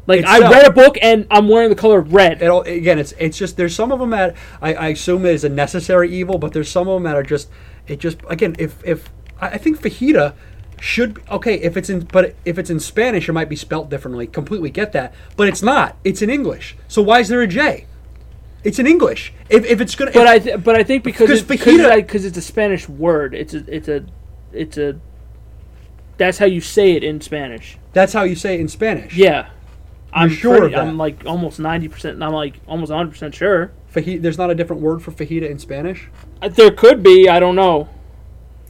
S1: Like I
S2: Itself.
S1: read a book and I'm wearing the color red.
S2: it all again it's it's just there's some of them that I, I assume is a necessary evil but there's some of them that are just it just again if if i I think fajita should be, okay if it's in but if it's in spanish it might be spelt differently completely get that but it's not it's in english so why is there a j it's in english if, if it's gonna
S1: But
S2: if-
S1: I th- but I think because
S2: Because
S1: it- because
S2: fajita-
S1: I- 'cause it's a Spanish word. It's a it's a it's a that's how you say it in Spanish.
S2: that's how you say it in spanish
S1: Yeah. I'm
S2: You're sure of
S1: pretty-
S2: that?
S1: I'm like almost 90%. I'm like almost 100% sure.
S2: Faji- there's not a different word for fajita in spanish
S1: Uh, There could be, I don't know.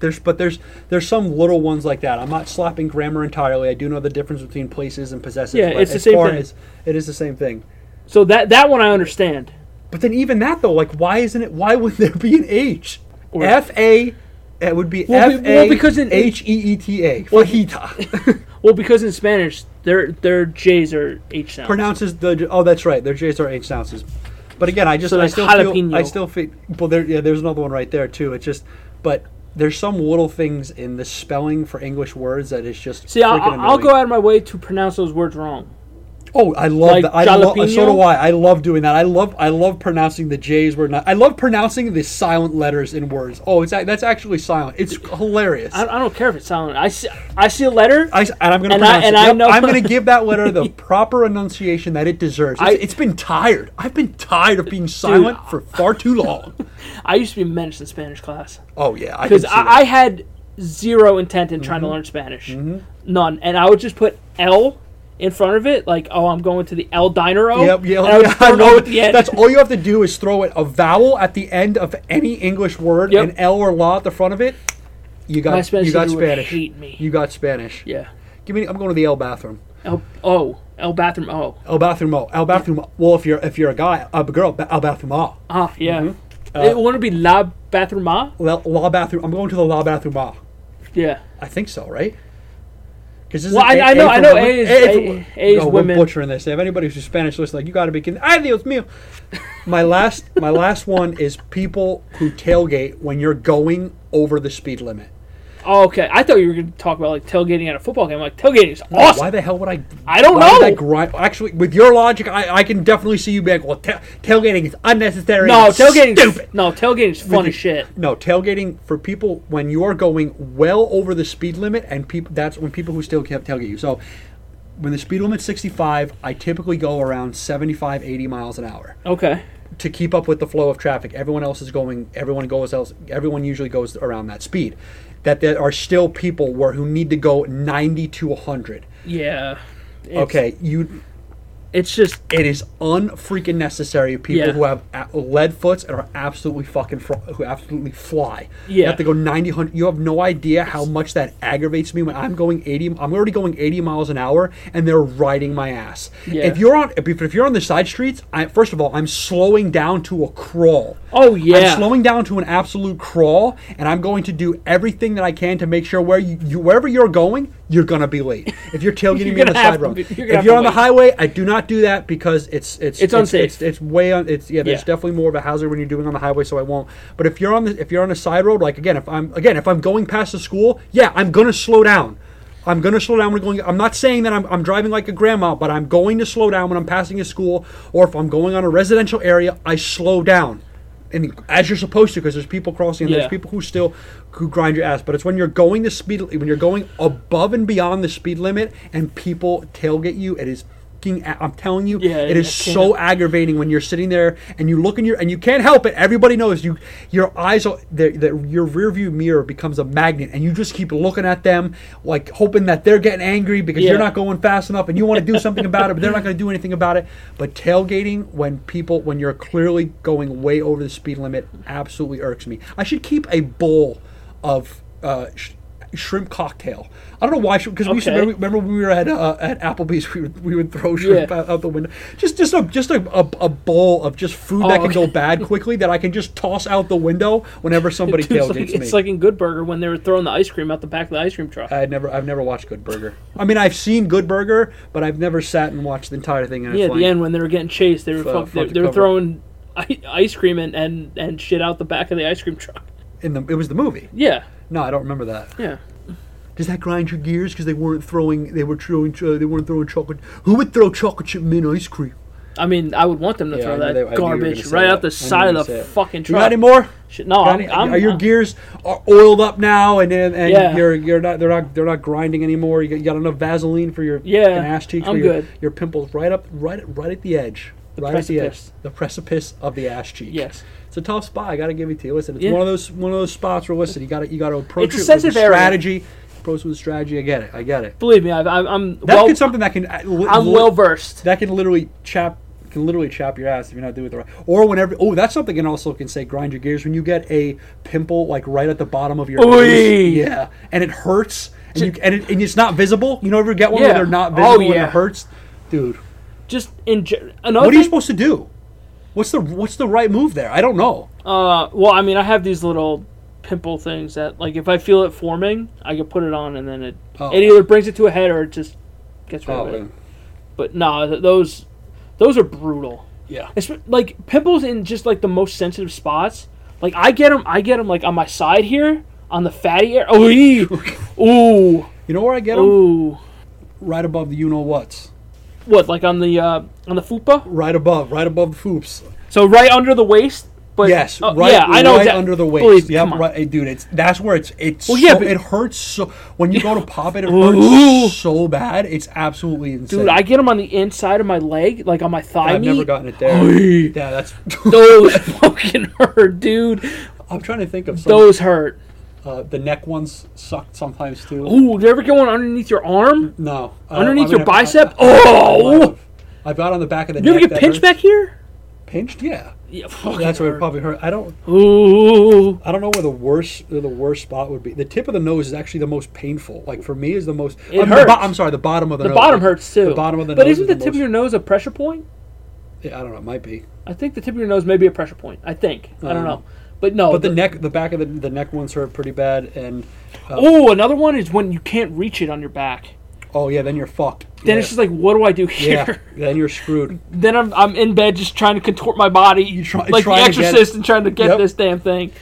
S2: There's but there's there's some little ones like that. I'm not slapping grammar entirely. I do know the difference between places and possessives.
S1: Yeah,
S2: but
S1: it's the
S2: as
S1: same
S2: far
S1: thing.
S2: as- it is the same thing.
S1: So that that one I understand.
S2: But then even that though, like why isn't it? Why would there be an H?
S1: Or-
S2: F A. It would be
S1: Well, be-
S2: F
S1: well,
S2: A
S1: because in-
S2: H E E T A. Fajita
S1: Well, because in Spanish, their their J's are H sounds.
S2: pronounces the. Oh, that's right. Their J's are H sounds. But again, I just
S1: So
S2: I
S1: like
S2: still feel
S1: jalapeno.
S2: I still feel. Well, there yeah, there's another one right there too. It's just but. There's some little things in the spelling for English words that is just
S1: See, I'll,
S2: freaking
S1: I'll I'll
S2: annoying.
S1: go out of my way to pronounce those words wrong.
S2: Oh, I love
S1: Like
S2: that. I love, so do
S1: jalapeno?
S2: I. I love doing that. I love I love pronouncing the J's were not. I love pronouncing the silent letters in words. Oh, it's a- that's actually silent. It's hilarious.
S1: I,
S2: I,
S1: I don't care if it's silent. I see, I see a letter.
S2: and I'm going to
S1: And I-
S2: pronounce
S1: and
S2: it.
S1: I
S2: Yep,
S1: know-
S2: I'm going to give that letter the proper enunciation that it deserves. It's,
S1: I-
S2: it's been tired. I've been tired of being silent for far too long.
S1: I used to be menaced in Spanish class
S2: Oh yeah, I can
S1: because
S2: see
S1: I, I
S2: that. Mm-hmm.
S1: had zero intent in trying to learn Spanish, none, and I would just put L in front of it, like oh, I'm going to the El Dinero.
S2: Yep, yeah, oh,
S1: and I would
S2: yeah,
S1: just throw
S2: I
S1: an
S2: know.
S1: O at the end.
S2: That's all you have to do is throw it a vowel at the end of any English word,
S1: Yep.
S2: an L or la at the front of it. You got
S1: My Spanish
S2: you got
S1: teacher would
S2: Spanish.
S1: hate me.
S2: You got Spanish.
S1: yeah.
S2: Give me. I'm going to the L bathroom.
S1: El, oh, El bathroom. Oh,
S2: L bathroom. oh, L bathroom. Well, if you're if you're a guy, a girl, ba- L bathroom. ah.
S1: ah, yeah.
S2: Mm-hmm.
S1: it
S2: Uh,
S1: wouldn't be La Bathruma.
S2: La, la bathroom. I'm going to the la bathroom. ah.
S1: Yeah.
S2: I think so, right? Because this
S1: Well,
S2: is
S1: I- I know- I
S2: for
S1: know
S2: women-
S1: A is- A-
S2: for-
S1: A is
S2: No,
S1: women.
S2: We're butchering this. If anybody who's Spanish listen, like you got to be kidding. Adios mío. My last, my last one is people who tailgate when you're going over the speed limit.
S1: Oh, okay. I thought you were going to talk about like tailgating at a football game. like tailgating is awesome.
S2: Why the hell would I?
S1: I don't
S2: why would
S1: know.
S2: I grind? Actually, with your logic, I, I can definitely see you being like, well, ta- tailgating is unnecessary.
S1: no,
S2: and
S1: tailgating.
S2: Stupid.
S1: No, tailgating is fun as shit.
S2: No, tailgating for people when you are going well over the speed limit, and people that's when people who still can't tailgate you. So, when the speed limit's 65, I typically go around 75, 80 miles an hour
S1: Okay.
S2: to keep up with the flow of traffic. Everyone else is going. Everyone goes else. Everyone usually goes around that speed. That there are still people where who need to go 90 to 100.
S1: Yeah. It's,
S2: Okay, you.
S1: It's just
S2: It is unfreaking necessary. People
S1: Yeah.
S2: who have a- lead foots and are absolutely fucking fr- who absolutely fly. You
S1: Yeah.
S2: have to go 90, 100. You have no idea how much that aggravates me when I'm going eighty. I'm already going eighty miles an hour, and they're riding my ass.
S1: Yeah.
S2: If you're on, if, if you're on the side streets, I, first of all, I'm slowing down to a crawl.
S1: Oh, yeah.
S2: I'm slowing down to an absolute crawl, and I'm going to do everything that I can to make sure where you, you wherever you're going, you're gonna be late. If you're tailgating me on
S1: gonna
S2: the
S1: have
S2: side
S1: to
S2: road,
S1: be- you're gonna
S2: if
S1: have
S2: you're
S1: to
S2: on the
S1: wait.
S2: highway, I do not do that because it's it's
S1: It's unsafe.
S2: It's, it's way on. It's yeah. There's
S1: Yeah.
S2: definitely more of a hazard when you're doing on the highway, so I won't. But if you're on the if you're on a side road, like again, if I'm again if I'm going past the school, yeah, I'm gonna slow down. I'm gonna slow down when I'm going. I'm not saying that I'm, I'm driving like a grandma, but I'm going to slow down when I'm passing a school or if I'm going on a residential area. I slow down, and as you're supposed to, because there's people crossing. And
S1: Yeah.
S2: There's people who still who grind your ass, but it's when you're going the speed when you're going above and beyond the speed limit, and people tailgate you. It is. fucking a- I'm telling you,
S1: Yeah,
S2: it is
S1: I
S2: so
S1: can't-
S2: aggravating when you're sitting there and you look in your and you can't help it. Everybody knows you. Your eyes, are, the, the, your rearview mirror becomes a magnet, and you just keep looking at them, like hoping that they're getting angry because
S1: Yeah.
S2: you're not going fast enough, and you want to do something about it, but they're not going to do anything about it. But tailgating when people when you're clearly going way over the speed limit absolutely irks me. I should keep a bowl of. Uh, sh- Shrimp cocktail. I don't know why, because we used to
S1: Okay.
S2: remember when we were at uh, at Applebee's, we would, we would throw shrimp
S1: Yeah.
S2: out, out the window. Just just a just a, a, a bowl of just food that
S1: Oh,
S2: can go
S1: okay.
S2: bad quickly that I can just toss out the window whenever somebody
S1: it's like,
S2: tailgates me.
S1: it's like in Good Burger when they were throwing the ice cream out the back of the ice cream truck.
S2: I never I've never watched Good Burger. I mean I've seen Good Burger, but I've never sat and watched the entire thing. And
S1: yeah,
S2: it's
S1: at the end when they were getting chased, they were
S2: Uh,
S1: fuck, they,
S2: front to
S1: they were
S2: cover.
S1: throwing i- ice cream and, and and shit out the back of the ice cream truck.
S2: in the it was the movie.
S1: Yeah.
S2: No, I don't remember that.
S1: Yeah.
S2: Does that grind your gears? Because they weren't throwing they were throwing uh, they weren't throwing chocolate. Who would throw chocolate chip mint ice cream?
S1: I mean, I would want them to
S2: Yeah, I
S1: throw
S2: knew
S1: that
S2: they- I knew you were
S1: garbage
S2: gonna say
S1: right out
S2: that. I
S1: the
S2: knew
S1: side
S2: you
S1: of
S2: were
S1: the
S2: gonna say it.
S1: fucking
S2: You
S1: truck.
S2: got any more?
S1: Shit, no,
S2: Got
S1: I'm,
S2: it?
S1: I'm,
S2: are your
S1: I'm-
S2: gears are oiled up now, and and, and
S1: Yeah.
S2: you're you're not they're not they're not grinding anymore. You got, you got enough Vaseline for your
S1: Yeah,
S2: fucking ass cheeks.
S1: I'm
S2: where your-
S1: good.
S2: Your, pimples right up right right at the edge, right at the edge,
S1: precipice.
S2: the precipice of the ass cheek.
S1: Yes.
S2: It's a tough spot. I got to give it to you. Listen, it's
S1: Yeah.
S2: one of those one of those spots where listen, you got to you got to approach
S1: It's a
S2: it
S1: sensitive
S2: with a
S1: area.
S2: strategy. Approach it with a strategy. I get it. I get it.
S1: Believe me, I've, I'm I'm
S2: That
S1: well,
S2: could something that can. uh, li-
S1: I'm
S2: li-
S1: well versed.
S2: that can literally chap can literally chap your ass if you're not doing it the right. Or whenever oh, that's something and also can say grind your gears when you get a pimple like right at the bottom of your
S1: Oy.
S2: nose. Yeah, and it hurts and you and, it, and it's not visible. You know, ever get one where
S1: Yeah.
S2: they're not
S1: Oh,
S2: visible and
S1: yeah.
S2: it hurts, dude.
S1: Just in ge- another.
S2: What are you
S1: thing-
S2: supposed to do? What's the what's the right move there? I don't know.
S1: Uh, well, I mean, I have these little pimple things that, like, if I feel it forming, I can put it on, and then it
S2: Oh.
S1: it either brings it to a head or it just gets rid of it. But no, th- those those are brutal.
S2: yeah.
S1: It's, like pimples in just like the most sensitive spots. Like I get them, I get them like on my side here, on the fatty area. Oh, ee. ooh,
S2: You know where I get them?
S1: ooh.
S2: Right above the you know what's.
S1: What like on the uh, on the fupa?
S2: Right above, right above the foops.
S1: So right under the waist. But
S2: Yes,
S1: oh,
S2: right.
S1: yeah, I know
S2: right
S1: exact-
S2: under the waist.
S1: Believe-
S2: yep,
S1: come on.
S2: right, eh, dude. It's that's where it's it's.
S1: Well, yeah,
S2: so-
S1: but-
S2: it hurts so when you go to pop it. It
S1: Ooh.
S2: hurts so bad. It's absolutely insane.
S1: Dude, I get them on the inside of my leg, like on my thigh.
S2: I've never
S1: meat.
S2: gotten it there.
S1: Oy.
S2: yeah, that's.
S1: Those fucking hurt, dude.
S2: I'm trying to think of some.
S1: Those hurt.
S2: Uh, the neck ones sucked sometimes too.
S1: Ooh, you ever get one underneath your arm?
S2: No, uh,
S1: Underneath
S2: I
S1: your
S2: mean, I- I-
S1: bicep?
S2: I- I might
S1: oh!
S2: have. I've got on the back of the
S1: You ever
S2: neck.
S1: get
S2: that
S1: pinched
S2: hurts.
S1: back here?
S2: Pinched? Yeah.
S1: Yeah, fucking
S2: That's where it
S1: hurt.
S2: probably hurt. I don't.
S1: Ooh.
S2: I don't know where the worst where the worst spot would be. The tip of the nose is actually the most painful. Like for me, is the most.
S1: It
S2: I mean, The
S1: hurts.
S2: bo- I'm sorry, the bottom of the,
S1: The
S2: nose.
S1: bottom hurts too.
S2: The bottom of the
S1: But
S2: nose.
S1: isn't
S2: is
S1: the tip of
S2: most-
S1: your nose a pressure point?
S2: Yeah, I don't know. It might be.
S1: I think the tip of your nose may be a pressure point. I think. I
S2: Um,
S1: don't know. But no.
S2: But the neck, the back of the, the neck ones hurt pretty bad, and uh,
S1: Ooh, another one is when you can't reach it on your back.
S2: Oh yeah, then you're fucked.
S1: Then
S2: yeah.
S1: it's just like, what do I do here?
S2: yeah, then you're screwed.
S1: then I'm, I'm in bed just trying to contort my body,
S2: try-
S1: like the
S2: trying to get-
S1: Exorcist, and trying to get
S2: Yep.
S1: this damn thing.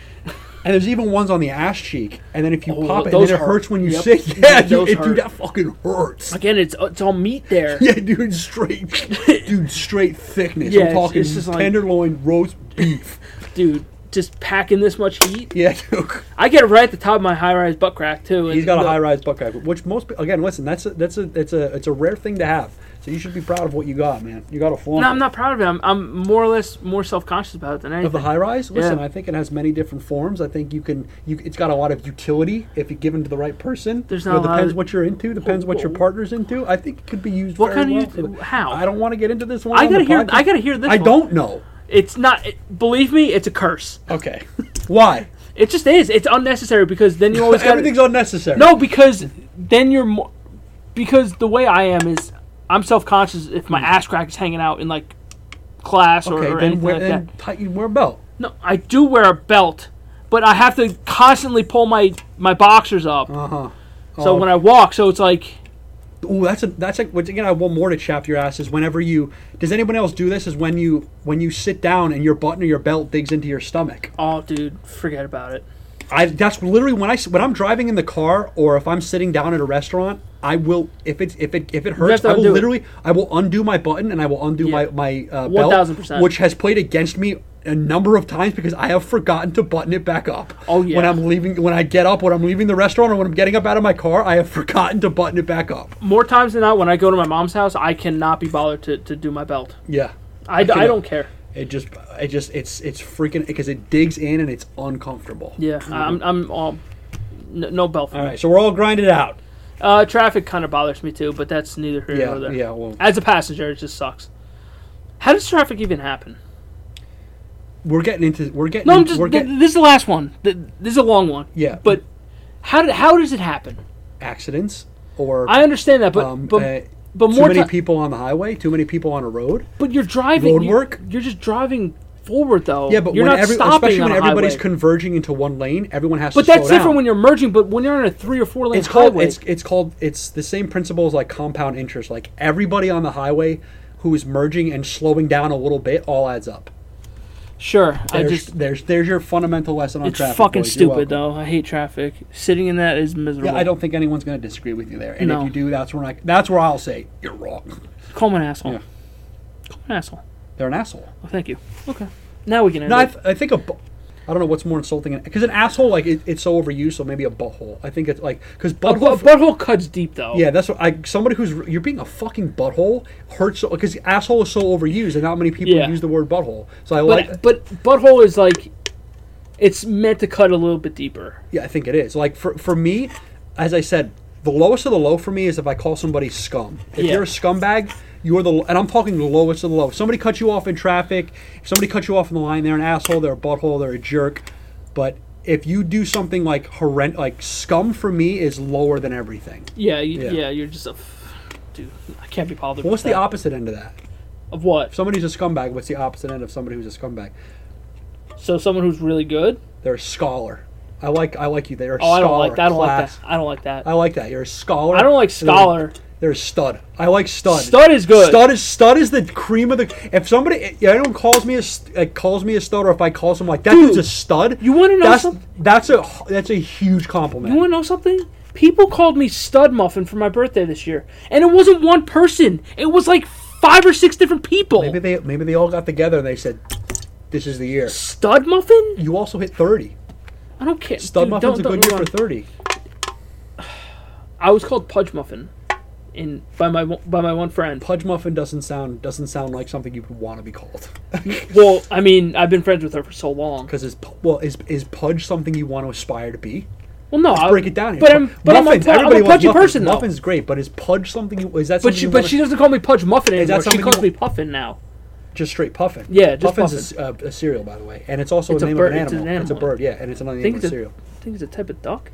S2: And there's even ones on the ass cheek. And then if you
S1: Oh,
S2: pop it, and
S1: those
S2: then it
S1: hurt.
S2: hurts when you
S1: Yep.
S2: sit. Yeah,
S1: Those
S2: dude, it, dude,
S1: hurt.
S2: that fucking hurts.
S1: Again, it's it's all meat there.
S2: Yeah, dude, straight, dude, straight thickness.
S1: Yeah,
S2: I'm
S1: it's-
S2: talking
S1: it's just like-
S2: tenderloin roast beef.
S1: Dude, just packing this much heat.
S2: Yeah, dude.
S1: I get it right at the top of my high rise butt crack too. and
S2: He's got a
S1: the-
S2: high rise buck guy, which most pe- again, listen, that's a, that's a it's a it's a rare thing to have. So you should be proud of what you got, man. You got a flaunt.
S1: No, I'm not proud of it. I'm, I'm more or less more self conscious about it than anything.
S2: Of the high rise, listen.
S1: Yeah.
S2: I think it has many different forms. I think you can. You, it's got a lot of utility if you give it to the right person.
S1: There's
S2: You
S1: not
S2: know,
S1: a lot
S2: depends
S1: of-
S2: what you're into. Depends what your
S1: Wh-
S2: partner's into. I think it could be used.
S1: What
S2: very
S1: kind of
S2: well
S1: ut-
S2: for the-
S1: how?
S2: I don't want to get into this one.
S1: I
S2: on
S1: gotta
S2: the
S1: hear.
S2: podcast.
S1: I gotta hear this.
S2: I
S1: one.
S2: don't know.
S1: It's not. It, believe me, it's a curse.
S2: Okay. Why?
S1: It just is. It's unnecessary because then you always got.
S2: Everything's unnecessary.
S1: No, because then you're more. Because the way I am is, I'm self conscious if my ass crack is hanging out in like class or,
S2: Hmm. Okay,
S1: or
S2: then
S1: anything
S2: wear,
S1: like
S2: then
S1: that.
S2: tighten, wear a belt.
S1: No, I do wear a belt, but I have to constantly pull my my boxers up.
S2: Uh huh.
S1: so when I walk, so it's like
S2: Ooh, that's a, that's like which again I have one more to chap your ass is whenever you does anyone else do this is when you when you sit down and your button or your belt digs into your stomach.
S1: Oh, dude, forget about it.
S2: I that's literally when I s- when I'm driving in the car or if I'm sitting down at a restaurant, I will if it's if it if it
S1: have
S2: hurts,
S1: to
S2: I will
S1: undo it.
S2: literally I will undo my button and I will undo
S1: Yeah.
S2: my my uh, belt,
S1: 1000%.
S2: which has played against me a number of times because I have forgotten to button it back up.
S1: Oh, yeah.
S2: When I'm leaving, when I get up, when I'm leaving the restaurant, or when I'm getting up out of my car, I have forgotten to button it back up.
S1: More times than not, when I go to my mom's house, I cannot be bothered to, to do my belt.
S2: Yeah.
S1: I, d- I
S2: cannot-
S1: don't care.
S2: It just, it just, it's, it's freaking because it digs in and it's uncomfortable.
S1: Yeah, I'm I'm all n- no belt. For
S2: All
S1: me.
S2: right, so we're all grinded out.
S1: Uh, traffic kind of bothers me too, but that's neither here
S2: Yeah,
S1: nor there.
S2: yeah. Well,
S1: As a passenger, it just sucks. How does traffic even happen?
S2: we're getting into, we're getting,
S1: No, I'm
S2: in-
S1: just.
S2: we're
S1: th-
S2: getting
S1: this is the last one. Th- This is a long one.
S2: Yeah.
S1: But how did how does it happen?
S2: accidents or
S1: I understand that, but
S2: um,
S1: but,
S2: uh,
S1: but
S2: too
S1: more
S2: many
S1: ti-
S2: people on the highway, too many people on a road.
S1: but you're driving
S2: road
S1: you're,
S2: work?
S1: You're just driving forward though.
S2: Yeah, but
S1: you're
S2: when
S1: not
S2: every,
S1: stopping
S2: especially
S1: on
S2: when
S1: a
S2: everybody's
S1: highway.
S2: converging into one lane, everyone has
S1: But
S2: to. slow
S1: that's different
S2: down.
S1: when you're merging. But when you're on a three or four lane
S2: it's
S1: highway,
S2: called it's it's called it's the same principle as like compound interest. Like everybody on the highway who is merging and slowing down a little bit all adds up.
S1: sure. I
S2: There's,
S1: just
S2: there's there's your fundamental lesson on
S1: it's
S2: traffic.
S1: fucking
S2: boys. You're
S1: stupid though.
S2: welcome.
S1: I hate traffic. Sitting in that is miserable.
S2: Yeah, I don't think anyone's going to disagree with you there. And
S1: No.
S2: if you do, that's where I, that's where I'll say you're wrong.
S1: call me an asshole.
S2: Yeah.
S1: Call me an asshole.
S2: They're an asshole.
S1: Well, thank you. Okay. Now we can end
S2: No, I,
S1: it.
S2: th- I think a, bu- I don't know what's more insulting because an asshole like it, it's so overused. So maybe a butthole. I think it's like because
S1: A bu- a
S2: butthole.
S1: butthole cuts deep though.
S2: yeah, that's what I. Somebody who's r- you're being a fucking butthole hurts because asshole is so overused, and not many people
S1: Yeah.
S2: use the word butthole. So I
S1: But
S2: like. uh,
S1: but butthole is like, it's meant to cut a little bit deeper.
S2: Yeah, I think it is. Like for for me, as I said, the lowest of the low for me is if I call somebody scum. If
S1: Yeah.
S2: you're a scumbag, you're the and I'm talking the lowest of the low. If somebody cuts you off in traffic, if somebody cuts you off in the line, they're an asshole, they're a butthole, they're a jerk. But if you do something like horrend, like scum for me is lower than everything.
S1: Yeah. You,
S2: Yeah.
S1: yeah. You're just a. F- Dude, I can't be bothered.
S2: But what's
S1: with
S2: the
S1: that.
S2: opposite end of that?
S1: of what?
S2: If somebody's a scumbag, what's the opposite end of somebody who's a scumbag?
S1: So someone who's really good.
S2: They're a scholar. I like I like you. They're a
S1: Oh, I
S2: scholar.
S1: don't like that. I don't like
S2: class.
S1: that. I don't like that.
S2: I like that. You're a scholar.
S1: I don't like
S2: They're-
S1: scholar.
S2: They're stud. I like stud.
S1: Stud is good.
S2: Stud is stud is the cream of the. If somebody, if anyone calls me a st- like calls me a stud, or if I call someone like that
S1: Dude,
S2: dude's a stud,
S1: you wanna know
S2: that's,
S1: something?
S2: That's a that's a huge compliment.
S1: You want to know something? People called me stud muffin for my birthday this year, and it wasn't one person. It was like five or six different people.
S2: maybe they maybe they all got together and they said, "This is the year."
S1: Stud muffin?
S2: You also hit thirty.
S1: I don't care.
S2: Stud
S1: Dude,
S2: muffin's
S1: don't-
S2: a good
S1: don't-
S2: year for thirty.
S1: I was called pudge muffin, in by my one- by my one friend.
S2: Pudge muffin doesn't sound doesn't sound like something you would want to be called.
S1: Well, I mean, I've been friends with her for so long.
S2: Because is pu- well is is pudge something you want to aspire to be?
S1: Well, no, I
S2: break it down. Here.
S1: But I'm but
S2: Muffins,
S1: I'm a, pu- I'm a
S2: loves
S1: pudgy
S2: muffins.
S1: person though.
S2: Muffin's great, but is Pudge something? You, is that
S1: But
S2: something
S1: she
S2: you
S1: but
S2: wanna-
S1: she doesn't call me pudge muffin
S2: Is that
S1: anymore. She
S2: something you
S1: calls
S2: want-
S1: me puffin now.
S2: just straight puffin?
S1: Yeah, just
S2: puffins is uh, a cereal, by the way, and it's also
S1: It's
S2: a
S1: a
S2: name
S1: bird-
S2: of an
S1: it's an
S2: animal. It's a
S1: animal.
S2: bird, yeah, and it's another
S1: think
S2: name
S1: it's
S2: of
S1: a-
S2: cereal.
S1: I think it's a type of duck.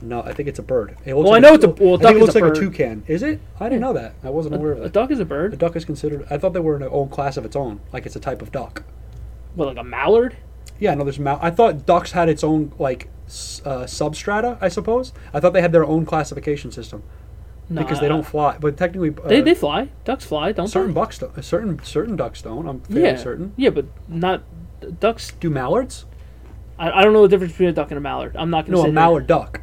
S2: No, I think it's a bird. It looks
S1: Well, I
S2: like
S1: know
S2: a-
S1: it's a- well,
S2: I think
S1: duck
S2: it
S1: is
S2: looks
S1: a
S2: like
S1: bird.
S2: a toucan. Is it? I didn't know that. I wasn't aware of
S1: A
S2: that.
S1: duck is a
S2: A
S1: bird.
S2: duck is considered. I thought they were in their own class of its own, like it's a type of duck.
S1: Well, like a mallard.
S2: Yeah, no, there's mal- I thought ducks had its own like s- uh, substrata. I suppose. I thought they had their own classification system.
S1: No,
S2: because
S1: I-
S2: they don't fly. But technically, uh,
S1: They, they fly. Ducks fly, don't
S2: certain
S1: they?
S2: bucks, do- certain certain ducks don't. I'm fairly
S1: Yeah.
S2: certain.
S1: Yeah, but not ducks.
S2: Do mallards?
S1: I, I don't know the difference between a duck and a mallard. I'm not gonna
S2: No,
S1: say
S2: a
S1: that.
S2: mallard duck.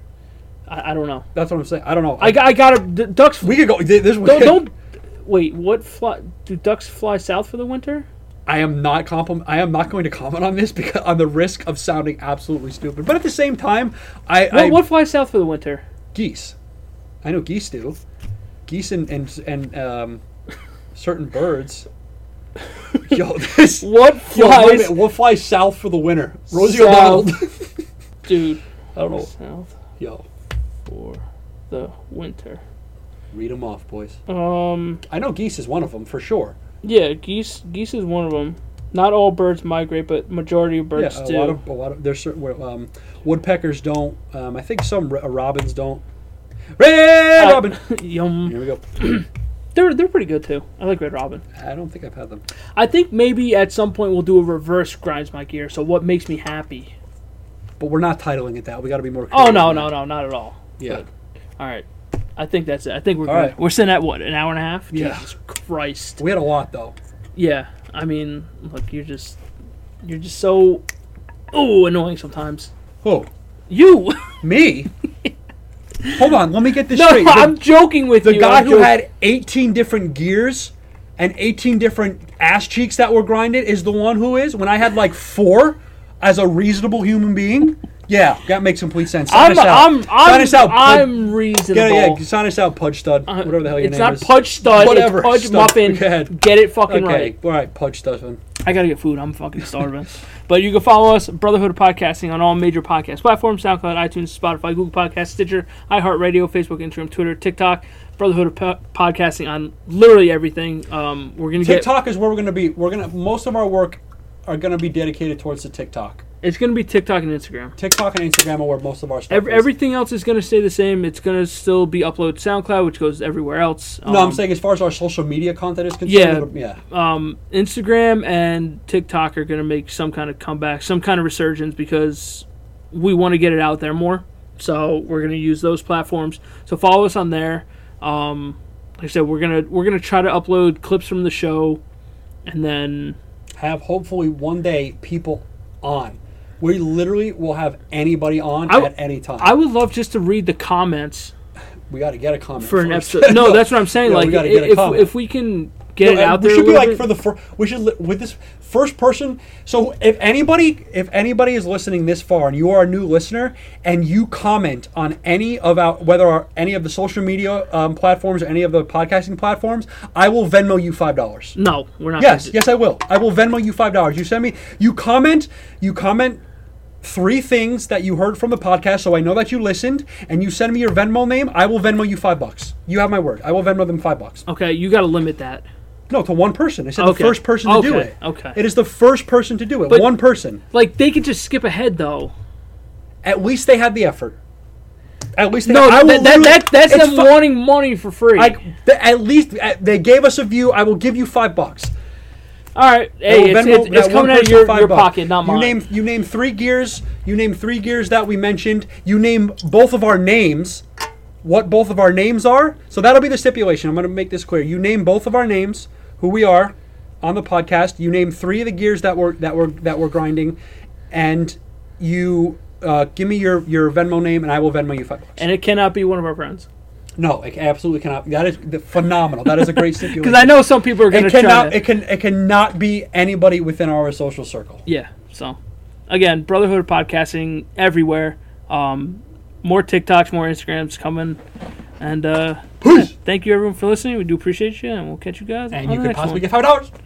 S1: I, I don't know.
S2: That's what I'm saying. I don't know.
S1: I got I got a d- ducks.
S2: we could go. th- This
S1: don't don't wait. What fly? Do ducks fly south for the winter?
S2: I am not compliment. I am not going to comment on this because on the risk of sounding absolutely stupid. But at the same time, I,
S1: What,
S2: I
S1: what flies south for the winter?
S2: geese. I know geese do. Geese and and and um, certain birds. Yo, this.
S1: What
S2: Yo, wait a
S1: flies,
S2: minute, we'll fly south for the winter. Rosie
S1: South.
S2: O'Donnell.
S1: dude?
S2: I don't know.
S1: South
S2: Yo,
S1: for the winter.
S2: read them off, boys.
S1: Um.
S2: I know geese is one of them for sure.
S1: Yeah, geese. Geese is one of them. Not all birds migrate, but majority of birds
S2: yeah, a
S1: do.
S2: lot of a lot of there's certain where, um, woodpeckers don't. Um, I think some r- robins don't. Red
S1: Uh,
S2: robin.
S1: Yum.
S2: Here we go.
S1: They're they're pretty good too. I like Red Robin.
S2: I don't think I've had them.
S1: I think maybe at some point we'll do a reverse grinds my gear. So what makes me happy?
S2: But we're not titling it that. We got to be more.
S1: Oh
S2: creative
S1: no
S2: than
S1: no
S2: that.
S1: no not at all.
S2: Yeah.
S1: All right. I think that's it. I think we're
S2: All
S1: good.
S2: right.
S1: We're sitting at what an hour and a half.
S2: Yeah.
S1: Jesus Christ.
S2: We had a lot though.
S1: Yeah. I mean, look, you're just you're just so oh annoying sometimes.
S2: Oh,
S1: You.
S2: me? Hold on. Let me get this
S1: no,
S2: straight. The,
S1: I'm joking with
S2: the
S1: you.
S2: guy
S1: I'm
S2: who
S1: joking.
S2: had 18 different gears and 18 different ass cheeks that were grinded is the one who is when I had like four as a reasonable human being. Yeah, that makes complete sense.
S1: I'm
S2: Sign us out.
S1: I'm
S2: Sign
S1: I'm,
S2: us out. Pud-
S1: I'm reasonable.
S2: yeah, yeah, sign us out, Pudge Stud.
S1: Uh,
S2: whatever the hell your
S1: it's
S2: name
S1: not
S2: is.
S1: Pudge Stud.
S2: Whatever,
S1: It's Pudge
S2: Stud.
S1: Muffin.
S2: Go ahead.
S1: Get it fucking
S2: okay,
S1: right.
S2: all right, Pudge Stud.
S1: I gotta get food. I'm fucking starving. but you can follow us, Brotherhood of Podcasting, on all major podcast platforms: SoundCloud, iTunes, Spotify, Google Podcasts, Stitcher, iHeartRadio, Facebook, Instagram, Twitter, TikTok. Brotherhood of po- Podcasting on literally everything. Um, we're gonna get.
S2: TikTok is where we're gonna be. We're gonna most of our work are gonna be dedicated towards the TikTok.
S1: It's gonna be TikTok and Instagram.
S2: TikTok and Instagram are where most of our stuff.
S1: Every,
S2: is.
S1: everything else is gonna stay the same. It's gonna still be upload to SoundCloud, which goes everywhere else.
S2: no, I'm
S1: Um,
S2: saying as far as our social media content is concerned.
S1: Yeah.
S2: it'll- yeah.
S1: um, Instagram and TikTok are going to make some kind of comeback, some kind of resurgence because we want to get it out there more. So we're going to use those platforms. So follow us on there. Um, like I said, we're gonna we're gonna try to upload clips from the show, and then
S2: Have hopefully one day people on. We literally will have anybody on
S1: I w-
S2: at any time.
S1: I would love just to read the comments
S2: we got to get a comment
S1: for an
S2: first.
S1: episode. No, that's what I'm saying.
S2: Yeah, we
S1: like
S2: gotta get a
S1: if,
S2: comment.
S1: if we can get it
S2: And
S1: out
S2: we
S1: there,
S2: should
S1: a
S2: be
S1: little
S2: like
S1: bit-
S2: for the fir- we should li- with this first person. So if anybody if anybody is listening this far and you are a new listener and you comment on any of our whether our, any of the social media um, platforms or any of the podcasting platforms, I will Venmo you five dollars.
S1: no, we're not.
S2: Yes,
S1: gonna do-
S2: yes, I will. I will Venmo you five dollars. You send me. You comment. You comment three things that you heard from the podcast, so I know that you listened. And you send me your Venmo name. I will Venmo you five bucks. You have my word. I will Venmo them five bucks.
S1: Okay, you got to limit that.
S2: No, to one person. I said
S1: Okay.
S2: the first person to do
S1: Okay,
S2: it.
S1: okay.
S2: It is the first person to do it.
S1: But-
S2: one person.
S1: Like they could just skip ahead though.
S2: At least they had the effort. At least they
S1: No,
S2: I will
S1: that, that,
S2: literally-
S1: that, that's
S2: it's
S1: them
S2: fu-
S1: wanting money for free.
S2: I, th- at least uh, they gave us a view. I will give you five bucks.
S1: All right,
S2: I will
S1: hey, it's,
S2: Venmo
S1: it's, it's
S2: that one
S1: coming out of
S2: person
S1: your,
S2: five
S1: your
S2: bucks.
S1: pocket, not mine.
S2: You name you name three gears. You name three gears that we mentioned. You name both of our names. What both of our names are. So that'll be the stipulation. I'm going to make this clear. You name both of our names, who we are, on the podcast. You name three of the gears that were that were that were grinding, and you uh, give me your your Venmo name, and I will Venmo you five bucks.
S1: and it cannot be one of our friends
S2: no, it absolutely cannot. That is the- phenomenal. That is a great stipulation.
S1: because I know some people are going to
S2: It
S1: try
S2: cannot.
S1: that.
S2: It can. It cannot be anybody within our social circle.
S1: yeah. So, again, Brotherhood of Podcasting everywhere. Um, more TikToks, more Instagrams coming, and uh, yeah, thank you everyone for listening. We do appreciate you, and we'll catch you guys.
S2: and
S1: on
S2: you
S1: the
S2: could
S1: next
S2: possibly
S1: one.
S2: get five dollars.